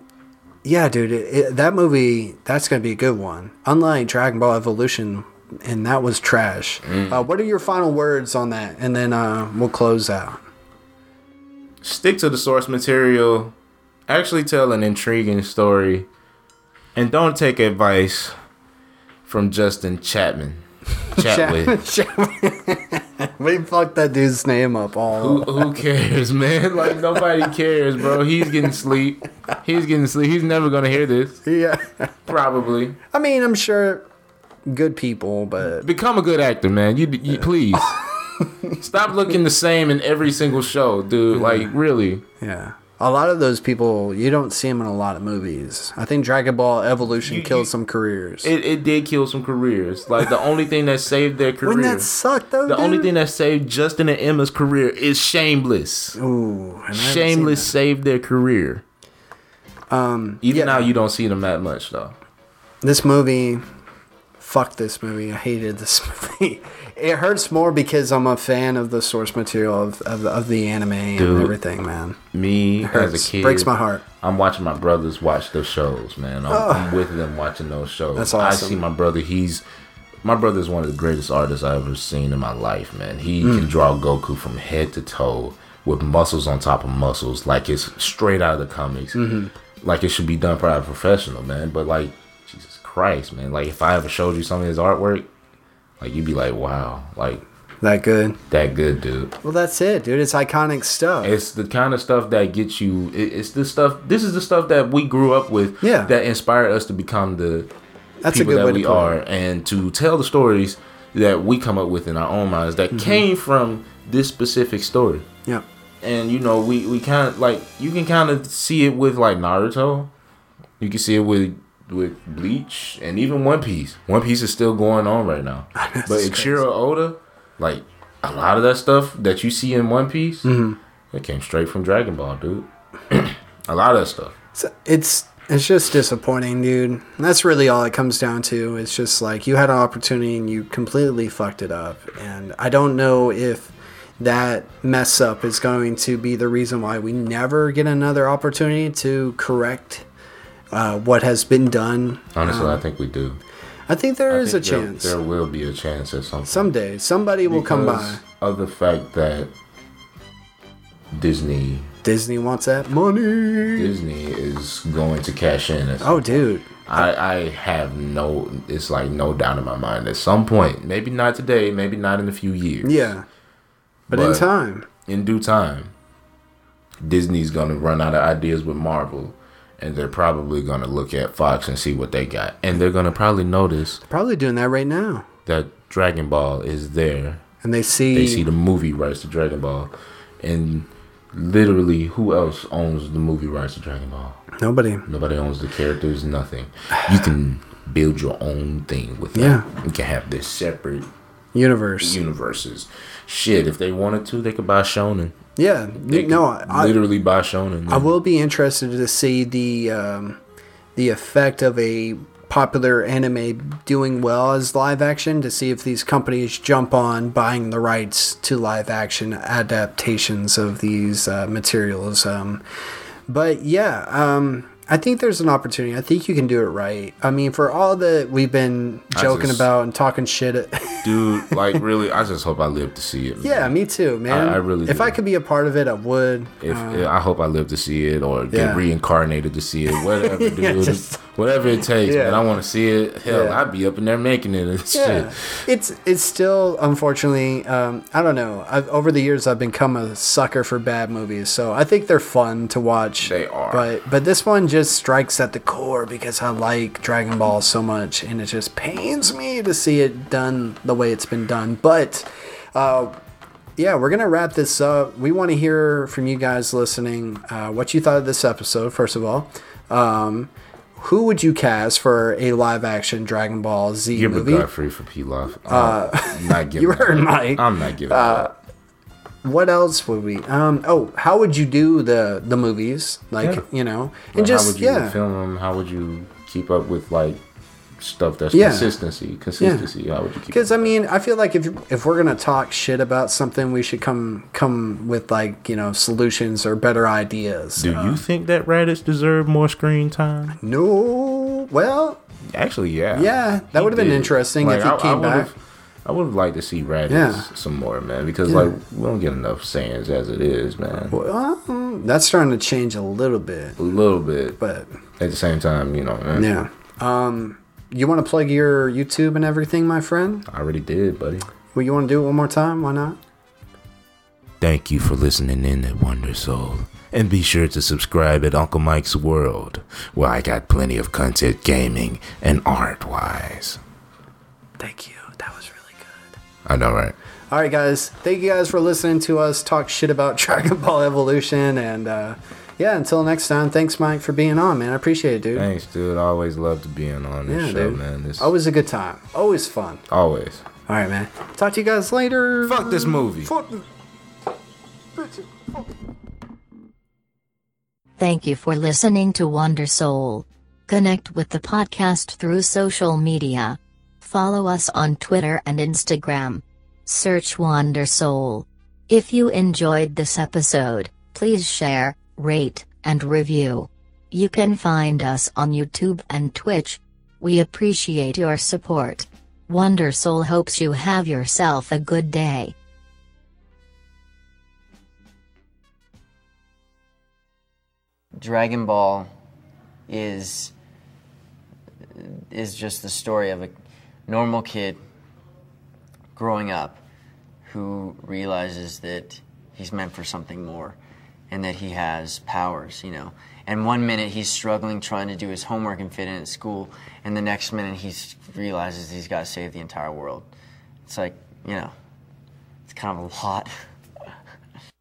Speaker 2: yeah, dude, it, it, that movie, that's going to be a good one. Unlike Dragon Ball Evolution, and that was trash.
Speaker 6: Mm.
Speaker 2: Uh, what are your final words on that? And then uh, we'll close out.
Speaker 6: Stick to the source material. Actually, tell an intriguing story, and don't take advice from Justin Chapman. Chapman.
Speaker 2: we fucked that dude's name up all.
Speaker 6: who, who cares, man? Like nobody cares, bro. He's getting sleep. He's getting sleep. He's never gonna hear this,
Speaker 2: Yeah.
Speaker 6: probably.
Speaker 2: I mean, I'm sure good people, but
Speaker 6: Become a good actor, man. You, you please stop looking the same in every single show, dude. Like really,
Speaker 2: yeah. A lot of those people, you don't see them in a lot of movies. I think Dragon Ball Evolution
Speaker 6: You-
Speaker 2: killed
Speaker 6: you-
Speaker 2: some careers.
Speaker 6: it, it did kill some careers. Like the only thing that saved their career,
Speaker 2: Wouldn't that suck, though?
Speaker 6: the only
Speaker 2: dude?
Speaker 6: thing that saved Justin and Emma's career is Shameless.
Speaker 2: Ooh, and Oh, I haven't seen
Speaker 6: Shameless
Speaker 2: that.
Speaker 6: saved their career. Um, even
Speaker 2: yeah.
Speaker 6: now you don't see them that much though.
Speaker 2: This movie, fuck this movie. I hated this movie. It hurts more because I'm a fan of the source material of of, of the anime and
Speaker 6: Dude.
Speaker 2: everything, man.
Speaker 6: me as
Speaker 2: hurts.
Speaker 6: a kid
Speaker 2: Breaks my heart.
Speaker 6: I'm watching my brothers watch those shows, man. I'm, I'm with them watching those shows.
Speaker 2: That's
Speaker 6: I
Speaker 2: awesome.
Speaker 6: see my brother. He's my brother is one of the greatest artists I've ever seen in my life, man. He
Speaker 2: Mm.
Speaker 6: can draw Goku from head to toe with muscles on top of muscles, like it's straight out of the comics,
Speaker 2: Mm-hmm.
Speaker 6: like it should be done by a professional, man. But like, Jesus Christ, man! Like if I ever showed you some of his artwork, like you'd be like, wow, like
Speaker 2: That good.
Speaker 6: that good, dude.
Speaker 2: Well, that's it, dude. It's iconic stuff.
Speaker 6: It's the kind of stuff that gets you. it- It's the stuff. This is the stuff that we grew up with.
Speaker 2: Yeah.
Speaker 6: That inspired us to become the
Speaker 2: that's a
Speaker 6: people
Speaker 2: good
Speaker 6: that
Speaker 2: way to
Speaker 6: we
Speaker 2: put
Speaker 6: are,
Speaker 2: it.
Speaker 6: and to tell the stories that we come up with in our own minds
Speaker 2: Mm-hmm.
Speaker 6: that came from this specific story.
Speaker 2: Yeah.
Speaker 6: And you know, we we kind of like you can kind of see it with like Naruto. You can see it with with Bleach and even One Piece. One Piece is still going on right now. but
Speaker 2: It's crazy.
Speaker 6: Ichiro Oda, like a lot of that stuff that you see in One Piece,
Speaker 2: Mm-hmm.
Speaker 6: it came straight from Dragon Ball, dude. a lot of that stuff.
Speaker 2: It's it's it's just disappointing, dude. That's really all it comes down to. It's just like you had an opportunity and you completely fucked it up. And I don't know if that mess up is going to be the reason why we never get another opportunity to correct uh, what has been done.
Speaker 6: Honestly, I think we do.
Speaker 2: I think Uh, there
Speaker 6: I
Speaker 2: is
Speaker 6: think
Speaker 2: a
Speaker 6: there-
Speaker 2: chance.
Speaker 6: There, will be a chance at some
Speaker 2: Someday somebody will come by.
Speaker 6: because of the fact that Disney
Speaker 2: Disney wants that money.
Speaker 6: Disney is going to cash in. At
Speaker 2: Oh, dude.
Speaker 6: I, I have no it's like no doubt in my mind at some point maybe not today maybe not in a few years
Speaker 2: Yeah. But, in
Speaker 6: But-
Speaker 2: time,
Speaker 6: in due time disney's gonna run out of ideas with marvel and they're probably gonna look at fox and see what they got and they're gonna probably notice
Speaker 2: probably doing that right now.
Speaker 6: that dragon ball is there
Speaker 2: And they see,
Speaker 6: they see the movie rights to dragon ball and literally who else owns the movie rights to dragon ball
Speaker 2: nobody.
Speaker 6: Nobody owns the characters, nothing. You can build your own thing with
Speaker 2: Yeah.
Speaker 6: that. You can have this separate
Speaker 2: Universe.
Speaker 6: universes. Shit, if they wanted to, they could buy Shonen.
Speaker 2: Yeah,
Speaker 6: They
Speaker 2: no, I,
Speaker 6: could
Speaker 2: I,
Speaker 6: literally buy Shonen.
Speaker 2: I will be interested to see the um, the effect of a popular anime doing well as live action to see if these companies jump on buying the rights to live action adaptations of these uh, materials. Um, but yeah, um, I think there's an opportunity. I think you can do it right. I mean, for all that we've been joking
Speaker 6: just-
Speaker 2: about and talking shit.
Speaker 6: dude. Like really, I just hope I live to see it. man.
Speaker 2: yeah, me too, man.
Speaker 6: I- I really
Speaker 2: If
Speaker 6: do.
Speaker 2: I could be a part of it, I would.
Speaker 6: If, I hope I live to see it or get
Speaker 2: Uh, Yeah.
Speaker 6: reincarnated to see it, whatever, dude,
Speaker 2: just-
Speaker 6: whatever it takes,
Speaker 2: Yeah.
Speaker 6: man. I want to see it. Hell,
Speaker 2: Yeah.
Speaker 6: I'd be up in there making it and
Speaker 2: Yeah,
Speaker 6: shit.
Speaker 2: it's it's still unfortunately. Um, I don't know. I've, over the years, I've become a sucker for bad movies, so I think they're fun to watch.
Speaker 6: They are.
Speaker 2: but but this one just strikes at the core because I like Dragon Ball so much, and it just pains me to see it done the way it's been done. But uh, yeah, we're gonna wrap this up. We want to hear from you guys listening uh, what you thought of this episode. First of all, um, who would you cast for a live action Dragon Ball Z
Speaker 6: Gilbert
Speaker 2: movie?
Speaker 6: Godfrey for Pilaf. Uh, I'm not giving.
Speaker 2: You
Speaker 6: that
Speaker 2: heard
Speaker 6: up.
Speaker 2: Mike.
Speaker 6: I'm not giving. that up.
Speaker 2: what else would we? Um, oh, how would you do the the movies? Like
Speaker 6: Yeah.
Speaker 2: you know,
Speaker 6: Like,
Speaker 2: and
Speaker 6: how
Speaker 2: just
Speaker 6: would you
Speaker 2: yeah,
Speaker 6: film them? How would you keep up with like stuff that's
Speaker 2: Yeah.
Speaker 6: consistency? Consistency. How would you keep?
Speaker 2: Because I mean, I feel like if if we're gonna talk shit about something, we should come come with like you know solutions or better ideas.
Speaker 6: Do you think that Raditz deserved more screen time?
Speaker 2: No, well,
Speaker 6: Actually, yeah.
Speaker 2: Yeah, that
Speaker 6: He
Speaker 2: would've been
Speaker 6: did.
Speaker 2: interesting if he came
Speaker 6: would've-
Speaker 2: back.
Speaker 6: I would have liked to see Raditz
Speaker 2: Yeah.
Speaker 6: some more, man, because
Speaker 2: Yeah.
Speaker 6: like we don't get enough Saiyans as it is, man.
Speaker 2: um, that's starting to change a little bit,
Speaker 6: A little bit, but
Speaker 2: but
Speaker 6: at the same time, you know, man,
Speaker 2: yeah. Um, you want to plug your YouTube and everything, my friend?
Speaker 6: I already did, buddy.
Speaker 2: Well, you want to do it one more time? Why not?
Speaker 3: Thank you for listening in at Wonder Soul. And be sure to subscribe at Uncle Mike's World, where I got plenty of content gaming and art wise.
Speaker 2: Thank you. That was really good.
Speaker 3: I know, right?
Speaker 2: All right, guys. Thank you guys for listening to us talk shit about Dragon Ball Evolution. And uh, yeah, until next time, thanks, Mike, for being on, man. I appreciate it, dude.
Speaker 6: Thanks, dude. I always loved being on this
Speaker 2: Yeah,
Speaker 6: show,
Speaker 2: dude.
Speaker 6: man. This
Speaker 2: Always a good time. Always fun.
Speaker 6: always.
Speaker 2: All right, man. Talk to you guys later.
Speaker 6: Fuck this movie.
Speaker 2: Fuck the-
Speaker 7: Thank you for listening to Wonder Soul. Connect with the podcast through social media. Follow us on Twitter and Instagram. Search Wonder Soul. If you enjoyed this episode, please share, rate, and review. You can find us on YouTube and Twitch. We appreciate your support. Wonder Soul hopes you have yourself a good day.
Speaker 5: Dragon Ball is is just the story of a normal kid growing up who realizes that he's meant for something more and that he has powers, you know. And one minute he's struggling trying to do his homework and fit in at school, and the next minute he realizes he's got to save the entire world. It's like, you know, it's kind of a lot.